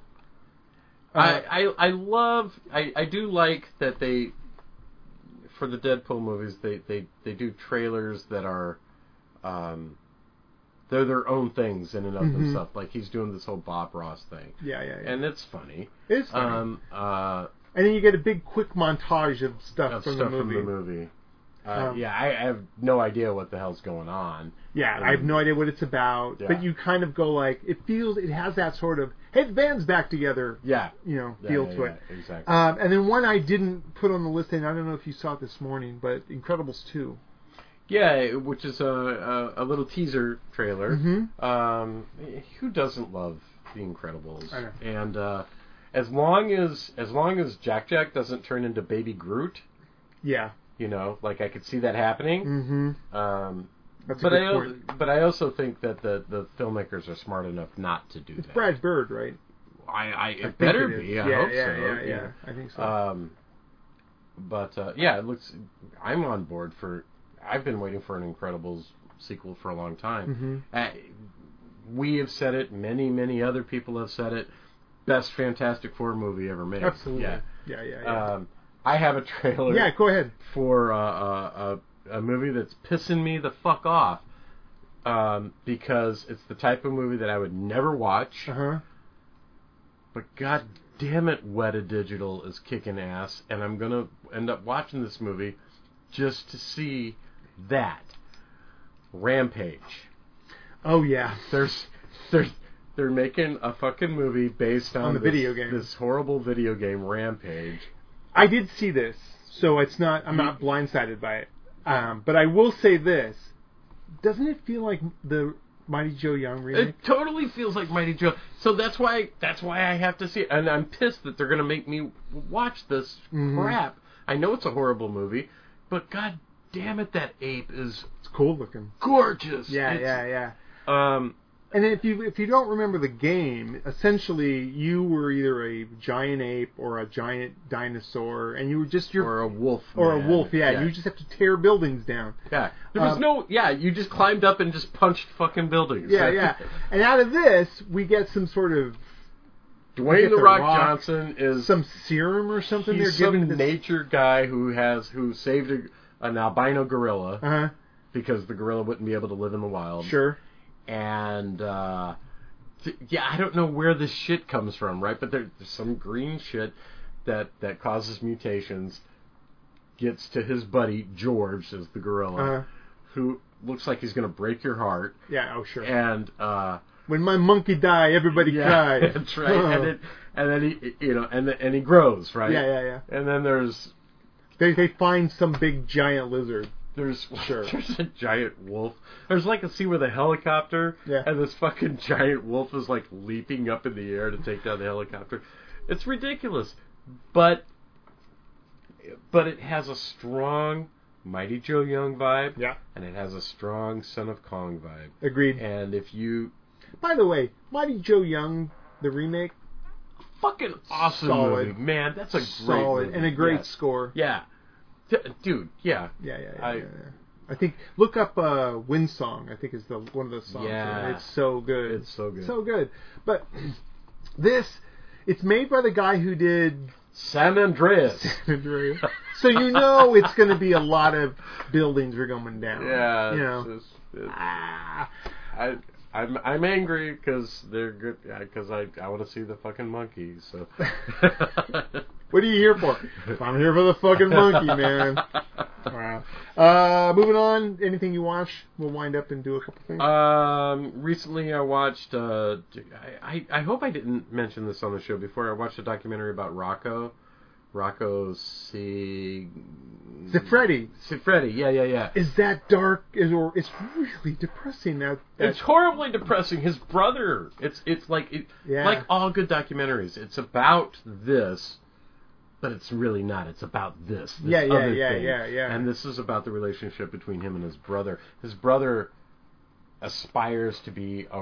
Uh, I, I I love I, I do like that they for the Deadpool movies they, they, they do trailers that are um they're their own things in and of Mhm. themselves. Like he's doing this whole Bob Ross thing. yeah, yeah, yeah. And it's funny. it's fine. Um uh and then you get a big quick montage of stuff, of from, stuff the from movie. the movie. Uh, Um, yeah, I, I have no idea what the hell's going on. Yeah, I have no idea what it's about, Yeah. but you kind of go like, it feels, it has that sort of, hey, the band's back together, Yeah. you know, Yeah, feel yeah, to it. yeah, Exactly. Um, and then one I didn't put on the list, and I don't know if you saw it this morning, but Incredibles two. Yeah, which is a a, a little teaser trailer. Mhm. Um, who doesn't love The Incredibles? I know. And uh, as long as as long as Jack Jack doesn't turn into Baby Groot, Yeah. you know, like I could see that happening. Mm-hmm. Um, That's but a good I al- point. but I also think that the the filmmakers are smart enough not to do It's that. Brad Bird, right? I, I it think better it is. be. I yeah, hope yeah, so. yeah, you yeah. I think so. Um, but uh, yeah, it looks. I'm on board for. I've been waiting for an Incredibles sequel for a long Mm-hmm. time. Uh, we have said it. Many, many other people have said it. Best Fantastic Four movie ever made. Absolutely. Yeah. Yeah, yeah, yeah. Um, I have a trailer yeah, go ahead. for uh, uh, a, a movie that's pissing me the fuck off um, because it's the type of movie that I would never watch. Uh huh. But god damn it, Weta Digital is kicking ass, and I'm gonna end up watching this movie just to see that Rampage. Oh yeah. There's, there's, they're making a fucking movie based on, On the this- video game. this horrible video game Rampage. I did see this, so it's not. I'm Mm. not blindsided by it. Um, but I will say this: doesn't it feel like the Mighty Joe Young remake? It totally feels like Mighty Joe. So that's why that's why I have to see it, and I'm pissed that they're gonna Mm-hmm. make me watch this crap. I know it's a horrible movie, but god damn it, that ape is It's cool looking. gorgeous. Yeah, It's- yeah, yeah. Um, And if you if you don't remember the game, essentially you were either a giant ape or a giant dinosaur, and you were just your or a wolf. or a man. wolf. Yeah, yeah. you just have to tear buildings down. yeah. There was Um, no. Yeah, you just climbed up and just punched fucking buildings. Yeah, yeah. And out of this, we get some sort of We Dwayne get the The Rock, Rock. Johnson is some serum or something. he's they're some giving this. nature guy who has who saved a, an albino gorilla Uh because the gorilla wouldn't be able to live in the wild. huh. Sure. and uh, th- yeah, I don't know where this shit comes from, right? But there, there's some green shit that that causes mutations. Gets to his buddy George, as the gorilla, Uh huh. who looks like he's gonna break your heart, Yeah. Oh, sure. and uh, When my monkey die, everybody yeah, cries. that's right, Oh. and then and then he, you know, and then, and he grows, right? yeah, yeah, yeah. And then there's They they find some big giant lizard. There's Sure. there's a giant wolf. There's like a scene with a helicopter, Yeah. and this fucking giant wolf is like leaping up in the air to take down the helicopter. It's ridiculous, but but it has a strong Mighty Joe Young vibe, Yeah. and it has a strong Son of Kong vibe. Agreed. And if you By the way, Mighty Joe Young, the remake, fucking awesome Solid. movie, man, that's a great solid movie. and a great Yes. score. yeah, D- dude, yeah, Yeah, yeah, yeah. I- yeah, yeah. I think look up uh, "Wind Song." I think is the one of the songs. Yeah. it's so good. it's so good. so good. But this, it's made by the guy who did. San Andreas. so you know it's going to be a lot of buildings are going down. you Yeah, it's know. just- it's- Ah, I I'm I'm angry because they're good because I I want to see the fucking monkey. So what are you here for? I'm here for the fucking monkey, man. Wow. Uh, moving on. Anything you watch? We'll wind up and do a couple things. Um, recently I watched. Uh, I, I I hope I didn't mention this on the show before. I watched a documentary about Rocco, Rocco C. Zeffretti. Siffredi. Yeah, yeah, yeah. is that dark is or it's really depressing that, that It's horribly depressing. His brother. It's it's like it, Yeah. like all good documentaries. It's about this, but it's really not. It's about this. this Yeah, yeah, other yeah, thing. yeah, yeah. And this is about the relationship between him and his brother. His brother aspires to be a,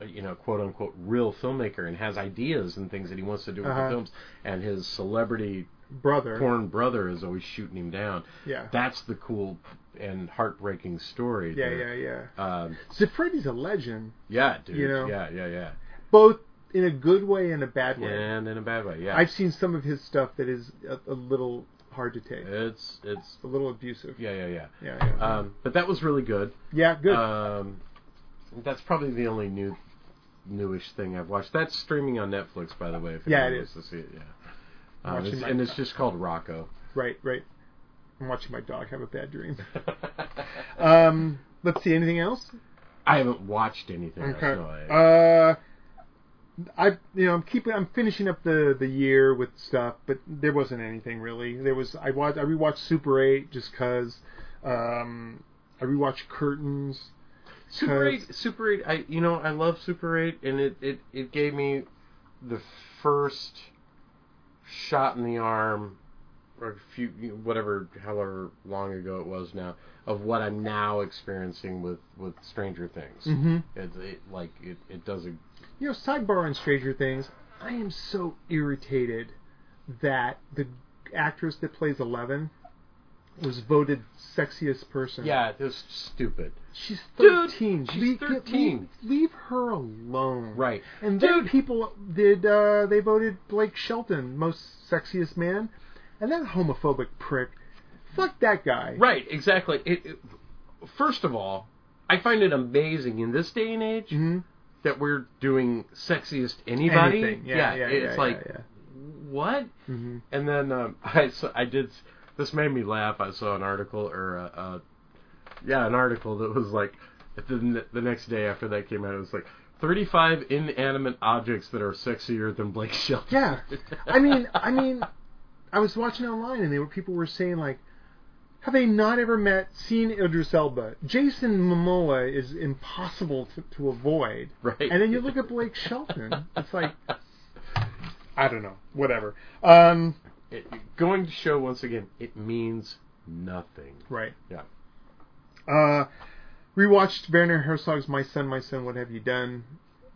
a you know quote unquote real filmmaker and has ideas and things that he wants to do with the Uh-huh. films. And his celebrity brother porn brother is always shooting him down. yeah That's the cool and heartbreaking story. yeah there. yeah yeah Um, Zeffretti's a legend yeah, dude. You know? Yeah, yeah, yeah. both in a good way and a bad way And in a bad way, yeah. I've seen some of his stuff that is a, a little hard to take It's it's a little abusive yeah, yeah, yeah. yeah yeah, Um, but that was really good. yeah good Um, that's probably the only new newish thing I've watched. That's streaming on Netflix, by the way. If Yeah, anyone it wants to see it. Yeah. Um, Watching it's- my- and it's just called Rocco. right right I'm watching my dog have a bad dream um let's see anything else I haven't watched anything. else, Okay. no, I- Uh, I you know I'm keeping I'm finishing up the the year with stuff, but there wasn't anything really. There was I watched I rewatched Super Eight just because. Um, I rewatched Curtains. Super Cause- Eight, Super Eight. I you know I love Super Eight, and it it it gave me the first shot in the arm, or a few whatever, however long ago it was now, of what I'm now experiencing with with Stranger Things. Mm-hmm. It, it like it it does a You know, sidebar on Stranger Things. I am so irritated that the actress that plays Eleven was voted sexiest person. yeah, it was stupid. she's Dude, thirteen. she's leave, get- 13. Leave, leave her alone. Right. And then Dude. people did uh, they voted Blake Shelton most sexiest man, and that homophobic prick. Fuck that guy. Right, exactly. It, it first of all, I find it amazing in this day and age Mhm. that we're doing sexiest anybody. Anything. Yeah, yeah, it's yeah, like yeah, yeah. what? Mhm. And then um, I s- I did this made me laugh. I saw an article or a, uh yeah an article that was like the ne- the next day after that came out it was like. 35 inanimate objects that are sexier than Blake Shelton. Yeah. I mean, I mean, I was watching online and they were people were saying like, have they not ever met seen Idris Elba? Jason Momoa is impossible to, to avoid. Right. And then you look at Blake Shelton. It's like, I don't know, whatever. Um, it, going to show once again, it means nothing. Right. Yeah. Uh, rewatched Werner Herzog's My Son, My Son, What Have You Done?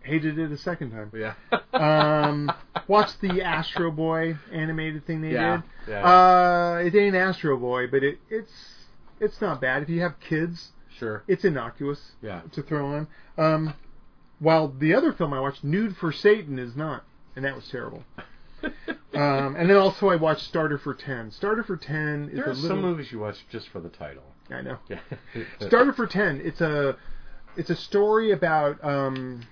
Hated it a second time. Yeah. Um, watched the Astro Boy animated thing they Yeah. did. Yeah. Uh, it ain't Astro Boy, but it, it's it's not bad. If you have kids, sure. it's innocuous Yeah. to throw on. Um, while the other film I watched, Nude for Satan, is not, and that was terrible. um, and then also I watched Starter for Ten. Starter for Ten is There a are little. some movies you watch just for the title. I know. Yeah. Starter for Ten. It's a it's a story about um,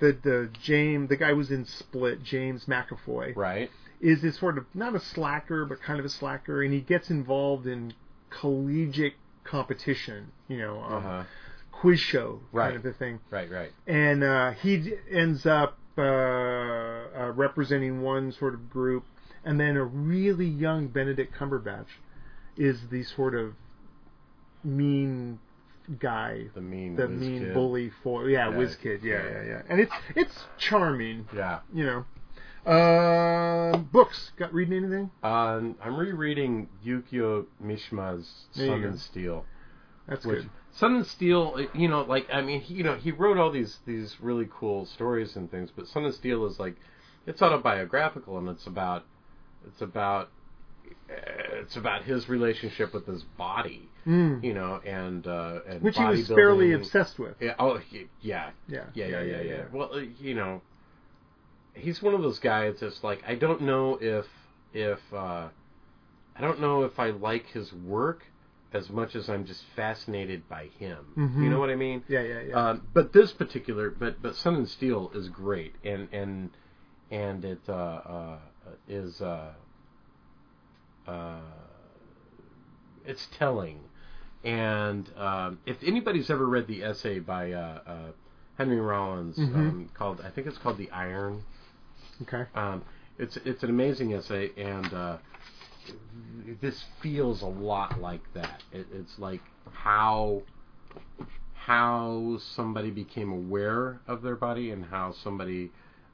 the the James the guy who was in Split James McAvoy Right. is this sort of not a slacker but kind of a slacker and he gets involved in collegiate competition you know um, Uh-huh. quiz show Right. kind of a thing Right. Right. and uh, he d- ends up uh, uh, representing one sort of group, and then a really young Benedict Cumberbatch is the sort of mean guy, The mean. the whiz mean kid. bully for yeah, Yeah. whiz kid, yeah, yeah, yeah, and it's it's charming, Yeah. you know. Uh, books. Got reading anything? Um, I'm rereading Yukio Mishima's There you Sun go. and Steel. That's Which good. Sun and Steel, uh, you know, like I mean, he, you know, he wrote all these these really cool stories and things, but Sun and Steel is like it's autobiographical and it's about it's about uh, it's about his relationship with his body, Mm. you know, and uh, and Which he was fairly bodybuilding. obsessed with. Yeah, oh, he- yeah, Yeah. yeah, yeah, yeah, yeah. Well, uh, you know, he's one of those guys that's like I don't know if if uh, I don't know if I like his work as much as I'm just fascinated by him. You Mhm. know what I mean? Yeah, yeah, yeah. Um, but this particular, but but Sun and Steel is great, and and and it uh, uh, is uh, uh, it's telling. And um, if anybody's ever read the essay by uh, uh, Henry Rollins Mhm. um, called, I think it's called "The Iron." okay. Um, it's it's an amazing essay, and uh, this feels a lot like that. It, it's like how how somebody became aware of their body and how somebody,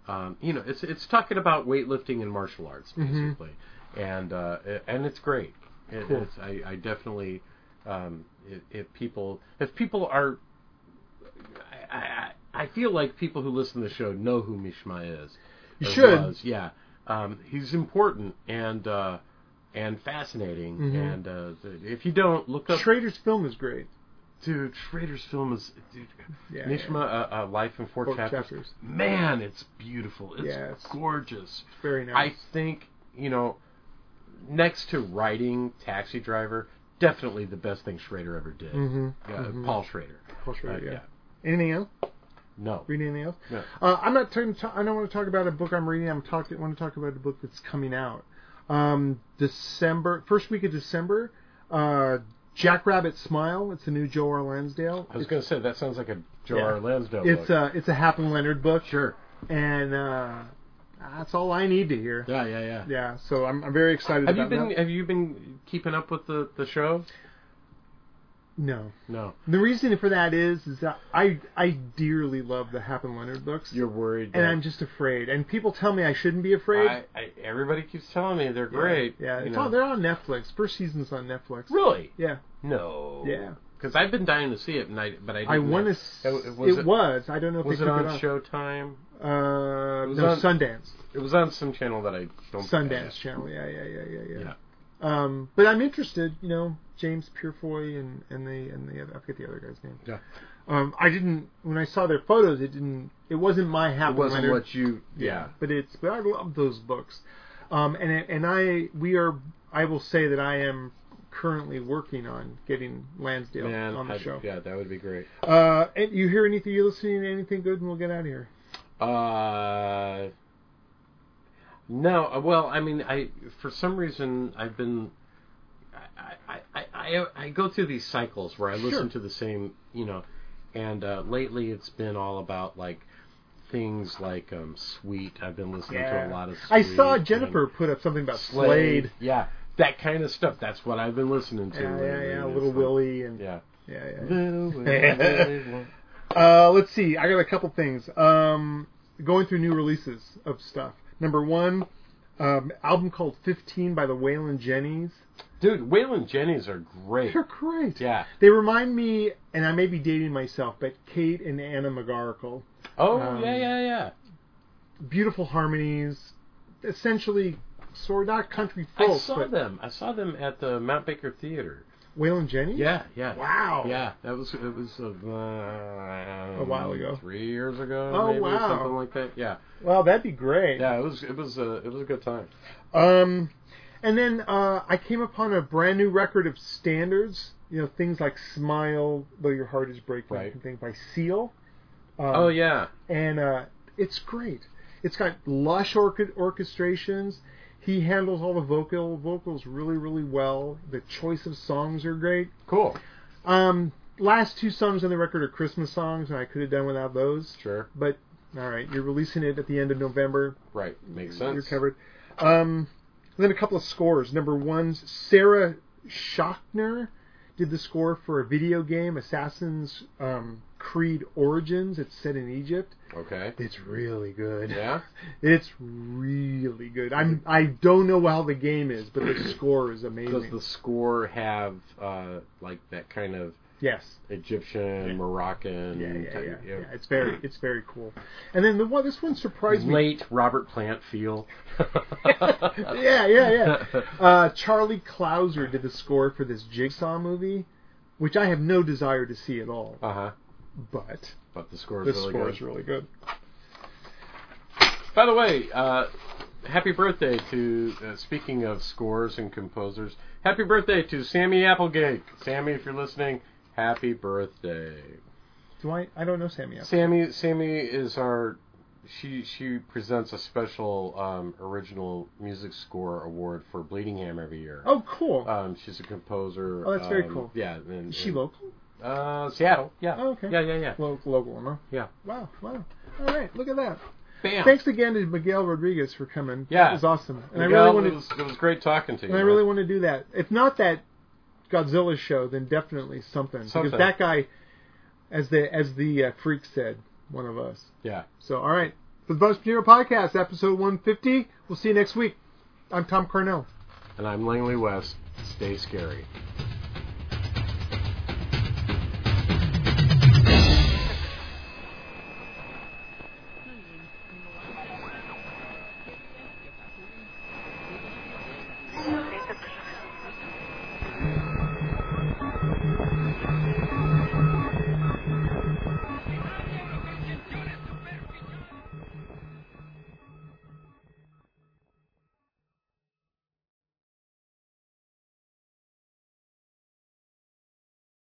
um, you know, it's it's talking about weightlifting and martial arts Mhm. basically, and uh, it- and it's great. It, Cool. it's, I, I definitely um, if, if people if people are I, I I feel like people who listen to the show know who Mishma is. You Or should. was, yeah. Um, he's important and uh, and fascinating. Mhm. And uh, th- if you don't look up Schrader's film is great. dude, Schrader's film is dude, Yeah, Mishma yeah. Uh, uh, Life in Four, Four chapters. chapters. Man, it's beautiful. It's Yeah, it's- gorgeous. Very nice. I think you know, next to writing Taxi Driver, definitely the best thing Schrader ever did. Mhm, Uh, mhm. Paul Schrader. Paul Schrader, Uh, yeah. Anything else? No. Read anything else? No. Uh, I'm not. T- t- I don't want to talk about a book I'm reading. I'm talking. Want to talk about a book that's coming out. Um, December first week of December. Uh, Jackrabbit Smile. It's a new Joe R. Lansdale. I was going to say that sounds like a Joe Yeah. R. Lansdale It's uh, book. a it's a Happen Leonard book, sure. and uh, that's all I need to hear. Yeah, yeah, yeah. Yeah, so I'm, I'm very excited. Have you about been that. Have you been keeping up with the the show? No, No. the reason for that is is that I I dearly love the Happen Leonard books, You're worried. and that- I'm just afraid. And people tell me I shouldn't be afraid. I, I, everybody keeps telling me they're Yeah. great. Yeah, you it's know. on, they're on Netflix. First season's on Netflix. Really? Yeah, No. Yeah. Because I've been dying to see it, and I but I didn't I want know. to. It- it It, was it- was. I don't know if Was they it took on it off. Showtime? Uh, It was no, on- Sundance. It was on some channel that I don't. Sundance channel. Yeah, yeah, yeah, yeah, yeah. Yeah. Um, but I'm interested. You know, James Purefoy and and the and the other, I forget the other guy's name. Yeah. Um, I didn't when I saw their photos. It didn't. It wasn't my happy. It wasn't Leonard. what you. Yeah. But it's. But I love those books. Um, and it- and I we are. I will say that I am currently working on getting Lansdale Man, on the I- show. yeah, that would be great. Uh, and you hear anything? You listening to anything good? And we'll get out of here. Uh, no. uh, Well, I mean, I for some reason I've been. I I, I, I, I go through these cycles where I listen Sure. to the same, you know, and uh, lately it's been all about like things like um, Sweet. I've been listening to a lot of. I Sweet saw and Jennifer put up something about Slade. Slade. Yeah, that kind of stuff. That's what I've been listening to. Yeah, yeah, lately. yeah. It's Little like- Willie and yeah, Yeah. yeah. yeah. Little Willie. Uh, let's see. I got a couple things. Um, going through new releases of stuff. Number one, um, album called 15 by the Waylon Jennings. Dude, Waylon Jennings are great. They're great. Yeah. They remind me, and I may be dating myself, but Kate and Anna McGarkle. Oh Um, yeah, yeah, yeah. Beautiful harmonies, essentially sort of not country folk, I saw but them. I saw them at the Mount Baker Theater. Waylon Jennings? Yeah, yeah. Wow. Yeah, that was it was uh, a while ago. three years ago, Oh, maybe or wow. something like that. Yeah, Wow, that'd be great. yeah. It was it was a it was a good time. Um, and then uh, I came upon a brand new record of standards. You know, things like "Smile Though Your Heart Is Breaking" Right. and things by Seal. Um, oh yeah, and uh, it's great. It's got lush orchid orchestrations. He handles all the vocal vocals really, really well. The choice of songs are great. cool. Um, last two songs on the record are Christmas songs, and I could have done without those. Sure, But all right, you're releasing it at the end of November. right. Makes sense. You're covered. Um, and then a couple of scores. Number one's Sarah Schachner did the score for a video game, Assassin's um, Creed Origins. It's set in Egypt. Okay. It's really good. Yeah. It's really good. I'm I don't know how the game is, but the score is Does amazing. the score have uh like that kind of yes. Egyptian, Moroccan? Yeah, yeah, type- yeah, you know, yeah. It's very it's very cool. And then the one this one surprised me. late Robert Plant feel. yeah, yeah, yeah. Uh, Charlie Clouser did the score for this Jigsaw movie, which I have no desire to see at all. Uh huh. But But the score is the really score good. is really good. By the way, uh, happy birthday to uh, speaking of scores and composers. Happy birthday to Sammy Applegate. Sammy, if you're listening, happy birthday. Do I? I don't know Sammy. Yet. Sammy, Sammy is our. She she presents a special um, original music score award for Bleeding Ham every year. Oh, cool. Um, she's a composer. Oh, that's very um, cool. Yeah. And, is she local? Uh, Seattle. Yeah. Oh, okay. Yeah, yeah, yeah. Lo- local, no? Yeah. Wow, wow. All right, look at that. Bam. Thanks again to Miguel Rodriguez for coming. Yeah. it was awesome. And I Miguel, really want it to. was, it was great talking to you. And I man. really want to do that. If not that Godzilla show, then definitely something. Something. Because that guy, as the as the uh, freak said, one of us. Yeah. So, all right. For the Buzz Potato Podcast, episode 150. We'll see you next week. I'm Tom Cornell. And I'm Langley West. Stay scary.